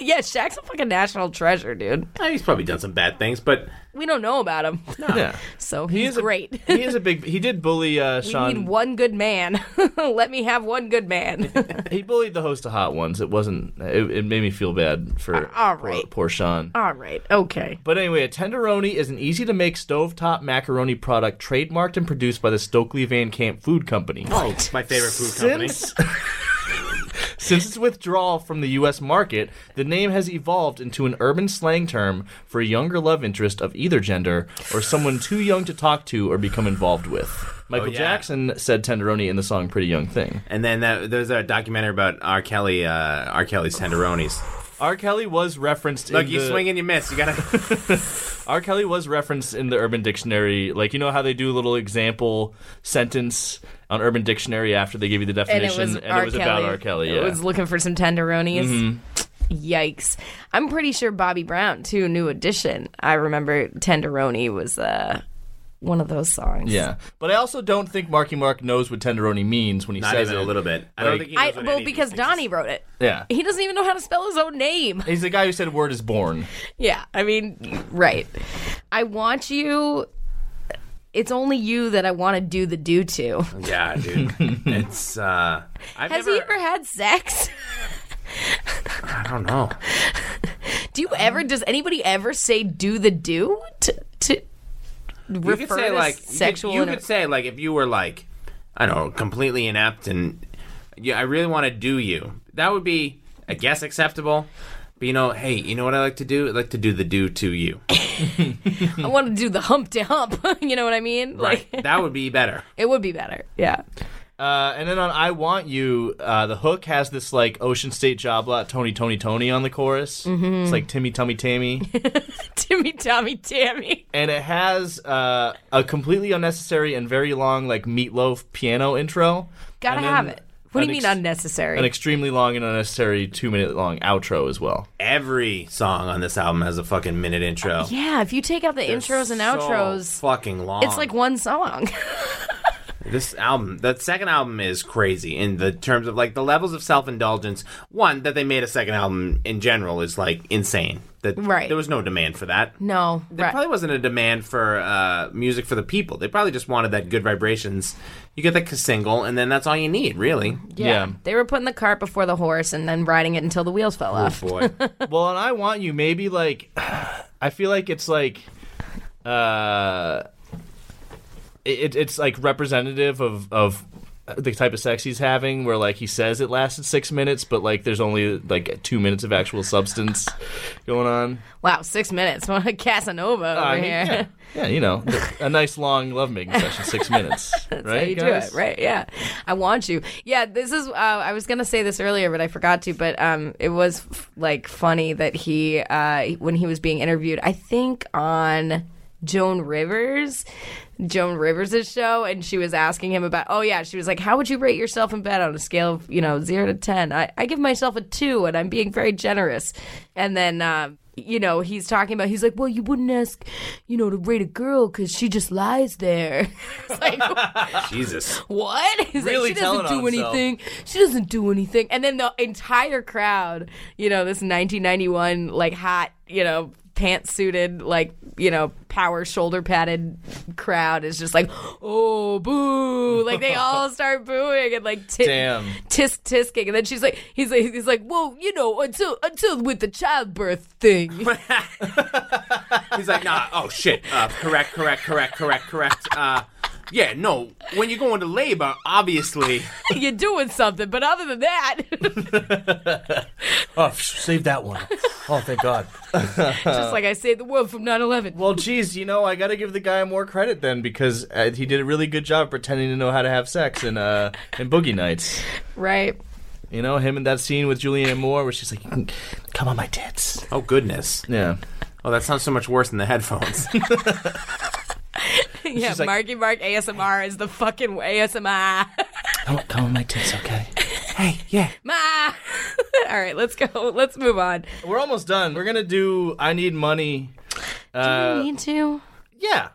Speaker 6: yeah, Shaq's a fucking national treasure, dude.
Speaker 7: Eh, he's probably done some bad things, but
Speaker 6: We don't know about him.
Speaker 5: Yeah.
Speaker 6: So
Speaker 5: He
Speaker 6: he's
Speaker 5: is a- *laughs*
Speaker 6: great. *laughs*
Speaker 5: he is a big. He did bully uh,
Speaker 6: we
Speaker 5: Sean.
Speaker 6: need one good man. *laughs* Let me have one good man. *laughs*
Speaker 5: He bullied the host of Hot Ones. It wasn't. It, it made me feel bad
Speaker 7: Uh,
Speaker 5: for
Speaker 6: all
Speaker 5: poor-
Speaker 6: right.
Speaker 5: poor Sean.
Speaker 6: All right. Okay.
Speaker 5: But anyway, a tenderoni is an easy to make stovetop macaroni product trademarked and produced by the Stokely Van Camp Food Company.
Speaker 7: my favorite food company.
Speaker 5: Since, *laughs* since its withdrawal from the U.S. market, the name has evolved into an urban slang term for a younger love interest of either gender or someone too young to talk to or become involved with. Michael
Speaker 7: Oh, yeah.
Speaker 5: Jackson said tenderoni in the song Pretty Young Thing.
Speaker 7: And then that, there's a documentary about R. Kelly, uh, R. Kelly's tenderonis.
Speaker 5: R. Kelly was referenced
Speaker 7: Look,
Speaker 5: in
Speaker 7: you
Speaker 5: the-
Speaker 7: swing and you miss. You
Speaker 6: *laughs*
Speaker 7: gotta.
Speaker 5: R. Kelly was referenced in the Urban Dictionary. Like, you know how they do a little example sentence on Urban Dictionary after they give you the
Speaker 6: And
Speaker 5: definition?
Speaker 6: it was, R.
Speaker 5: about
Speaker 6: Kelly.
Speaker 5: R. Kelly,
Speaker 6: It
Speaker 5: yeah. Mm-hmm.
Speaker 6: was looking for some tenderonis. Yikes. I'm pretty sure Bobby Brown, too, New Edition. I remember Tenderoni was uh, one of those songs.
Speaker 5: yeah. But I also don't think Marky Mark knows what tenderoni means when he
Speaker 7: Not
Speaker 5: says
Speaker 7: even
Speaker 5: it.
Speaker 7: a little bit. I don't
Speaker 5: Like-
Speaker 7: think he
Speaker 6: I,
Speaker 7: knows what any
Speaker 6: well,
Speaker 7: of these
Speaker 6: because
Speaker 7: things
Speaker 6: Donnie wrote it.
Speaker 5: Yeah.
Speaker 6: He doesn't even know how to spell his own name. *laughs*
Speaker 5: He's the guy who said word is born.
Speaker 6: Yeah, I mean, right. I want you. It's only you that I want to do the do to.
Speaker 7: is. Yeah,
Speaker 6: *laughs*
Speaker 7: dude. it's. uh I've
Speaker 6: Has
Speaker 7: never.
Speaker 6: he ever had sex?
Speaker 7: I don't know.
Speaker 6: Do you ever? Does anybody ever say do the do to to
Speaker 7: You
Speaker 6: refer
Speaker 7: could say
Speaker 6: to
Speaker 7: like you could-
Speaker 6: sexual?
Speaker 7: You could,
Speaker 6: inter-
Speaker 7: say like if you were like, I don't know, completely inept and yeah, I really want to do you. That would be, I guess, acceptable. But you know, hey, you know what I like to do? I like to do the do to
Speaker 6: *laughs*
Speaker 7: you.
Speaker 6: I want to do the hump to hump. *laughs* you know what I mean?
Speaker 7: Right.
Speaker 6: Like
Speaker 7: that would be better.
Speaker 6: it would be better. Yeah.
Speaker 5: Uh, and then on I Want You, uh, the hook has this, like, Ocean State job lot, Tony, Tony, Tony on the chorus.
Speaker 6: Mm-hmm.
Speaker 5: It's like Timmy, Tummy, Tammy.
Speaker 6: *laughs* *laughs* Timmy, Tommy, Tammy.
Speaker 5: and it has uh, a completely unnecessary and very long, like, meatloaf piano intro.
Speaker 6: Gotta
Speaker 5: And then
Speaker 6: have it. What do you
Speaker 5: an
Speaker 6: mean
Speaker 5: ex-
Speaker 6: unnecessary?
Speaker 5: an extremely long and unnecessary two minute long outro as
Speaker 6: *laughs*
Speaker 5: well.
Speaker 7: Every song on this album has a fucking minute intro.
Speaker 6: Uh, yeah, if you take out the intros and
Speaker 7: So
Speaker 6: outros,
Speaker 7: fucking long.
Speaker 6: it's like one song. *laughs*
Speaker 7: This album, the second album is crazy in the terms of like the levels of self indulgence. One that they made a second album in general is like insane. That
Speaker 6: Right.
Speaker 7: there was no demand for that.
Speaker 6: no,
Speaker 7: There
Speaker 6: right.
Speaker 7: probably wasn't a demand for uh, music for the people. They probably just wanted that good vibrations. You get the single, and then that's all you need, really.
Speaker 5: Yeah.
Speaker 6: They were putting the cart before the horse and then riding it until the wheels fell off.
Speaker 7: Oh, Boy, *laughs*
Speaker 5: well, and I want you maybe like *sighs* I feel like it's like uh it, it's like representative of of the type of sex he's having where like he says it lasted 6 minutes but like there's only like 2 minutes of actual substance going on.
Speaker 6: Wow, six minutes. *laughs* Casanova over
Speaker 5: I mean,
Speaker 6: here.
Speaker 5: Uh, *laughs* yeah. Yeah, you know, a nice long lovemaking session, *laughs* 6 minutes,
Speaker 6: That's how
Speaker 5: right?
Speaker 6: you
Speaker 5: guys?
Speaker 6: do it, right? Yeah, I want you. Yeah, this is. Uh, I was gonna say this earlier, but I forgot to. But um, it was f- like funny that he, uh, when he was being interviewed, I think on Joan Rivers, Joan Rivers' show, and she was asking him about, oh, yeah, she was like, how would you rate yourself in bed on a scale of, you know, zero to 10? I, I give myself a two, and I'm being very generous. And then, uh, you know, he's talking about, he's like, well, you wouldn't ask, you know, to rate a girl because she just lies there. *laughs* it's like,
Speaker 7: Jesus.
Speaker 6: what? *laughs* He's
Speaker 5: Really
Speaker 6: like, she doesn't
Speaker 5: telling
Speaker 6: do
Speaker 5: on himself.
Speaker 6: anything. She doesn't do anything. And then the entire crowd, you know, this 1991, like hot, you know, pantsuited, like, you know, power shoulder padded crowd is just like, oh, boo. Like
Speaker 5: *laughs*
Speaker 6: they all start booing and like, t-
Speaker 5: Damn.
Speaker 6: tisk tisking. And then she's like, he's like, he's like, well, you know, until, until with the childbirth
Speaker 5: *laughs*
Speaker 6: thing. *laughs*
Speaker 7: He's like, nah, oh shit. Uh, correct, correct, correct, correct, correct. Uh, yeah, no. When you go into labor, obviously.
Speaker 6: You're doing something. But other than that, *laughs*
Speaker 5: Oh, save that one. Oh, thank God. Uh-huh.
Speaker 6: just like I saved the world from 9
Speaker 5: *laughs*
Speaker 6: 11.
Speaker 5: Well, geez, you know, I got to give the guy more credit then because uh, he did a really good job pretending to know how to have sex in uh in Boogie Nights.
Speaker 6: Right.
Speaker 5: You know, him in that scene with Julianne Moore where she's like, "Come on, my tits."
Speaker 7: Oh goodness.
Speaker 5: Yeah.
Speaker 7: Oh, that sounds so much worse than the headphones.
Speaker 6: Yeah,
Speaker 5: She's like-
Speaker 6: Marky Mark ASMR is the fucking ASMR.
Speaker 5: Come on, come on, my tits. Okay.
Speaker 7: *laughs* hey, yeah.
Speaker 6: *laughs* Ma. *laughs* All right, let's go. Let's move on.
Speaker 5: We're almost done. We're gonna do. I need money. Uh,
Speaker 6: need to.
Speaker 5: yeah.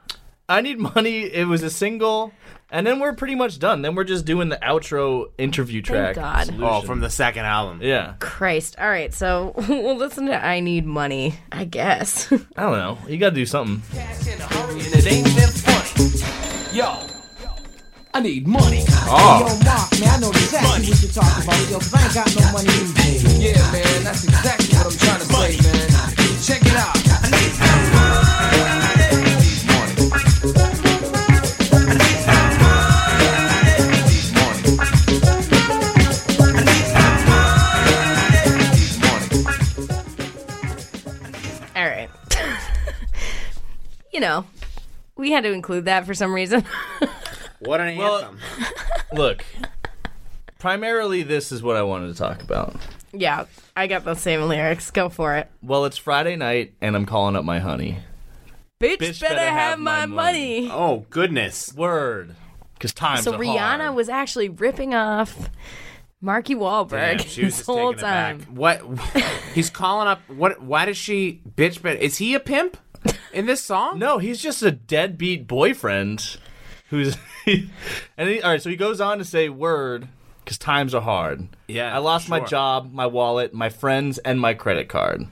Speaker 5: I need money. It was a single, and then we're pretty much done. Then we're just doing the outro interview track.
Speaker 6: God.
Speaker 7: Oh, from the second album.
Speaker 5: yeah.
Speaker 6: Christ. All right, so *laughs* we'll listen to I Need Money, I guess. *laughs*
Speaker 5: I don't know. You got to do something.
Speaker 2: cash in a hurry and it ain't been funny. Yo, I need money.
Speaker 7: Oh,
Speaker 2: Yeah, man, that's exactly what I'm trying to say, man. Check it out. I need some money. I need some money. I need some money. I need some money.
Speaker 6: All right. *laughs* you know, we had to include that for some reason. *laughs*
Speaker 7: what an
Speaker 5: Well-
Speaker 7: anthem.
Speaker 5: Look, primarily this is what I wanted to talk about.
Speaker 6: yeah, I got the same lyrics. Go for it.
Speaker 5: Well, it's Friday night, and I'm calling up my honey.
Speaker 6: Bitch,
Speaker 5: Bitch
Speaker 6: better,
Speaker 5: better
Speaker 6: have,
Speaker 5: have
Speaker 6: my
Speaker 5: my
Speaker 6: money.
Speaker 7: Oh goodness.
Speaker 5: Word. Because times
Speaker 6: So
Speaker 5: are
Speaker 6: Rihanna
Speaker 5: hard.
Speaker 6: was actually ripping off Marky
Speaker 7: Damn,
Speaker 6: Wahlberg
Speaker 7: she was
Speaker 6: *laughs* this
Speaker 7: just
Speaker 6: whole
Speaker 7: taking it back.
Speaker 6: time.
Speaker 7: What? He's calling up. What? Why does she bitch? But is he a pimp in this song?
Speaker 5: No, he's just a deadbeat boyfriend who's. *laughs* and he, all right, so he goes on to say, word, because times are hard.
Speaker 7: Yeah,
Speaker 5: I lost my
Speaker 7: sure.
Speaker 5: job, my wallet, my friends, and my credit card.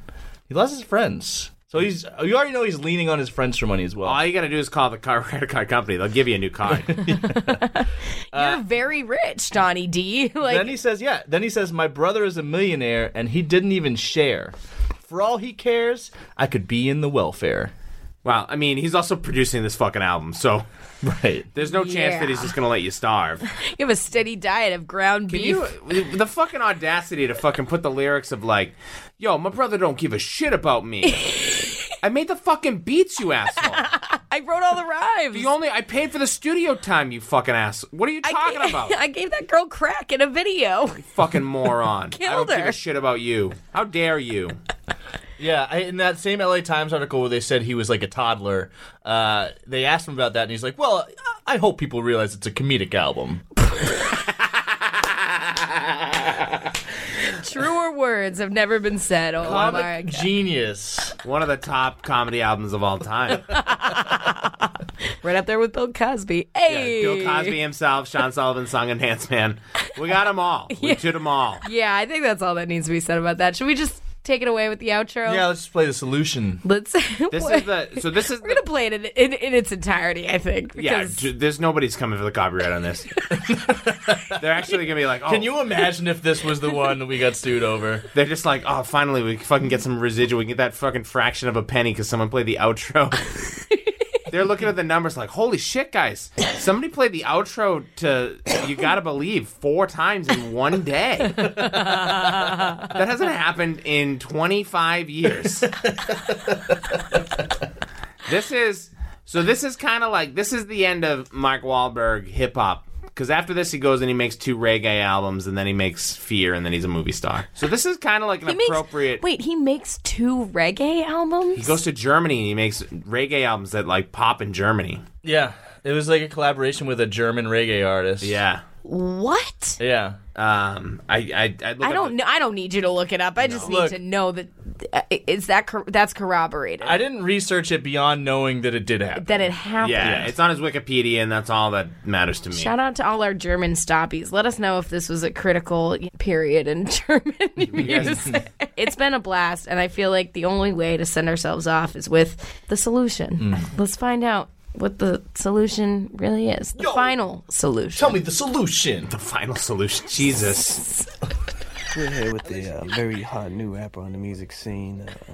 Speaker 5: He lost his friends. So he's. You already know he's leaning on his friends for money as well.
Speaker 7: All you gotta do is call the car *laughs* credit card company. They'll give you a new *laughs* card.
Speaker 6: You're very rich, Donnie D. *laughs* like
Speaker 5: then he says, yeah. Then he says, my brother is a millionaire, and he didn't even share. For all he cares, I could be in the welfare.
Speaker 7: well, I mean, he's also producing this fucking album, so
Speaker 5: *laughs* Right.
Speaker 7: there's no chance
Speaker 6: Yeah.
Speaker 7: that he's just gonna let you starve.
Speaker 6: You have a steady diet of ground beef.
Speaker 7: You, the fucking audacity to fucking put the lyrics of like, "Yo, my brother don't give a shit about me." I made the fucking beats, you asshole.
Speaker 6: I wrote all the rhymes. *laughs*
Speaker 7: The only I paid for the studio time, you fucking asshole. What are you
Speaker 6: I
Speaker 7: talking
Speaker 6: gave,
Speaker 7: about?
Speaker 6: *laughs* I gave that girl crack in
Speaker 7: *laughs*
Speaker 6: a video.
Speaker 7: fucking moron. I
Speaker 6: Killed
Speaker 7: don't give
Speaker 6: her.
Speaker 7: a shit about you. How dare you?
Speaker 5: Yeah, I, in that same LA Times article where they said he was like a toddler, uh, they asked him about that, and he's like, "Well, I hope people realize it's a comedic album."
Speaker 6: Truer words have never been said. Oh my
Speaker 5: Comic
Speaker 6: god.
Speaker 5: genius.
Speaker 7: One of the top comedy albums of all
Speaker 6: *laughs*
Speaker 7: time.
Speaker 6: *laughs* Right up there with Bill Cosby.
Speaker 7: Yeah,
Speaker 6: Hey.
Speaker 7: Bill Cosby himself, Sean Sullivan, Song and Dance Man. We got them all. We did them all.
Speaker 6: Yeah, I think that's all that needs to be said about that. Should we just take it away with the outro?
Speaker 5: Yeah, let's just play the solution.
Speaker 6: Let's. *laughs*
Speaker 7: This is the so this is
Speaker 6: We're
Speaker 7: the,
Speaker 6: gonna play it in, in, in its entirety, I think.
Speaker 7: yeah.
Speaker 6: Because
Speaker 7: Ju- there's nobody's coming for the copyright on
Speaker 5: *laughs*
Speaker 7: this. They're actually gonna be like, oh,
Speaker 5: Can you imagine if this was the one that we got sued over?
Speaker 7: They're just like, oh, finally we fucking get some residual. We can get that fucking fraction of a penny because someone played the outro. They're looking at the numbers like, holy shit, guys! Somebody played the outro to "You Gotta Believe" four times in one day. that hasn't happened in 25 years. this is so. This is kind of like this is the end of Mark Wahlberg hip hop Because after this, he goes and he makes two reggae albums, and then he makes Fear, and then he's a movie star. So this is kind of like an
Speaker 6: He makes
Speaker 7: appropriate.
Speaker 6: wait. He makes two reggae albums.
Speaker 7: He goes to Germany and he makes reggae albums that like pop in Germany.
Speaker 5: Yeah, it was like a collaboration with a German reggae artist.
Speaker 7: Yeah.
Speaker 6: what?
Speaker 5: yeah.
Speaker 7: Um. I. I. I, look
Speaker 6: I
Speaker 7: up
Speaker 6: don't know. I don't need you to look it up. I just need
Speaker 5: Look.
Speaker 6: to know that uh, is that cor- that's corroborated
Speaker 5: I didn't research it beyond knowing that it did happen.
Speaker 6: that it
Speaker 7: the-
Speaker 6: happened.
Speaker 7: Yeah, it's on his Wikipedia, and that's all that matters to me.
Speaker 6: Shout out to all our German stoppies. Let us know if this was a critical period in *laughs* German *laughs* music. it's been a blast, and I feel like the only way to send ourselves off is with the solution. Let's find out what the solution really is. The final solution.
Speaker 5: me the solution.
Speaker 7: The final solution. Jesus.
Speaker 9: We're here with a uh, very hot new rapper on the music scene. Uh,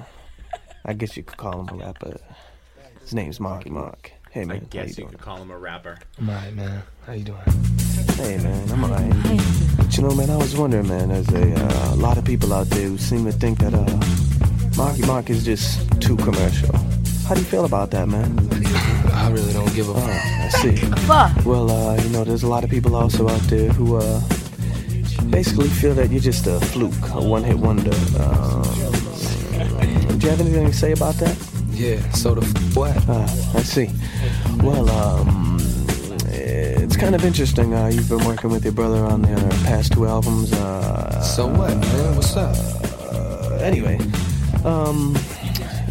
Speaker 9: I guess you could call him a rapper. His name's Marky Mark. Hey
Speaker 7: I
Speaker 9: man, how you
Speaker 7: guess you
Speaker 9: doing?
Speaker 7: could call him a rapper.
Speaker 9: I'm alright, man. How you doing? Hey man, I'm alright. But you know, man, I was wondering, man. There's a uh, lot of people out there who seem to think that uh, Marky Mark is just too commercial. How do you feel about that, man? I really don't give a fuck. I see. Well, uh, you know, there's a lot of people also out there who uh, basically feel that you're just a fluke, a one-hit wonder. Um, do you have anything to say about that? Yeah, so the f- what? Uh, I see. Well, um, it's kind of interesting. Uh, you've been working with your brother on the past two albums. Uh, so what, man? What's up? Uh, anyway, um,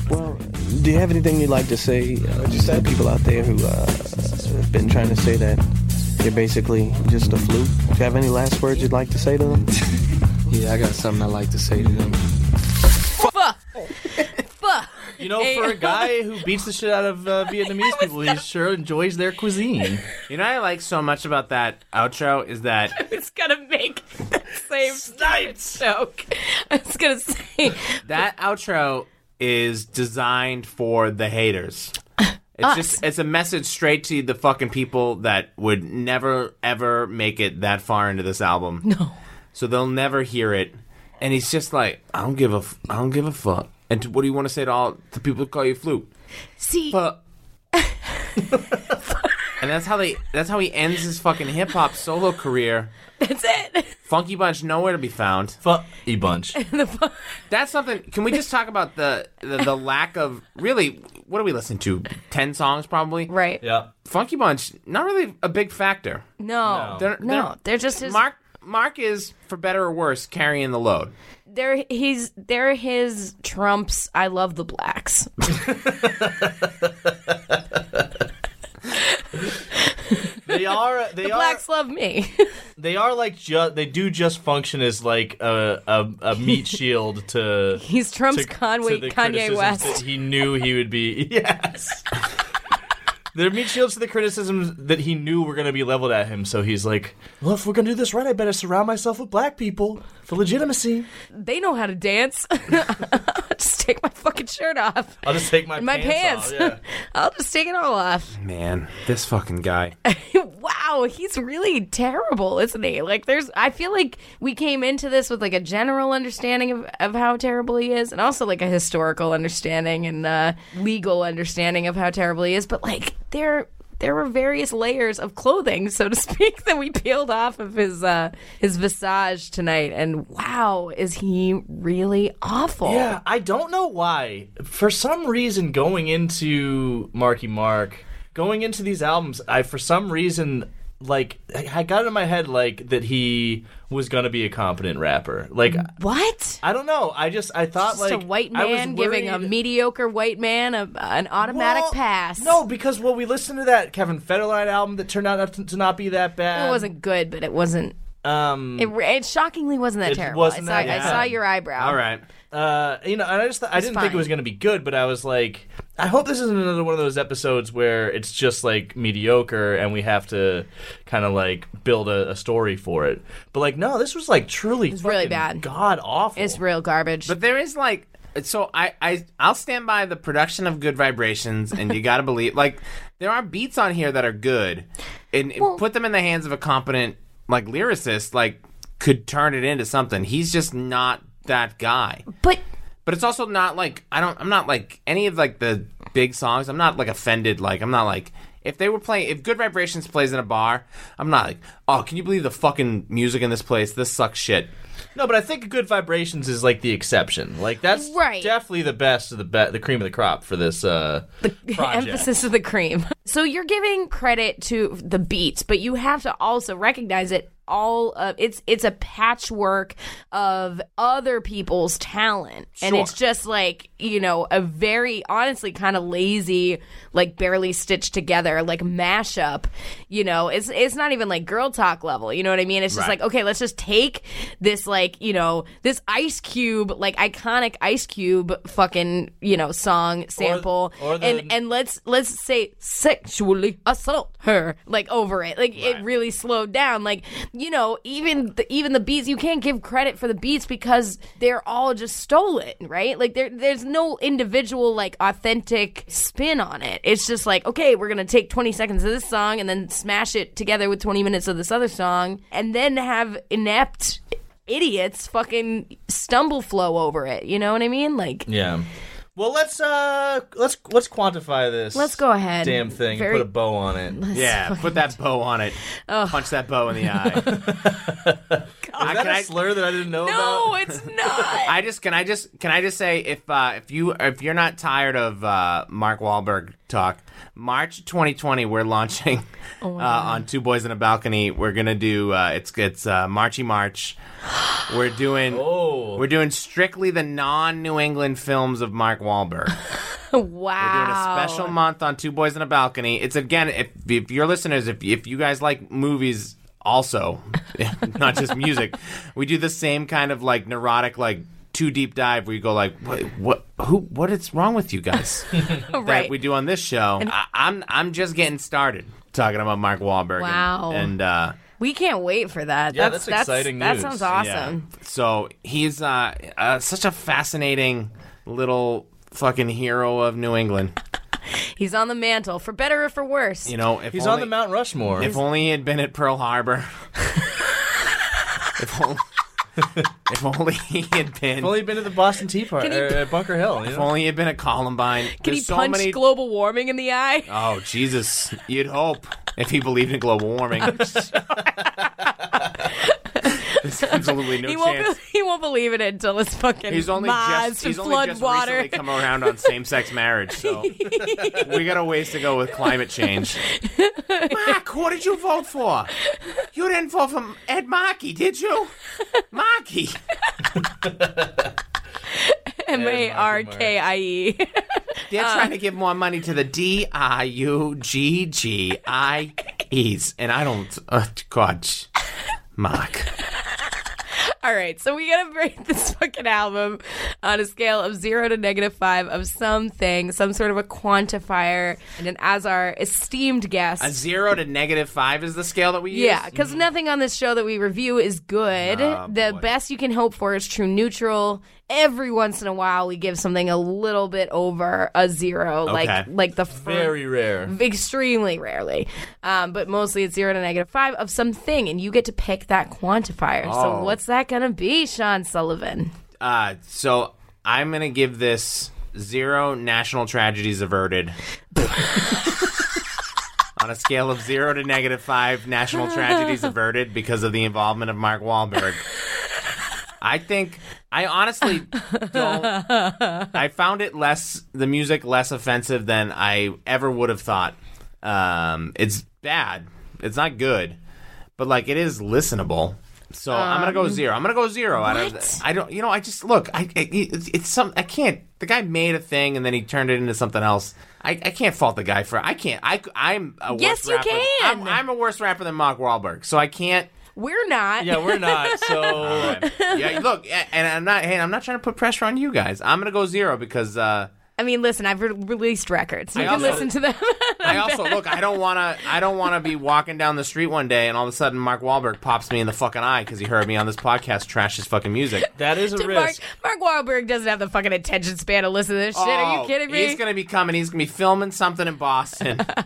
Speaker 9: well, do you have anything you'd like to say uh, just to the people out there who uh, have been trying to say that you're basically just a fluke? Do you have any last words you'd like to say to them? *laughs* yeah, I got something I'd like to say to them.
Speaker 5: You know, for a guy who beats the shit out of uh,
Speaker 6: *laughs*
Speaker 5: Vietnamese people, he sure enjoys their cuisine.
Speaker 7: You know, what I like so much about that outro is that
Speaker 6: *laughs* It's gonna make *laughs* the same joke. I was gonna say *laughs*
Speaker 7: That outro is designed for the haters. It's just it's a message straight to the fucking people that would never ever make it that far into this album. No. So they'll never hear it. And he's just like, I don't give a f- I don't give a fuck. And to, what do you want to say to all the people who call you fluke?
Speaker 6: see
Speaker 7: Fuck. and that's how they that's how he ends his fucking hip hop solo career.
Speaker 6: that's it. *laughs*
Speaker 7: Funky Bunch nowhere to be found.
Speaker 5: Fuck a bunch.
Speaker 7: That's something. Can we just talk about the, the the lack of really? What do we listen to? Ten songs probably.
Speaker 6: Right.
Speaker 5: Yeah.
Speaker 7: Funky Bunch, not really a big factor.
Speaker 6: No.
Speaker 7: They're-
Speaker 6: no.
Speaker 7: they're-
Speaker 6: they're just his
Speaker 7: Mark Mark is, for better or worse, carrying the load.
Speaker 6: they're he's they're his Trump's I love the blacks.
Speaker 5: They are. They are.
Speaker 6: Blacks love me. *laughs*
Speaker 5: They are like. Ju- they do just function as like a a, a
Speaker 6: *laughs*
Speaker 5: meat shield to.
Speaker 6: He's Trump's
Speaker 5: to-
Speaker 6: Conway
Speaker 5: to the
Speaker 6: Kanye
Speaker 5: criticisms
Speaker 6: West.
Speaker 5: that he knew he would be. *laughs* Yes. They're meat shields to the criticisms that he knew were going to be leveled at him. So he's like, "Well, if we're going to do this right, I better surround myself with black people for legitimacy.
Speaker 6: They know how to dance. *laughs* I'll just take my fucking shirt off.
Speaker 5: I'll just take my
Speaker 6: And my
Speaker 5: pants,
Speaker 6: pants.
Speaker 5: off."
Speaker 6: *laughs* I'll just take it all off.
Speaker 7: Man, this fucking guy.
Speaker 6: *laughs* wow, he's really terrible, isn't he? Like there's I feel like we came into this with like a general understanding of, of how terrible he is and also like a historical understanding and uh legal understanding of how terrible he is, but like there there were various layers of clothing, so to *laughs* speak, that we peeled off of his uh his visage tonight and wow, is he really awful.
Speaker 5: Yeah, I don't know why. For some reason, going into Marky Mark, going into these albums, I for some reason like I I got it in my head like that he was gonna be a competent rapper. Like
Speaker 6: What?
Speaker 5: I don't know. I just I thought
Speaker 6: Mm. Just
Speaker 5: Uh, like
Speaker 6: a white
Speaker 5: I was
Speaker 6: man giving a
Speaker 5: worried-
Speaker 6: mediocre white man a, an automatic
Speaker 5: Well,
Speaker 6: pass.
Speaker 5: No, because well, we listened to that Kevin Federline album that turned out not to, to not be that bad.
Speaker 6: It wasn't good, but it wasn't.
Speaker 5: Um,
Speaker 6: It, it shockingly wasn't that
Speaker 5: It
Speaker 6: terrible.
Speaker 5: wasn't
Speaker 6: I, saw,
Speaker 5: that
Speaker 6: I saw
Speaker 5: bad.
Speaker 6: your eyebrow.
Speaker 7: All right.
Speaker 5: uh, you know, and I just th- I didn't think
Speaker 6: fine.
Speaker 5: it was going to be good, but I was like, I hope this isn't another one of those episodes where it's just like mediocre and we have to kind of like build a, a story for it. But like, no, this was like truly
Speaker 6: really bad.
Speaker 5: god awful.
Speaker 6: It's real garbage.
Speaker 7: But there is like so I, I I'll stand by the production of good vibrations and you gotta believe like there are beats on here that are good and
Speaker 6: Well-
Speaker 7: put them in the hands of a competent like lyricist like could turn it into something. He's just not that guy.
Speaker 6: but
Speaker 7: But it's also not like I don't I'm not like any of like the big songs. I'm not like offended like I'm not like If they were playing, if Good Vibrations plays in a bar, I'm not like, oh, can you believe the fucking music in this place? This sucks shit.
Speaker 5: No, but I think good vibrations is like the exception. Like that's
Speaker 6: Right.
Speaker 5: definitely the best of the be- the cream of the crop for this uh project.
Speaker 6: *laughs* Emphasis of the cream. So you're giving credit to the beats, but you have to also recognize it all of it's it's a patchwork of other people's talent. And
Speaker 7: Sure.
Speaker 6: it's just like, you know, a very honestly kind of lazy, like barely stitched together, like mashup. You know, it's it's not even like girl talk level. You know what I mean? It's just
Speaker 7: Right.
Speaker 6: like, okay, let's just take this like, you know, this ice cube, like iconic ice cube fucking, you know, song sample
Speaker 5: or the-
Speaker 6: and and let's let's say sexually assault her like over it like it really slowed down like you know even the, even the beats you can't give credit for the beats because they're all just stolen right like there there's no individual like authentic spin on it it's just like okay we're gonna take 20 seconds of this song and then smash it together with 20 minutes of this other song and then have inept idiots fucking stumble flow over it you know what i mean like
Speaker 5: Yeah. Well, let's uh let's let's quantify this.
Speaker 6: Let's go ahead.
Speaker 5: Damn thing.
Speaker 6: Very-
Speaker 5: and put a bow on
Speaker 6: *laughs*
Speaker 5: it.
Speaker 7: Yeah, put that bow on it. Punch that bow in the eye.
Speaker 5: Is
Speaker 7: can
Speaker 5: that
Speaker 7: I-
Speaker 5: a slur that I didn't know
Speaker 6: no
Speaker 5: about?
Speaker 6: it's not
Speaker 7: I just can I just can I just say if uh, if you if you're not tired of uh, Mark Wahlberg talk, March 2020 we're launching uh, on Two Boys in a Balcony. We're gonna do uh, it's it's uh, Marchy March. We're doing
Speaker 5: Oh.
Speaker 7: we're doing strictly the non New England films of Mark Wahlberg. We're doing
Speaker 6: Wow.
Speaker 7: a special month on Two Boys in a Balcony. It's again, if, if your listeners, if, if you guys like movies also, *laughs* not just music, we do the same kind of like neurotic, like too deep dive where you go like, what, what, who, what is wrong with you
Speaker 6: *laughs*
Speaker 7: guys?
Speaker 6: right.
Speaker 7: That we do on this show. I, I'm, I'm just getting started talking about Mark Wahlberg. and-
Speaker 6: Wow.
Speaker 7: And, uh,
Speaker 6: We can't wait for that.
Speaker 5: Yeah,
Speaker 6: that's,
Speaker 5: that's exciting
Speaker 6: That
Speaker 5: news.
Speaker 6: sounds
Speaker 5: Yeah.
Speaker 6: awesome.
Speaker 7: So he's uh, uh, such a fascinating little fucking hero of New England.
Speaker 6: He's on the mantle for better or for worse.
Speaker 7: You know, if
Speaker 5: He's on
Speaker 7: only-
Speaker 5: the Mount Rushmore.
Speaker 7: If only he had been at Pearl Harbor. if, only, *laughs* if only he had been.
Speaker 5: If only he'd been to the Boston Tea Party
Speaker 6: Can he-
Speaker 5: or uh, Bunker Hill. You
Speaker 7: if
Speaker 5: know?
Speaker 7: only he had been at Columbine.
Speaker 6: Can
Speaker 7: There's
Speaker 6: he
Speaker 7: so
Speaker 6: punch
Speaker 7: many-
Speaker 6: global warming in the eye?
Speaker 7: oh Jesus! You'd hope if he believed in global
Speaker 6: *laughs*
Speaker 7: warming. There's absolutely no
Speaker 6: he won't.
Speaker 7: chance.
Speaker 6: Be, *laughs* he won't believe in it until it's fucking
Speaker 7: He's only
Speaker 6: Mars
Speaker 7: just
Speaker 6: and
Speaker 7: he's only
Speaker 6: flood
Speaker 7: just
Speaker 6: water. *laughs*
Speaker 7: recently come around on same-sex marriage, so we got a ways to go with climate change. Mark, what did you vote for? You didn't vote for Ed Markey, did you? Markey.
Speaker 6: M a r k i e. *laughs*
Speaker 7: They're trying to give more money to the D I U G G I E's, and I don't. Uh, God, Mark.
Speaker 6: All right, so we gotta rate *laughs* this fucking album on a scale of zero to negative five of something, some sort of a quantifier, and then as our esteemed guest,
Speaker 7: A zero to negative five is the scale that we use.
Speaker 6: Yeah, because nothing on this show that we review is good. the best you can hope for is true neutral. Every once in a while, we give something a little bit over a zero, like like the fir-
Speaker 5: Very rare.
Speaker 6: extremely rarely, um, but mostly it's zero to negative five of something, and you get to pick that quantifier.
Speaker 7: Oh.
Speaker 6: So what's that gonna be, Sean Sullivan?
Speaker 7: Uh, so I'm gonna give this zero national tragedies averted. On a scale of zero to negative five, national tragedies averted because of the involvement of Mark Wahlberg. I think I honestly don't. I found it less the music less offensive than I ever would have thought. Um, it's bad. It's not good, but like it is listenable. So I'm gonna go zero. I'm gonna go zero. Out
Speaker 6: what?
Speaker 7: of, I don't. You know. I just look. I, I it's, it's some. I can't. The guy made a thing and then he turned it into something else. I, I can't fault the guy for. I can't. I I'm a worse
Speaker 6: Yes, you
Speaker 7: rapper-
Speaker 6: can.
Speaker 7: I'm, I'm a worse rapper than Mark Wahlberg. So I can't.
Speaker 6: We're not.
Speaker 5: Yeah, we're not. *laughs* So uh,
Speaker 6: *laughs*
Speaker 7: yeah, look, a- and I'm not. Hey, I'm not trying to put pressure on you guys. I'm gonna go zero because
Speaker 6: *laughs*
Speaker 7: uh,
Speaker 6: I mean, listen, I've re- released records. You
Speaker 7: I
Speaker 6: can
Speaker 7: also-
Speaker 6: listen to them. *laughs*
Speaker 7: I also look. I don't wanna. I don't wanna be walking down the street one day and all of a sudden Mark Wahlberg pops me in the fucking eye because he heard me on this podcast trash his fucking music.
Speaker 5: that is a
Speaker 6: Mark,
Speaker 5: risk.
Speaker 6: Mark Wahlberg doesn't have the fucking attention span to listen to this *laughs* shit. Are
Speaker 7: Oh,
Speaker 6: you kidding me?
Speaker 7: He's gonna be coming. He's gonna be filming something in Boston.
Speaker 6: *laughs*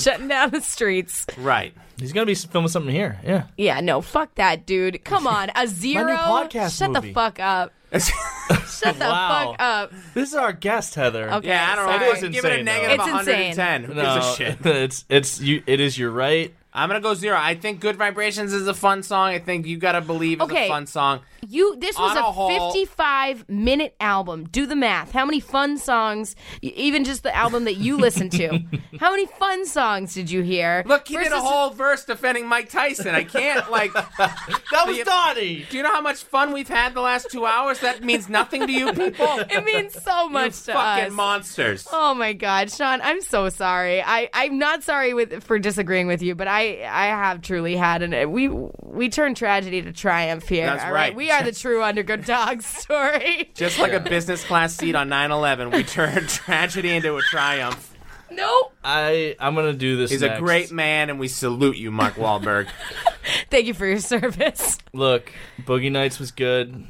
Speaker 6: shutting down the streets.
Speaker 7: right. *laughs*
Speaker 5: He's gonna be filming something here. Yeah. *laughs*
Speaker 6: Yeah, no, fuck that, dude. Come on, a zero.
Speaker 5: podcast
Speaker 6: Shut
Speaker 5: movie.
Speaker 6: the fuck up. Shut the
Speaker 5: Wow.
Speaker 6: fuck up.
Speaker 5: This is our guest, Heather.
Speaker 6: Okay,
Speaker 7: Yeah, I don't
Speaker 6: sorry.
Speaker 7: know.
Speaker 5: It is
Speaker 7: Give it a
Speaker 5: insane, though.
Speaker 7: negative
Speaker 6: It's insane.
Speaker 7: 110. Who gives a shit?
Speaker 5: *laughs* It's it's you. It is. You're right.
Speaker 7: I'm gonna go zero. I think "Good Vibrations" is a fun song. I think "You Gotta Believe" is
Speaker 6: Okay.
Speaker 7: a fun song.
Speaker 6: You this was
Speaker 7: On
Speaker 6: a,
Speaker 7: a whole-
Speaker 6: 55 minute album. Do the math. How many fun songs y- even just the album that you
Speaker 7: *laughs*
Speaker 6: listened to? How many fun songs did you hear?
Speaker 7: Look, he did a
Speaker 6: Versus-
Speaker 7: whole verse defending Mike Tyson. I can't like.
Speaker 5: That was Donnie.
Speaker 7: do you know how much fun we've had the last two hours? That means nothing
Speaker 6: *laughs*
Speaker 7: to you people.
Speaker 6: *laughs* It means so much to
Speaker 7: Fucking
Speaker 6: us.
Speaker 7: monsters.
Speaker 6: Oh my God, Sean! I'm so sorry. I I'm not sorry with for disagreeing with you, but I I have truly had an we we turn tragedy to triumph here.
Speaker 7: That's
Speaker 6: all
Speaker 7: right.
Speaker 6: we are the
Speaker 5: *laughs*
Speaker 6: true underdog dog story.
Speaker 7: Just like a business class seat on 9/11, we turned *laughs* tragedy into a triumph.
Speaker 6: nope.
Speaker 5: I I'm gonna do this.
Speaker 7: He's
Speaker 5: next.
Speaker 7: a great man, and we salute you, Mark Wahlberg. *laughs*
Speaker 6: Thank you for your service.
Speaker 5: look. Boogie Nights was good.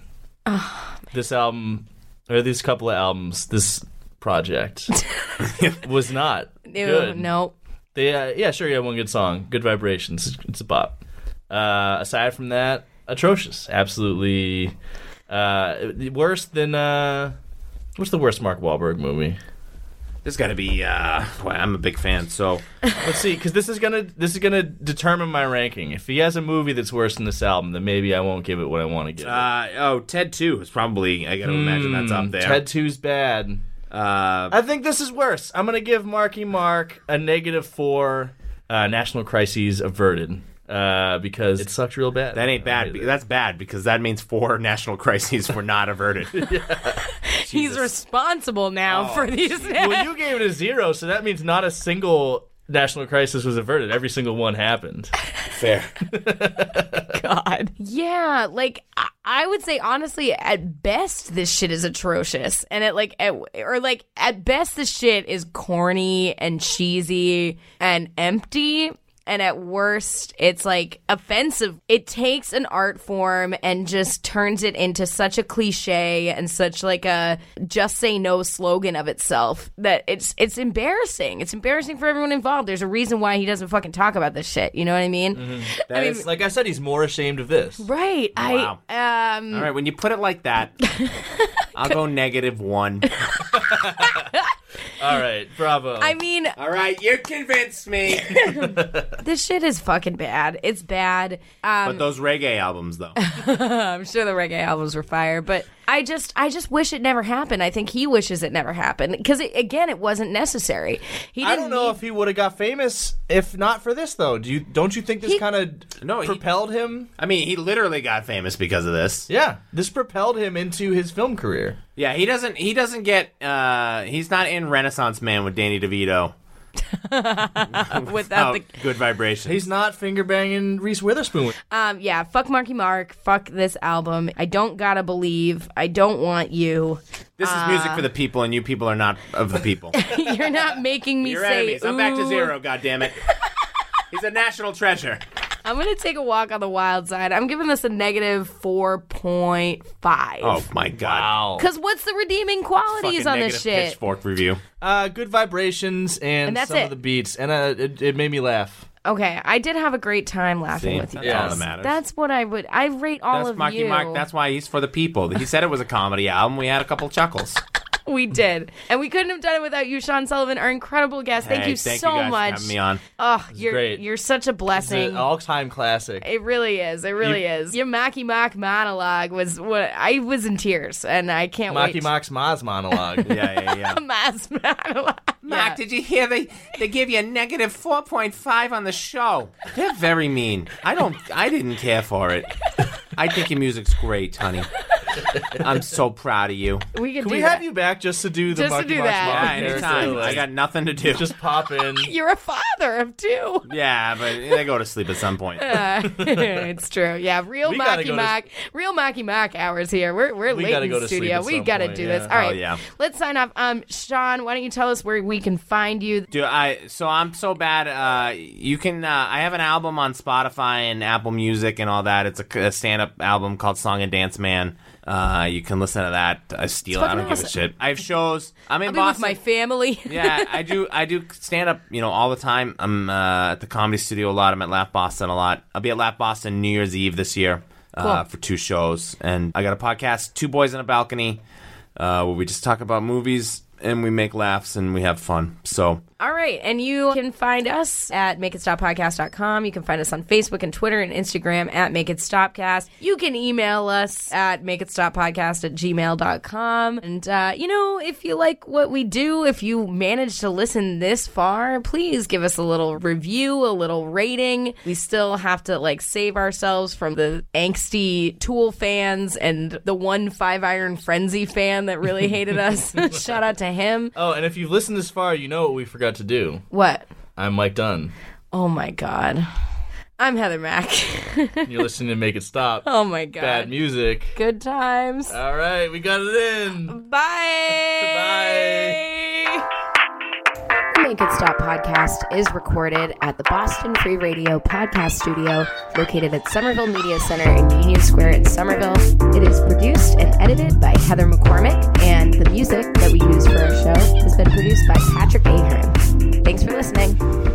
Speaker 5: this album or these couple of albums, this project *laughs* was not
Speaker 6: Ew,
Speaker 5: good.
Speaker 6: Nope.
Speaker 5: They uh, yeah sure you had one good song, Good Vibrations. It's a bop. Uh, aside from that, atrocious. Absolutely uh, worse than uh, what's the worst Mark Wahlberg movie?
Speaker 7: There's got to be. Uh, boy, I'm a big fan, so
Speaker 5: Let's see, because this is gonna this is gonna determine my ranking. If he has a movie that's worse than this album, then maybe I won't give it what I want to give. it.
Speaker 7: Uh, oh, Ted 2 is probably, I gotta imagine that's up there.
Speaker 5: Hmm. Ted 2's bad.
Speaker 7: Uh,
Speaker 5: I think this is worse. I'm gonna give Marky Mark a negative four. Uh, national crises averted uh, because it sucked real bad.
Speaker 7: that ain't bad. That's bad because that means four *laughs* national crises were not
Speaker 5: *laughs*
Speaker 7: averted.
Speaker 6: He's responsible now for these.
Speaker 5: Oh, well, you gave it a zero, so that means not a single national crisis was averted. Every single one happened.
Speaker 7: Fair.
Speaker 6: Yeah, like I- I would say honestly, at best this shit is atrocious, and at like at, or like at best this shit is corny and cheesy and empty. And at worst, it's like offensive. It takes an art form and just turns it into such a cliche and such like a just say no slogan of itself that it's it's embarrassing. It's embarrassing for everyone involved. There's a reason why he doesn't fucking talk about this shit. You know what I mean?
Speaker 5: I mean, like I said, he's more ashamed of this.
Speaker 6: Right. I um
Speaker 7: All right, when you put it like
Speaker 6: *laughs*
Speaker 7: that, I'll go negative one.
Speaker 5: All right, bravo.
Speaker 6: I mean,
Speaker 7: All right, you convinced
Speaker 6: *laughs*
Speaker 7: me.
Speaker 6: this shit is fucking bad. It's bad. Um,
Speaker 7: but those reggae albums, though.
Speaker 6: I'm sure the reggae albums were fire, but I just, I just wish it never happened. I think he wishes it never happened because, again, it wasn't necessary. He didn't
Speaker 5: I don't know
Speaker 6: need-
Speaker 5: if he would have got famous if not for this though. Do you don't you think this
Speaker 6: He-
Speaker 5: kind of
Speaker 7: No, he-
Speaker 5: propelled him?
Speaker 7: I mean, he literally got famous because of this.
Speaker 5: Yeah, this propelled him into his film career.
Speaker 7: Yeah, he doesn't. He doesn't get. Uh, he's not in Renaissance Man with Danny DeVito.
Speaker 6: without
Speaker 7: Oh,
Speaker 6: the,
Speaker 7: good vibrations.
Speaker 5: He's not finger banging Reese Witherspoon.
Speaker 6: um, yeah, fuck Marky Mark, fuck this album. I don't gotta believe. I don't want you. *laughs*
Speaker 7: This is music for the people, and you people are not of the people.
Speaker 6: You're not making me
Speaker 7: Your
Speaker 6: say.
Speaker 7: enemies. I'm back to
Speaker 6: "Ooh."
Speaker 7: zero, goddammit.
Speaker 6: *laughs*
Speaker 7: He's a national treasure.
Speaker 6: I'm gonna take a walk on the wild side. I'm giving this a negative four point five.
Speaker 7: Oh my god.
Speaker 6: Because what's the redeeming qualities
Speaker 7: Fucking
Speaker 6: on
Speaker 7: negative
Speaker 6: this shit?
Speaker 7: Pitchfork review.
Speaker 5: Uh, good vibrations and,
Speaker 6: And that's
Speaker 5: some
Speaker 6: it.
Speaker 5: of the beats, and uh, it, it made me laugh.
Speaker 6: Okay, I did have a great time laughing
Speaker 7: See,
Speaker 6: with you.
Speaker 7: that's all that
Speaker 6: guys.
Speaker 7: matters.
Speaker 6: That's what I would. I rate all
Speaker 7: That's
Speaker 6: of
Speaker 7: Marky
Speaker 6: you.
Speaker 7: Mark. That's why he's for the people. He said it was a comedy album. We had a couple chuckles.
Speaker 6: we did, and we couldn't have done it without you, Sean Sullivan, our incredible guest. Thank
Speaker 7: Hey, *laughs*
Speaker 6: you
Speaker 7: thank
Speaker 6: so
Speaker 7: you guys
Speaker 6: much.
Speaker 7: For having me on.
Speaker 6: Ugh, you're
Speaker 5: great.
Speaker 6: you're such a
Speaker 5: It's
Speaker 6: blessing.
Speaker 5: an all-time classic.
Speaker 6: it really is. It really
Speaker 5: You-
Speaker 6: is. Your Marky Mark monologue was what I was in tears, and I can't
Speaker 5: Mocky
Speaker 6: wait.
Speaker 5: Mock's Moz *laughs* monologue.
Speaker 7: Yeah, *laughs* yeah, yeah.
Speaker 6: *laughs* Mass monologue. Yeah.
Speaker 7: did you hear they they give you a negative four point five on the show? They're very mean. I don't. I didn't care for it. I think your music's great, honey. I'm so proud of you.
Speaker 6: we could
Speaker 5: Can
Speaker 6: do
Speaker 5: we
Speaker 6: that.
Speaker 5: have you back just to do the
Speaker 6: Just to
Speaker 5: Mocky
Speaker 6: do
Speaker 5: Mock's
Speaker 6: that.
Speaker 5: Moz
Speaker 7: Yeah,
Speaker 5: character?
Speaker 7: anytime.
Speaker 5: Like,
Speaker 7: I got nothing to do.
Speaker 5: just pop
Speaker 6: *laughs*
Speaker 5: in.
Speaker 6: You're a father of two.
Speaker 7: Yeah, but they go to sleep at some *laughs* point.
Speaker 6: *laughs* it's true. Yeah, real
Speaker 5: We gotta
Speaker 6: Mocky
Speaker 5: go to-
Speaker 6: Mock, real Mocky Mock hours here. We're we're
Speaker 5: We
Speaker 6: late
Speaker 5: gotta
Speaker 6: in
Speaker 5: go
Speaker 6: the
Speaker 5: to sleep
Speaker 6: studio.
Speaker 5: at
Speaker 6: we
Speaker 5: some
Speaker 6: gotta
Speaker 5: point,
Speaker 6: do
Speaker 5: yeah.
Speaker 6: this. All right,
Speaker 7: yeah.
Speaker 6: Let's sign off. Um, Sean, why don't you tell us where we can find you?
Speaker 7: Dude, I so I'm so bad. Uh, you can uh, I have an album on Spotify and Apple Music and all that. It's a, stand up album called Song and Dance Man. Uh, you can listen to that. I steal. it. I
Speaker 6: fucking
Speaker 7: don't give a
Speaker 6: awesome.
Speaker 7: shit. I have shows. I'm in
Speaker 6: I'll be with
Speaker 7: Boston.
Speaker 6: my family.
Speaker 5: *laughs*
Speaker 7: *laughs* yeah, I do. I do stand up. You know, all the time. I'm uh, at the Comedy Studio a lot. I'm at Laugh Boston a lot. I'll be at Laugh Boston New Year's Eve this year uh,
Speaker 6: Cool.
Speaker 7: for two shows, and I got a podcast, Two Boys in a Balcony. uh, where we just talk about movies and we make laughs and we have fun. So
Speaker 6: All right. And you can find us at makeitstoppodcast.com. You can find us on Facebook and Twitter and Instagram at makeitstopcast. You can email us at makeitstoppodcast at gmail.com. And, uh, you know, if you like what we do, if you manage to listen this far, please give us a little review, a little rating. We still have to, like, save ourselves from the angsty Tool fans and the one Five Iron Frenzy fan that really hated us. Shout out to him.
Speaker 5: Oh, and if you've listened this far, you know what we forgot to do.
Speaker 6: What?
Speaker 5: I'm Mike Dunn.
Speaker 6: Oh my god. I'm Heather Mack. *laughs*
Speaker 5: You're listening to Make It Stop.
Speaker 6: oh my god.
Speaker 5: Bad Uh, music.
Speaker 6: Good times.
Speaker 5: All right, we got it in.
Speaker 6: Bye. Bye.
Speaker 8: The Make It Stop podcast is recorded at the Boston Free Radio podcast studio located at Somerville Media Center in Union Square in Somerville. It is produced and edited by Heather McCormick, and the music that we use for our show has been produced by Patrick Ahern. Thanks for listening.